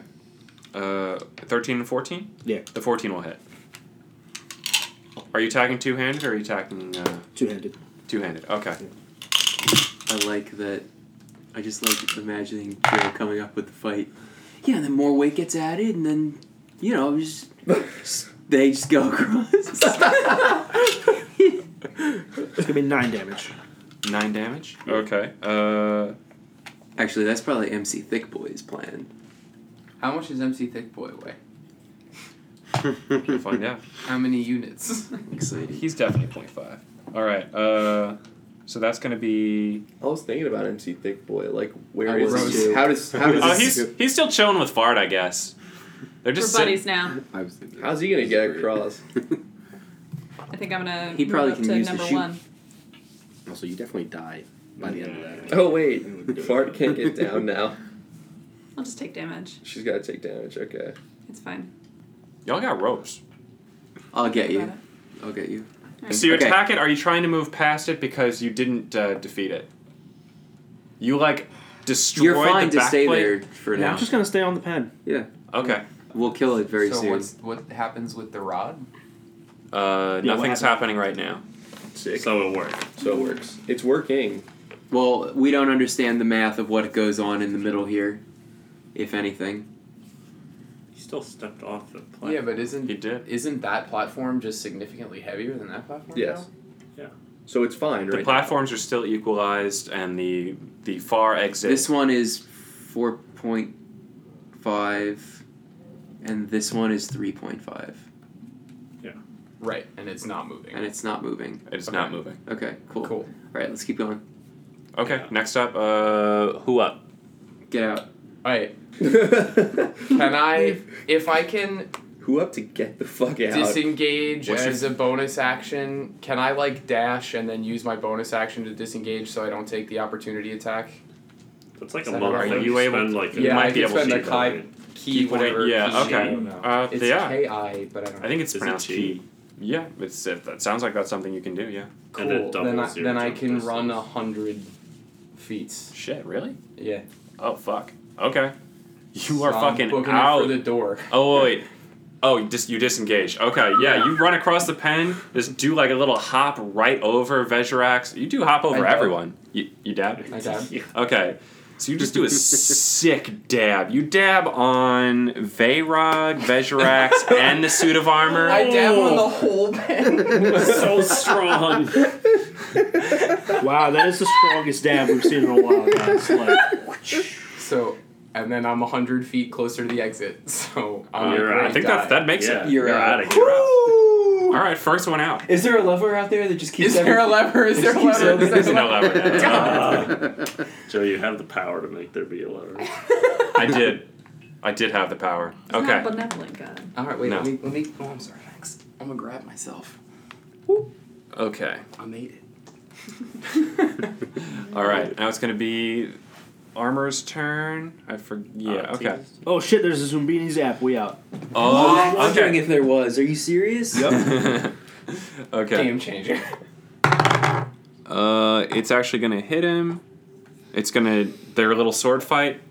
Uh, 13 and 14? Yeah. The 14 will hit. Are you attacking two handed or are you attacking. Uh, two handed. Two handed, okay. I like that. I just like imagining Joe coming up with the fight. Yeah, and then more weight gets added, and then you know, just they just go across. <laughs> It's gonna be nine damage. Nine damage? Okay. Uh, Actually, that's probably MC Thick Boy's plan. How much does MC Thick Boy weigh? We'll find out. How many <laughs> units? Exciting. He's definitely 0.5. Alright, uh, so that's going to be. I was thinking about MC Thick Boy. Like, where I is was this? too. How does how does oh, this? he's, he's still chilling with Bard, I guess. They're just. We're sit- buddies now. how's he gonna get across? I think I'm gonna He probably move up can to use the number shoot. one. <laughs> Also, you definitely die by the end of that. Oh wait, Fart can't get down now. I'll just take damage. She's gotta take damage. Okay. It's fine. Y'all got ropes. I'll get Got you. it. I'll get you. So you Okay. attack it. Are you trying to move past it because you didn't uh, defeat it? You like destroyed You're fine the to back stay plate? there for Yeah, now. I'm just gonna stay on the pen. Yeah. Okay. We'll kill it very so soon. what's what happens with the rod? Uh, what nothing's happening right now. Sick. So it worked. So it works. It's working. Well, we don't understand the math of what goes on in the middle here, if anything. He still stepped off the platform. Yeah, but isn't He did. isn't that platform just significantly heavier than that platform? Yes. Yeah. So it's fine, The right? platforms are still equalized, and the the far exit. This one is 4.5, and this one is 3.5, now? Right, and it's not moving. and it's not moving. It's not moving. Okay, cool. Cool. All right, let's keep going. Okay. Next up, uh, who up? Get out. All right. <laughs> can <laughs> I, if I can Who up to get the fuck out? disengage What's your- as a bonus action, can I like dash and then use my bonus action to disengage so I don't take the opportunity attack? That's like Is a that monk alright? thing. Are you You able spend, to- like, a- yeah, you might I be can able spend to the do that, Kai right? key, point, whatever. yeah, key okay. I don't know. Uh, it's yeah. K-I, but I don't know. I think it's Is it pronounced key. Yeah, it's, it, that sounds like that's something you can do. Yeah. Cool. then I, then I can run a hundred feet. Shit, really? Yeah. Oh fuck. Okay. You So are I'm fucking booking it out for <laughs> the door. Oh wait. Oh, you dis- you disengage. Okay, yeah, you run across the pen, just do like a little hop right over Vezirax. You do hop over I dab. everyone. You, you dab? I dab. Okay. So you just do a sick dab. You dab on Veyrod, <laughs> Vezirax, and the suit of armor. I dab on the whole <laughs> pen. <laughs> so strong. wow, that is the strongest dab we've seen in a while, guys. Like, <laughs> So, and then I'm 100 feet closer to the exit. <laughs> So, I'm Uh, a I great think guy. that that makes it. out. of here. All right, first one out. Is there a lever out there that just keeps? Is there a <laughs> lever? Is there a lever? There's no lever. <laughs> Uh, Joe, you have the power to make there be a lever. I did. I did have the power. Okay. benevolent god. All right, wait. No. Let me. Let me. Oh, I'm sorry. Thanks. I'm gonna grab myself. Okay. I made it. <laughs> All right. Now it's gonna be Armor's turn. I forget. Uh, Yeah. Okay. oh shit, there's a Zumbini's app. We out. Oh, What? okay. Wondering if there was. Are you serious? <laughs> Yep. <laughs> okay. Game changer. Uh, it's actually gonna hit him. It's gonna their little sword fight.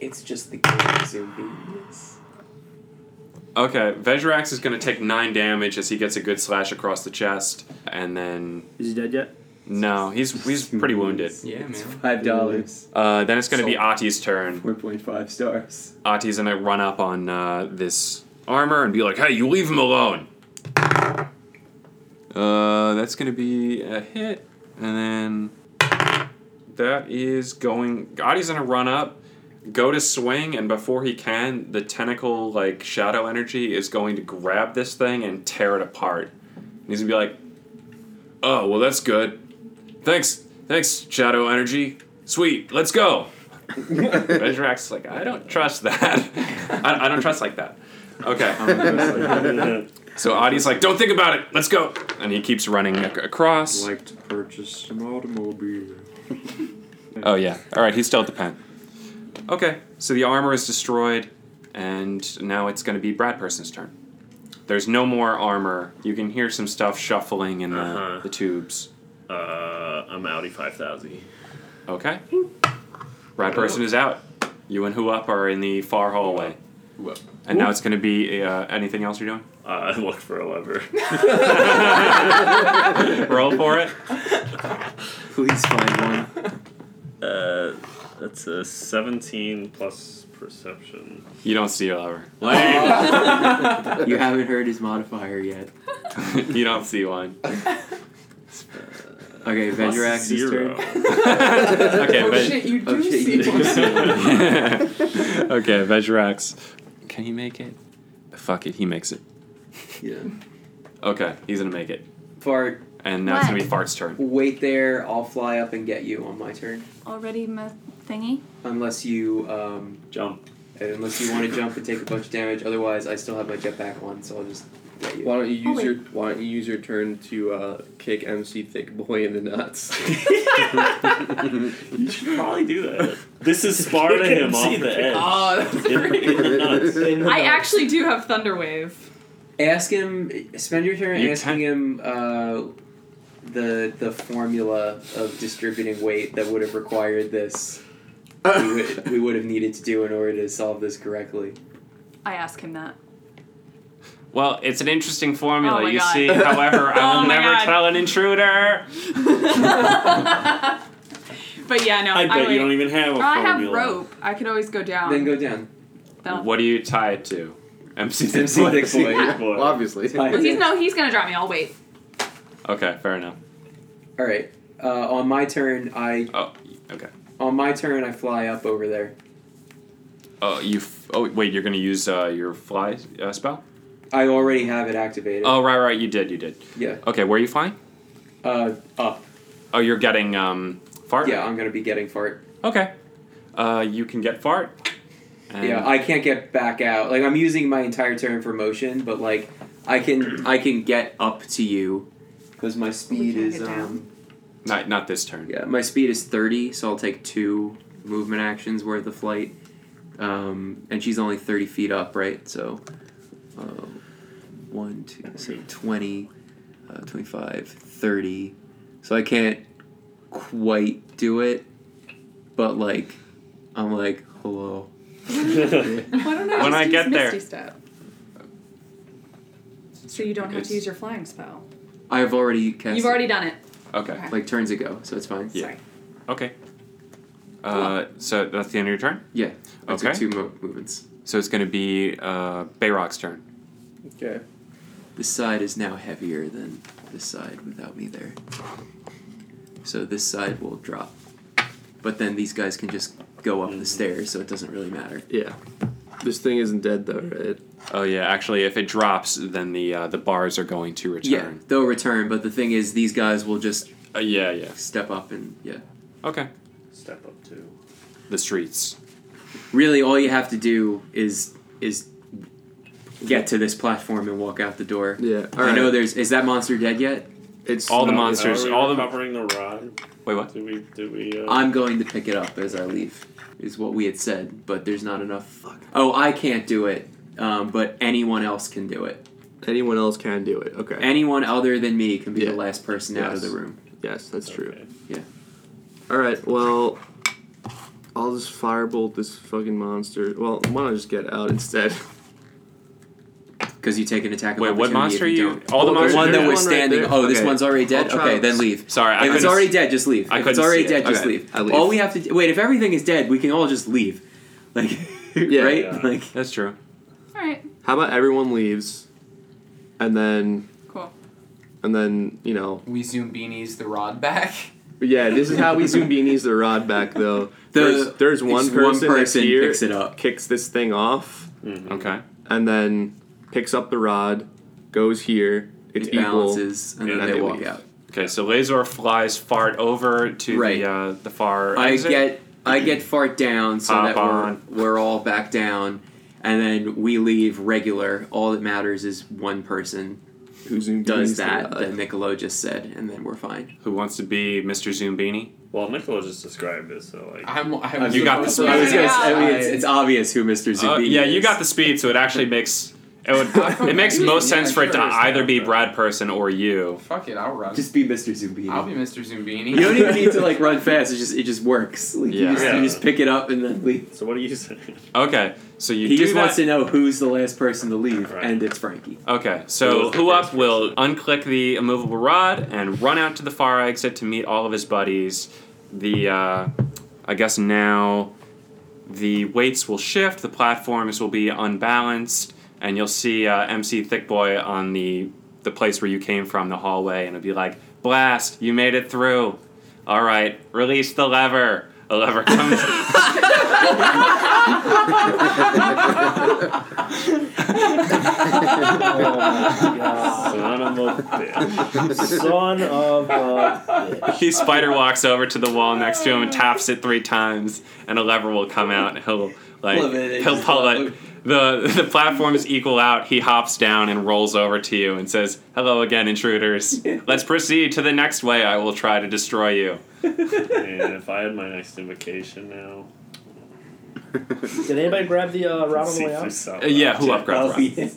It's just the game zombies. Okay, Vezirax is gonna take nine damage as he gets a good slash across the chest, and then Is he dead yet? no, he's he's pretty <laughs> wounded. <laughs> Yeah, <laughs> man. Five dollars. Uh, then it's gonna be Ati's turn. Four point five stars. Ati's gonna run up on uh, this armor and be like, "Hey, you leave him alone." Uh, that's gonna be a hit, and then that is going. Ati's gonna run up, go to swing, and before he can, the tentacle like shadow energy is going to grab this thing and tear it apart. And he's gonna be like, "Oh, well, that's good. Thanks, thanks, shadow energy. Sweet, let's go." Vezirax is like, "I don't trust that. <laughs> I, I don't trust like that." <laughs> Okay. so Adi's like, "Don't think about it. Let's go." And he keeps running ac- across. Like to purchase an automobile. <laughs> Oh yeah. All right, he's still at the pen. Okay, so the armor is destroyed, and now it's going to be Brad Person's turn. There's no more armor. You can hear some stuff shuffling in the, Uh-huh. the tubes. Uh, I'm outie five thousand. Okay. Brad Person is out. You and Who Up are in the far hallway. Who Up. And now it's going to be uh, anything else you're doing? Uh, I look for a lever. <laughs> Roll for it. Please find one. <laughs> Uh, that's a 17 plus perception. You don't see a lever. <laughs> you haven't heard his modifier yet. <laughs> you don't see one. Okay, Plus Vezirax's zero. turn. okay, Oh, Ve- shit, you do Oh, shit, <laughs> see you do one. see one. okay, Vezirax. Can he make it? Fuck it, he makes it. Yeah. Okay, he's gonna make it. Fart. And now it's gonna be Fart's turn. Wait there. I'll fly up and get you on my turn. Already my thingy. Unless you um, jump. Unless you want to jump and take a bunch of damage. Otherwise, I still have my jetpack on, so I'll just let you. Why don't you use Oh, wait. your Why don't you use your turn to uh, kick MC Thick Boy in the <laughs> nuts? you should probably do that. This is Sparta Kick him MC off the the edge. Oh, that's <laughs> <laughs> I actually do have Thunder Wave. Ask him. Spend your turn You asking him uh, the the formula of distributing weight that would have required this. we, would, we would have needed to do in order to solve this correctly. I ask him that. Well, it's an interesting formula, Oh my you God. <laughs> see. However, I Oh will my never God. tell an intruder. <laughs> But yeah, no. I bet you wait. don't even have a Or I have formula. rope. I could always go down. Then go down. That'll- What do you tie it to? MC Thick <laughs> MC Thick Boy. Well, <laughs> obviously. Well, he's no. He's gonna drop me. I'll wait. Okay, fair enough. All right. Uh, on my turn, I. Oh, okay. On my turn, I fly up over there. Oh, you. F- oh, wait. You're gonna use uh, your fly uh, spell. I already have it activated. Oh, right, right. You did. You did. Yeah. Okay, where are you flying? Uh, up. Oh, you're getting um, Fart? Yeah, I'm gonna be getting fart. Okay. Uh, you can get fart. And- yeah, I can't get back out. Like I'm using my entire turn for motion, but like I can I can get up to you because my speed is um not not this turn. yeah my speed is thirty, so I'll take two movement actions worth of flight. Um, and she's only thirty feet up, right? So, uh, one, two, so 20, uh, 25, 30. So I can't quite do it, but like I'm like hello. Why don't I When just I use get there. Misty Step? So you don't have to It's- use your flying spell. I've already cast. You've already done it. Okay. Like turns ago, so it's fine. Yeah. Okay. Uh, so that's the end of your turn. Yeah. I took Okay. two mo- movements. So it's going to be uh, Bayrock's turn. Okay. This side is now heavier than this side without me there. So this side will drop. But then these guys can just go up the stairs, so it doesn't really matter. Yeah. This thing isn't dead though, right? Oh yeah, actually, if it drops, then the uh, the bars are going to Yeah, return. they'll return, but the thing is, these guys will just uh, yeah yeah step up and yeah. Okay. <laughs> Step up too. The streets. Really, all you have to do is is get to this platform and walk out the door. Yeah. I know there's. Is that monster dead yet? It's All the monsters- Are we all the- recovering the rod? Wait, what? Do we? Do we? Uh, I'm going to pick it up as I leave, is what we had said, but there's not enough. Oh, I can't do it, um, but anyone else can do it. Anyone else can do it. Okay. Anyone other than me can be Yeah. the last person out of Yes. the room. Yes, that's true. Yeah. All right. Well, I'll just firebolt this fucking monster. Well, why don't I just get out instead? <laughs> Because you take an attack. of Wait, what opportunity monster if you are you- don't. all the Well, there's- monsters- one that there's was right standing- there. oh, this one's already dead? I'll try Okay, it. then leave. Sorry, I If it's couldn't- already dead, just leave. I if it's couldn't already see it. dead, just Okay, leave. I leave. All we have to do, wait, if everything is dead, we can all just leave. <laughs> Like, right? yeah. Like That's true. All right. How about everyone leaves, and then <laughs> Cool. and then you know. We zoom beanies the rod back. Yeah, this is how we zoom beanies the rod back though. The- there's, there's one it's person, one that's person here, picks it up, kicks this thing off. Okay. And then picks up the rod, goes here. It's It equal, balances, and then they walk leave. out. Okay, so Lazor flies fart over to Right. the uh, the far. I exit. get I get fart down so Hop that on. we're, we're all back down, and then we leave regular. All that matters is one person who does Beanies that the- that Niccolo just said, and then we're fine. Who wants to be Mr. Zoombini? Well, Nicola just described it, so like. I'm. I'm you got the supposed speed. to- obvious who Mr. Uh, Zubini yeah, you is. got the speed, so it actually makes it <laughs> would, it makes most Yeah, sense for it to sure. either be Brad Person or you. Fuck it, I'll run. Just be Mr. Zumbini. I'll be Mr. Zumbini. You don't even need to like run fast. It just it just works. <laughs> Like, Yeah. you, just, Yeah. you just pick it up and then leave. So what do you say? Okay, so you he do just that. wants to know who's the last person to leave, and it's Frankie. Okay, so Who Up will unclick the immovable rod and run out to the far exit to meet all of his buddies. The, uh, I guess now, the weights will shift, the platforms will be unbalanced, and you'll see uh, MC Thick Boy on the the place where you came from, the hallway, and it'll be like, "Blast! You made it through. All right, release the lever. A lever comes." Son of a bitch. <laughs> Son of a He spider walks over to the wall next to him and taps it three times, and a lever will come out, and he'll like Love it, it he'll just pull it. The the platforms equal out. He hops down and rolls over to you and says, "Hello again, intruders. Let's proceed to the next way. I will try to destroy you." and if I had my next invocation now. Did anybody grab the uh, rod on the See way through out? some- Uh, yeah, who up Oh, grabs Rob? yeah.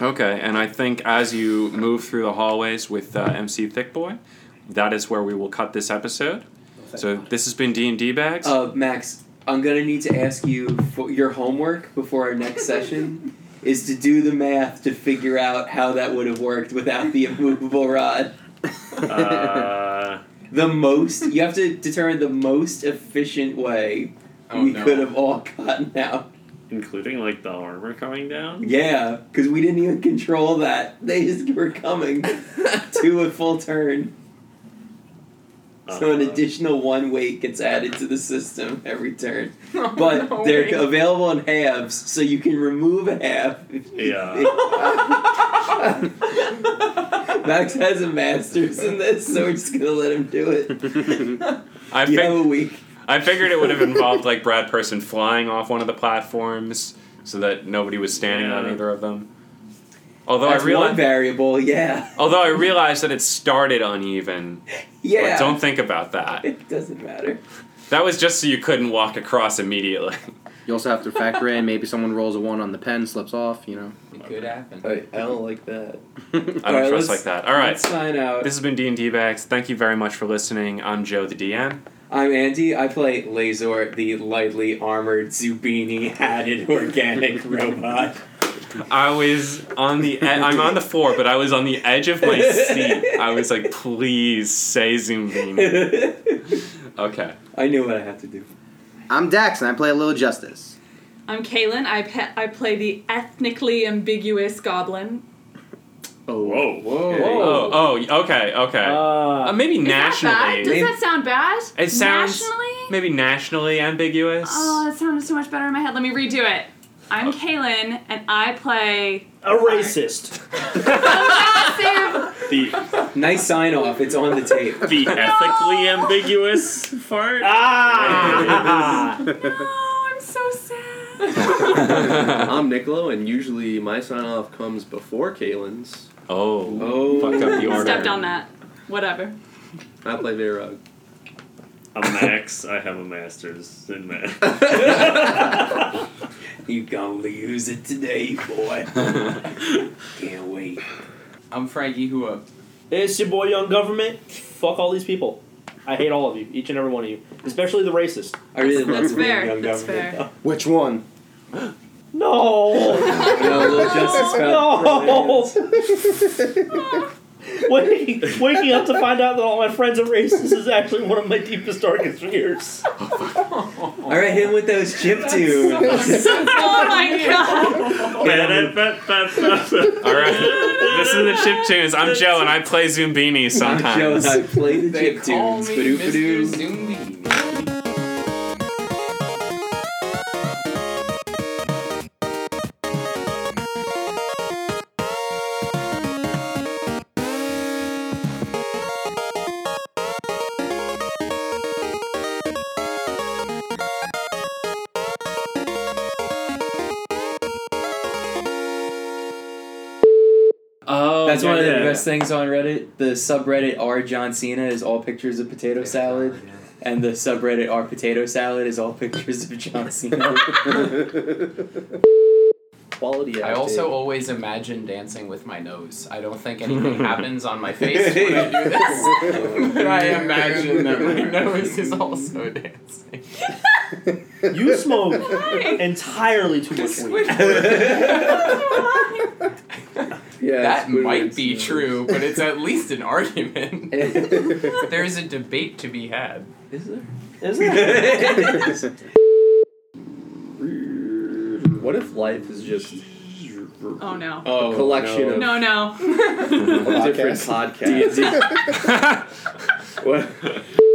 Okay, and I think as you move through the hallways with uh, MC Thick Boy, that is where we will cut this episode. So this has been D and D bags. Uh, Max, I'm gonna need to ask you for your homework before our next session is to do the math to figure out how that would have worked without the immovable rod. Uh, the most you have to determine the most efficient way Oh, we no. <laughs> <laughs> could have all gotten out. including like the armor coming down. Yeah, because we didn't even control that. They just were coming to a full turn. <laughs> So an Uh-huh. additional one weight gets added to the system every turn. <laughs> But Oh, they're way. available in halves, so you can remove a half. if you Yeah. <laughs> think. Max has a master's in this, so we're just gonna let him do it. I fig- I figured it would have involved like Brad Person flying off one of the platforms so that nobody was standing on either of them. Although That's I realized one variable, yeah. Although I realized that it started uneven. <laughs> Yeah. But don't think about that. It doesn't matter. That was just so you couldn't walk across immediately. <laughs> <laughs> You also have to factor in maybe someone rolls a one on the pen, slips off. You know. <laughs> It could happen. I, I don't like that. I don't trust like that. All right. let's sign out. This has been D&D Bags. Thank you very much for listening. I'm Joe the DM. I'm Andy. I play Lazor, the lightly armored, Zubini hatted <laughs> <laughs> organic robot. <laughs> I was on the e- I'm on the floor, but I was on the edge of my seat. I was like, please say <laughs> Zumbini. Okay. I knew what I had to do. <laughs> I'm Dax, and I play a little justice. <laughs> I'm Kaylin. I, pe- I play the ethnically ambiguous goblin. Oh. Whoa. Whoa. Oh, oh, okay, okay. Uh, maybe Is that bad? nationally. Does that sound bad? it sounds Nationally? maybe nationally ambiguous. <laughs> Oh, that sounded so much better in my head. Let me redo it. I'm Kaylin, and I play Oh, A racist. massive. The nice sign off. It's on the tape. <laughs> <laughs> The ethically ambiguous fart. Oh. Ah. I'm so sad. I'm Niccolo, and usually my sign off comes before Kalen's. Oh. Oh. <laughs> Fucked up the I stepped <laughs> on that. Whatever. I play Veyrog. I'm Max. I have a master's in math. <laughs> you gonna lose it today, boy. Can't wait. I'm Frankie uh, Hua. It's your boy, Young Government. Fuck all these people. I hate all of you, each and every one of you, especially the racist. I really love That's being fair, Young that's Government, fair. <laughs> Which one? No. No, Little Justice No. Waking, waking up to find out that all my friends are racist is actually one of my deepest, <laughs> darkest fears. All right, hit him with those chip tunes. <laughs> oh my god. All right. This is the chip tunes. I'm Joe, and I play Zumbini sometimes. I <laughs> play the chip tunes. Oh, That's one of the yeah. best things on Reddit. The subreddit r John Cena is all pictures of potato salad, and the subreddit r potato salad is all pictures of John <laughs> Cena. Quality. I also always imagine dancing with my nose. I don't think anything happens on my face when I do this. but I imagine that my nose is also dancing. You smoke entirely too much weed. Yeah, that Squidward's might be true, but it's at least an argument. there is a debate to be had. Is there? Is there? What if life is just Oh no. a Oh, collection of No, no. different podcasts? what?